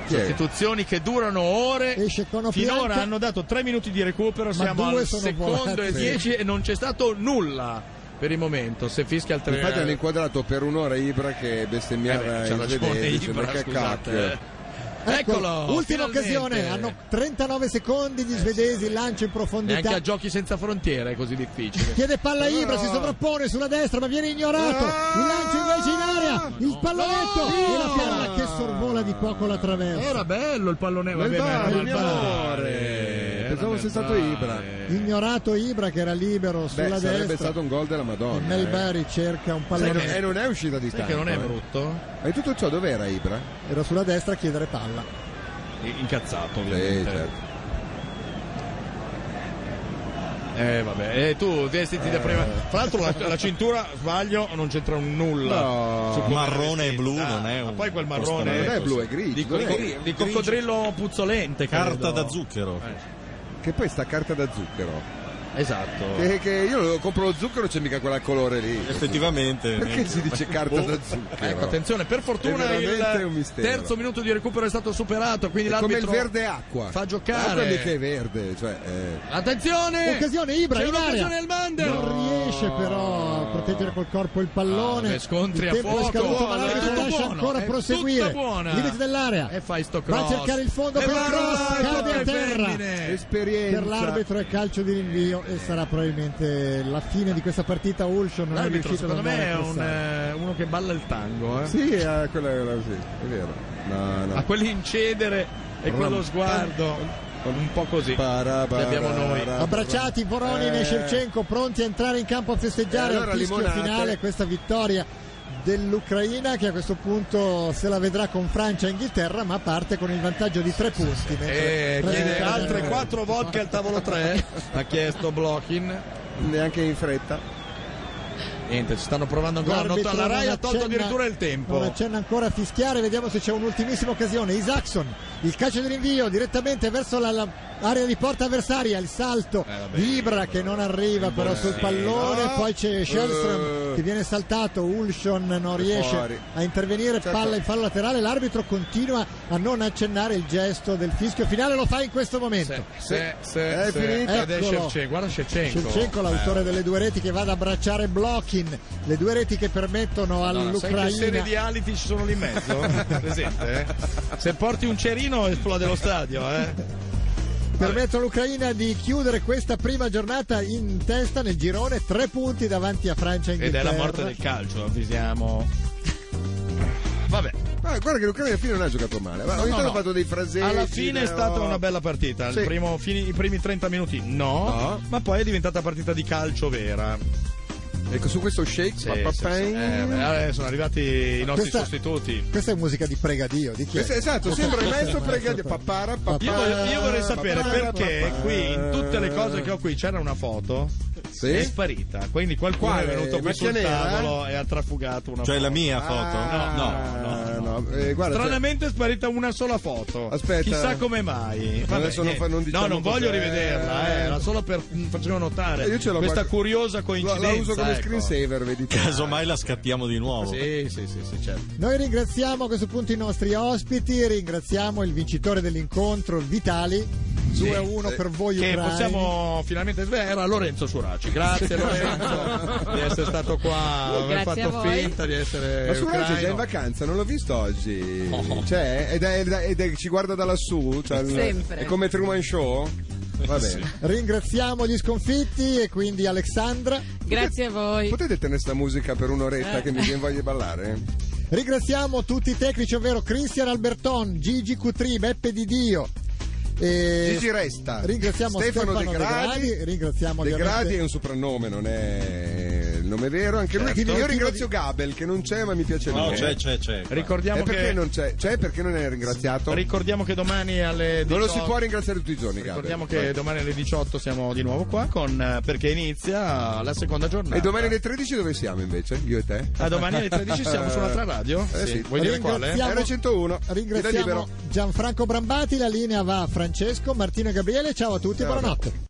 Speaker 4: Chi è?
Speaker 3: sostituzioni che durano ore.
Speaker 2: Esce
Speaker 3: Finora
Speaker 2: Conoplianca.
Speaker 3: hanno dato 3 minuti di recupero, siamo
Speaker 2: due
Speaker 3: al
Speaker 2: sono
Speaker 3: secondo
Speaker 2: volate.
Speaker 3: e 10 e non c'è stato nulla per il momento. Se fischia il tre-
Speaker 4: Infatti hanno inquadrato per un'ora Ibra che bestemmiava
Speaker 3: Eh, c'ha
Speaker 4: in
Speaker 3: ragione
Speaker 4: svedese,
Speaker 3: Ibra,
Speaker 4: ma che
Speaker 3: scusate. Eh,
Speaker 4: cacchio.
Speaker 3: Eccolo!
Speaker 2: Ecco, ultima
Speaker 3: finalmente. Eh,
Speaker 2: occasione, hanno 39 secondi gli svedesi, lancio in
Speaker 3: Neanche
Speaker 2: profondità.
Speaker 3: a giochi senza frontiere è così difficile.
Speaker 2: Chiede palla a Ibra, si sovrappone sulla destra ma viene ignorato. Il lancio invece in area, il pallonetto e la palla che sorvola di poco la traversa.
Speaker 3: Era bello il pallone,
Speaker 4: Ma il
Speaker 3: vabbè, ma Eh,
Speaker 4: VAR,
Speaker 3: era
Speaker 4: il mio
Speaker 3: VAR.
Speaker 4: Eh, amore.
Speaker 3: Era
Speaker 4: Pensavo
Speaker 3: nel
Speaker 4: sia stato
Speaker 3: VAR.
Speaker 4: Ibra.
Speaker 2: Ignorato Ibra che era libero
Speaker 4: Beh,
Speaker 2: sulla
Speaker 4: sarebbe
Speaker 2: destra.
Speaker 4: stato un gol della Madonna. eh.
Speaker 2: Melberry cerca un
Speaker 4: Sai che-
Speaker 2: pallone.
Speaker 4: E non è uscita di
Speaker 3: Sai
Speaker 4: tanto.
Speaker 3: che non è
Speaker 4: eh.
Speaker 3: brutto?
Speaker 4: Ma in tutto ciò dov'era Ibra?
Speaker 2: Era sulla destra a chiedere palla.
Speaker 3: Incazzato,
Speaker 4: Sì,
Speaker 3: ovviamente.
Speaker 4: certo.
Speaker 3: Eh, vabbè. E tu vestiti
Speaker 4: Eh.
Speaker 3: da prima. Fra l'altro, la, la cintura, sbaglio, non c'entra un nulla.
Speaker 4: No, Ah,
Speaker 3: Su come
Speaker 7: Cioè, marrone
Speaker 3: era vestita.
Speaker 7: e blu non è
Speaker 3: Ma
Speaker 7: un-
Speaker 3: poi quel
Speaker 4: Non
Speaker 3: marrone
Speaker 4: è blu, è grigio.
Speaker 3: di,
Speaker 4: dov'è?
Speaker 3: di- di coccodrillo puzzolente.
Speaker 7: Carta
Speaker 3: credo.
Speaker 7: da zucchero.
Speaker 4: Eh. Che poi sta carta da zucchero.
Speaker 3: Oh. Esatto.
Speaker 4: Che, che io lo- compro lo zucchero, c'è mica quella colore lì.
Speaker 7: Effettivamente.
Speaker 4: Perché
Speaker 7: neanche-
Speaker 4: si dice carta da zucchero?
Speaker 3: Ecco, attenzione, per fortuna
Speaker 4: È veramente un
Speaker 3: il
Speaker 4: mistero.
Speaker 3: terzo minuto di recupero è stato superato, quindi
Speaker 4: È come il
Speaker 3: l'arbitro
Speaker 4: verde acqua.
Speaker 3: fa
Speaker 4: Acqua
Speaker 3: giocare.
Speaker 4: mica è verde, cioè. eh.
Speaker 3: Attenzione!
Speaker 2: Occasione Ibra
Speaker 3: C'è
Speaker 2: in area.
Speaker 3: un'occasione al Mander.
Speaker 2: Non riesce però a proteggere col corpo il
Speaker 3: Ah,
Speaker 2: pallone.
Speaker 3: beh, scontri
Speaker 2: il
Speaker 3: a
Speaker 2: tempo
Speaker 3: fuoco,
Speaker 2: è scaduto, ma
Speaker 3: buono,
Speaker 2: l'arbitro
Speaker 3: è tutto
Speaker 2: lascia
Speaker 3: buono,
Speaker 2: ancora
Speaker 3: è
Speaker 2: proseguire.
Speaker 3: tutta buona.
Speaker 2: Limite dell'area.
Speaker 3: E fai sto
Speaker 2: Va
Speaker 3: cross.
Speaker 2: a cercare il fondo
Speaker 3: E
Speaker 2: per il
Speaker 3: va,
Speaker 2: cross, cade a
Speaker 3: vai,
Speaker 2: terra.
Speaker 3: femmine.
Speaker 4: Esperienza.
Speaker 2: Per l'arbitro è calcio di rinvio e sarà probabilmente la fine di questa partita. Ulsson non è
Speaker 3: L'arbitro
Speaker 2: riuscito ad
Speaker 3: secondo me
Speaker 2: andare
Speaker 3: è
Speaker 2: a
Speaker 3: un,
Speaker 2: pressare.
Speaker 3: eh, uno che balla il tango, eh.
Speaker 4: Sì, eh, quella era sì, è vero. No,
Speaker 3: A
Speaker 4: no.
Speaker 3: quell'incedere e
Speaker 4: Ram-
Speaker 3: quello sguardo un po' così.
Speaker 4: Para, para,
Speaker 3: Li abbiamo noi.
Speaker 4: para,
Speaker 2: Abbracciati Voronin e
Speaker 4: Eh.
Speaker 2: Shevchenko pronti a entrare in campo a festeggiare
Speaker 3: Eh,
Speaker 4: E allora
Speaker 2: al fischio
Speaker 4: limonate.
Speaker 2: finale questa vittoria dell'Ucraina che a questo punto se la vedrà con Francia e Inghilterra ma parte con il vantaggio di tre punti. mentre
Speaker 3: E
Speaker 2: tre
Speaker 3: Eh, chiede
Speaker 2: vittorie
Speaker 3: altre
Speaker 2: per-
Speaker 3: 4 vodka al tavolo 3, ha chiesto Blochin.
Speaker 4: Neanche in fretta.
Speaker 3: Niente, ci stanno provando ancora. hanno
Speaker 2: L'arbitro
Speaker 3: to- La Rai
Speaker 2: non
Speaker 3: ha tolto
Speaker 2: accenna-
Speaker 3: addirittura il tempo.
Speaker 2: Non accenna ancora a fischiare, vediamo se c'è un'ultimissima occasione. Isaacson, il calcio di rinvio direttamente verso la, la Area di porta avversaria, il salto
Speaker 3: Eh, vabbè,
Speaker 2: di Ibra che non arriva però sul
Speaker 3: sì.
Speaker 2: pallone,
Speaker 3: Ah.
Speaker 2: poi c'è Shellstrom
Speaker 3: Eh.
Speaker 2: che viene saltato, Ulshon non riesce
Speaker 3: fuori.
Speaker 2: a intervenire,
Speaker 3: Certo.
Speaker 2: palla in fallo laterale, l'arbitro continua a non accennare il gesto del fischio finale, lo fa in questo momento.
Speaker 3: Se, se,
Speaker 2: È
Speaker 3: se-
Speaker 2: finita.
Speaker 3: ed è
Speaker 2: Eccolo.
Speaker 3: Shevchenko, guarda Shevchenko.
Speaker 2: Shevchenko, l'autore delle due reti che va ad abbracciare Blochin, le due reti che permettono
Speaker 3: Allora, sai che serie
Speaker 2: all'Ucraina
Speaker 3: di aliti ci sono lì in mezzo? Presente, eh? Se porti un cerino esplode lo stadio, eh?
Speaker 2: permettono all'Ucraina di chiudere questa prima giornata in testa nel girone, tre punti davanti a Francia e
Speaker 3: Ed
Speaker 2: Inghilterra.
Speaker 3: è la morte del calcio, avvisiamo. Vabbè.
Speaker 4: Ah, guarda che l'Ucraina alla fine non ha giocato male. Ma
Speaker 3: No,
Speaker 4: ogni
Speaker 3: no,
Speaker 4: tanto
Speaker 3: no.
Speaker 4: ha fatto dei fraseggi.
Speaker 3: Alla fine è
Speaker 4: no.
Speaker 3: stata una bella partita. il
Speaker 4: Sì.
Speaker 3: primo- fini- I primi 30 minuti no,
Speaker 4: No.
Speaker 3: ma poi è diventata partita di calcio vera.
Speaker 4: Ecco, su questo shake,
Speaker 3: Sì,
Speaker 4: pa- pa-
Speaker 3: sì, sì.
Speaker 4: pa-
Speaker 3: Eh, beh, eh, sono arrivati i nostri
Speaker 2: Questa-
Speaker 3: sostituti.
Speaker 2: Questa è musica di pregadio, di chi? è?
Speaker 4: Questo- esatto, sembra il maestro
Speaker 2: Questa è
Speaker 4: pregadio. Papara, papara,
Speaker 3: Io, voglio- io vorrei sapere
Speaker 4: papara,
Speaker 3: perché
Speaker 4: papara.
Speaker 3: qui in tutte le cose che ho qui c'era una foto
Speaker 4: Sì?
Speaker 3: è sparita. Quindi qualcuno
Speaker 4: Quale?
Speaker 3: è venuto qui sul
Speaker 4: Macchia Eh, nera?
Speaker 3: tavolo e ha trafugato una
Speaker 7: Cioè
Speaker 3: foto.
Speaker 7: la mia foto?
Speaker 4: Ah,
Speaker 7: No, no.
Speaker 4: no, no. Eh, guarda, cioè,
Speaker 3: Stranamente è sparita una sola foto.
Speaker 4: Aspetta.
Speaker 3: Chissà come mai.
Speaker 4: Adesso non fa- non diciamo
Speaker 3: no, non
Speaker 4: cos'è.
Speaker 3: voglio rivederla. Eh. Era solo per mm, facevo notare
Speaker 4: Eh, io ce l'ho
Speaker 3: questa
Speaker 4: quasi-
Speaker 3: curiosa
Speaker 4: la,
Speaker 3: coincidenza.
Speaker 4: la uso come
Speaker 3: ecco.
Speaker 4: screensaver, vedi. te.
Speaker 7: Casomai la scattiamo di nuovo.
Speaker 3: Sì, sì, sì, sì, certo.
Speaker 2: Noi ringraziamo a questo punto i nostri ospiti, ringraziamo il vincitore dell'incontro, il Vitali, 2-1 per voi
Speaker 3: Che
Speaker 2: ucraini.
Speaker 3: possiamo finalmente svelare Lorenzo Suraci. Grazie Lorenzo di essere stato qua, aver
Speaker 9: Grazie a
Speaker 3: fatto
Speaker 9: voi.
Speaker 3: finta di essere
Speaker 4: Ma su Raggio è già in
Speaker 3: ucraino.
Speaker 4: vacanza, non l'ho visto oggi. Cioè, ed è- ed è- ed è- ci guarda da lassù. Cioè, il-
Speaker 11: Sempre.
Speaker 4: È come Truman Show. Va bene.
Speaker 2: Ringraziamo gli sconfitti e quindi Alexandra.
Speaker 9: Grazie a voi.
Speaker 4: Potete tenere sta musica per un'oretta che mi viene voglia di ballare?
Speaker 2: Ringraziamo tutti i tecnici, ovvero Cristian Alberton, Gigi Cutri, Beppe Di Dio. E
Speaker 4: Gigi Resta.
Speaker 2: Ringraziamo Stefano,
Speaker 4: Stefano, De Gradi.
Speaker 2: ringraziamo
Speaker 4: De
Speaker 2: ovviamente-
Speaker 4: Gradi è un soprannome, non è il nome vero. Anche lui.
Speaker 2: Certo.
Speaker 4: Quindi Io ringrazio Gabel che non c'è, ma mi piace
Speaker 7: No,
Speaker 4: lui.
Speaker 7: c'è, c'è, c'è.
Speaker 4: E
Speaker 3: Ricordiamo
Speaker 4: Eh, perché
Speaker 3: cioè, diciamo che
Speaker 4: non c'è? C'è perché non è ringraziato?
Speaker 3: ricordiamo che domani alle 18
Speaker 4: Non lo si può ringraziare tutti i giorni, Gabel.
Speaker 3: Ricordiamo che domani alle 18 siamo di nuovo qua con, eh, perché inizia la seconda giornata.
Speaker 4: E domani alle 13 dove siamo invece? Io e te?
Speaker 3: A domani alle 13 siamo sull'altra radio?
Speaker 4: Eh sì.
Speaker 3: Vuoi dire quale?
Speaker 2: Ringraziamo-
Speaker 4: Era 101. Ti dai
Speaker 2: Ringraziamo
Speaker 4: libero.
Speaker 2: Gianfranco Brambati, la linea va a Francesco, Martino e Gabriele. Ciao a tutti e
Speaker 4: Ciao.
Speaker 2: buonanotte.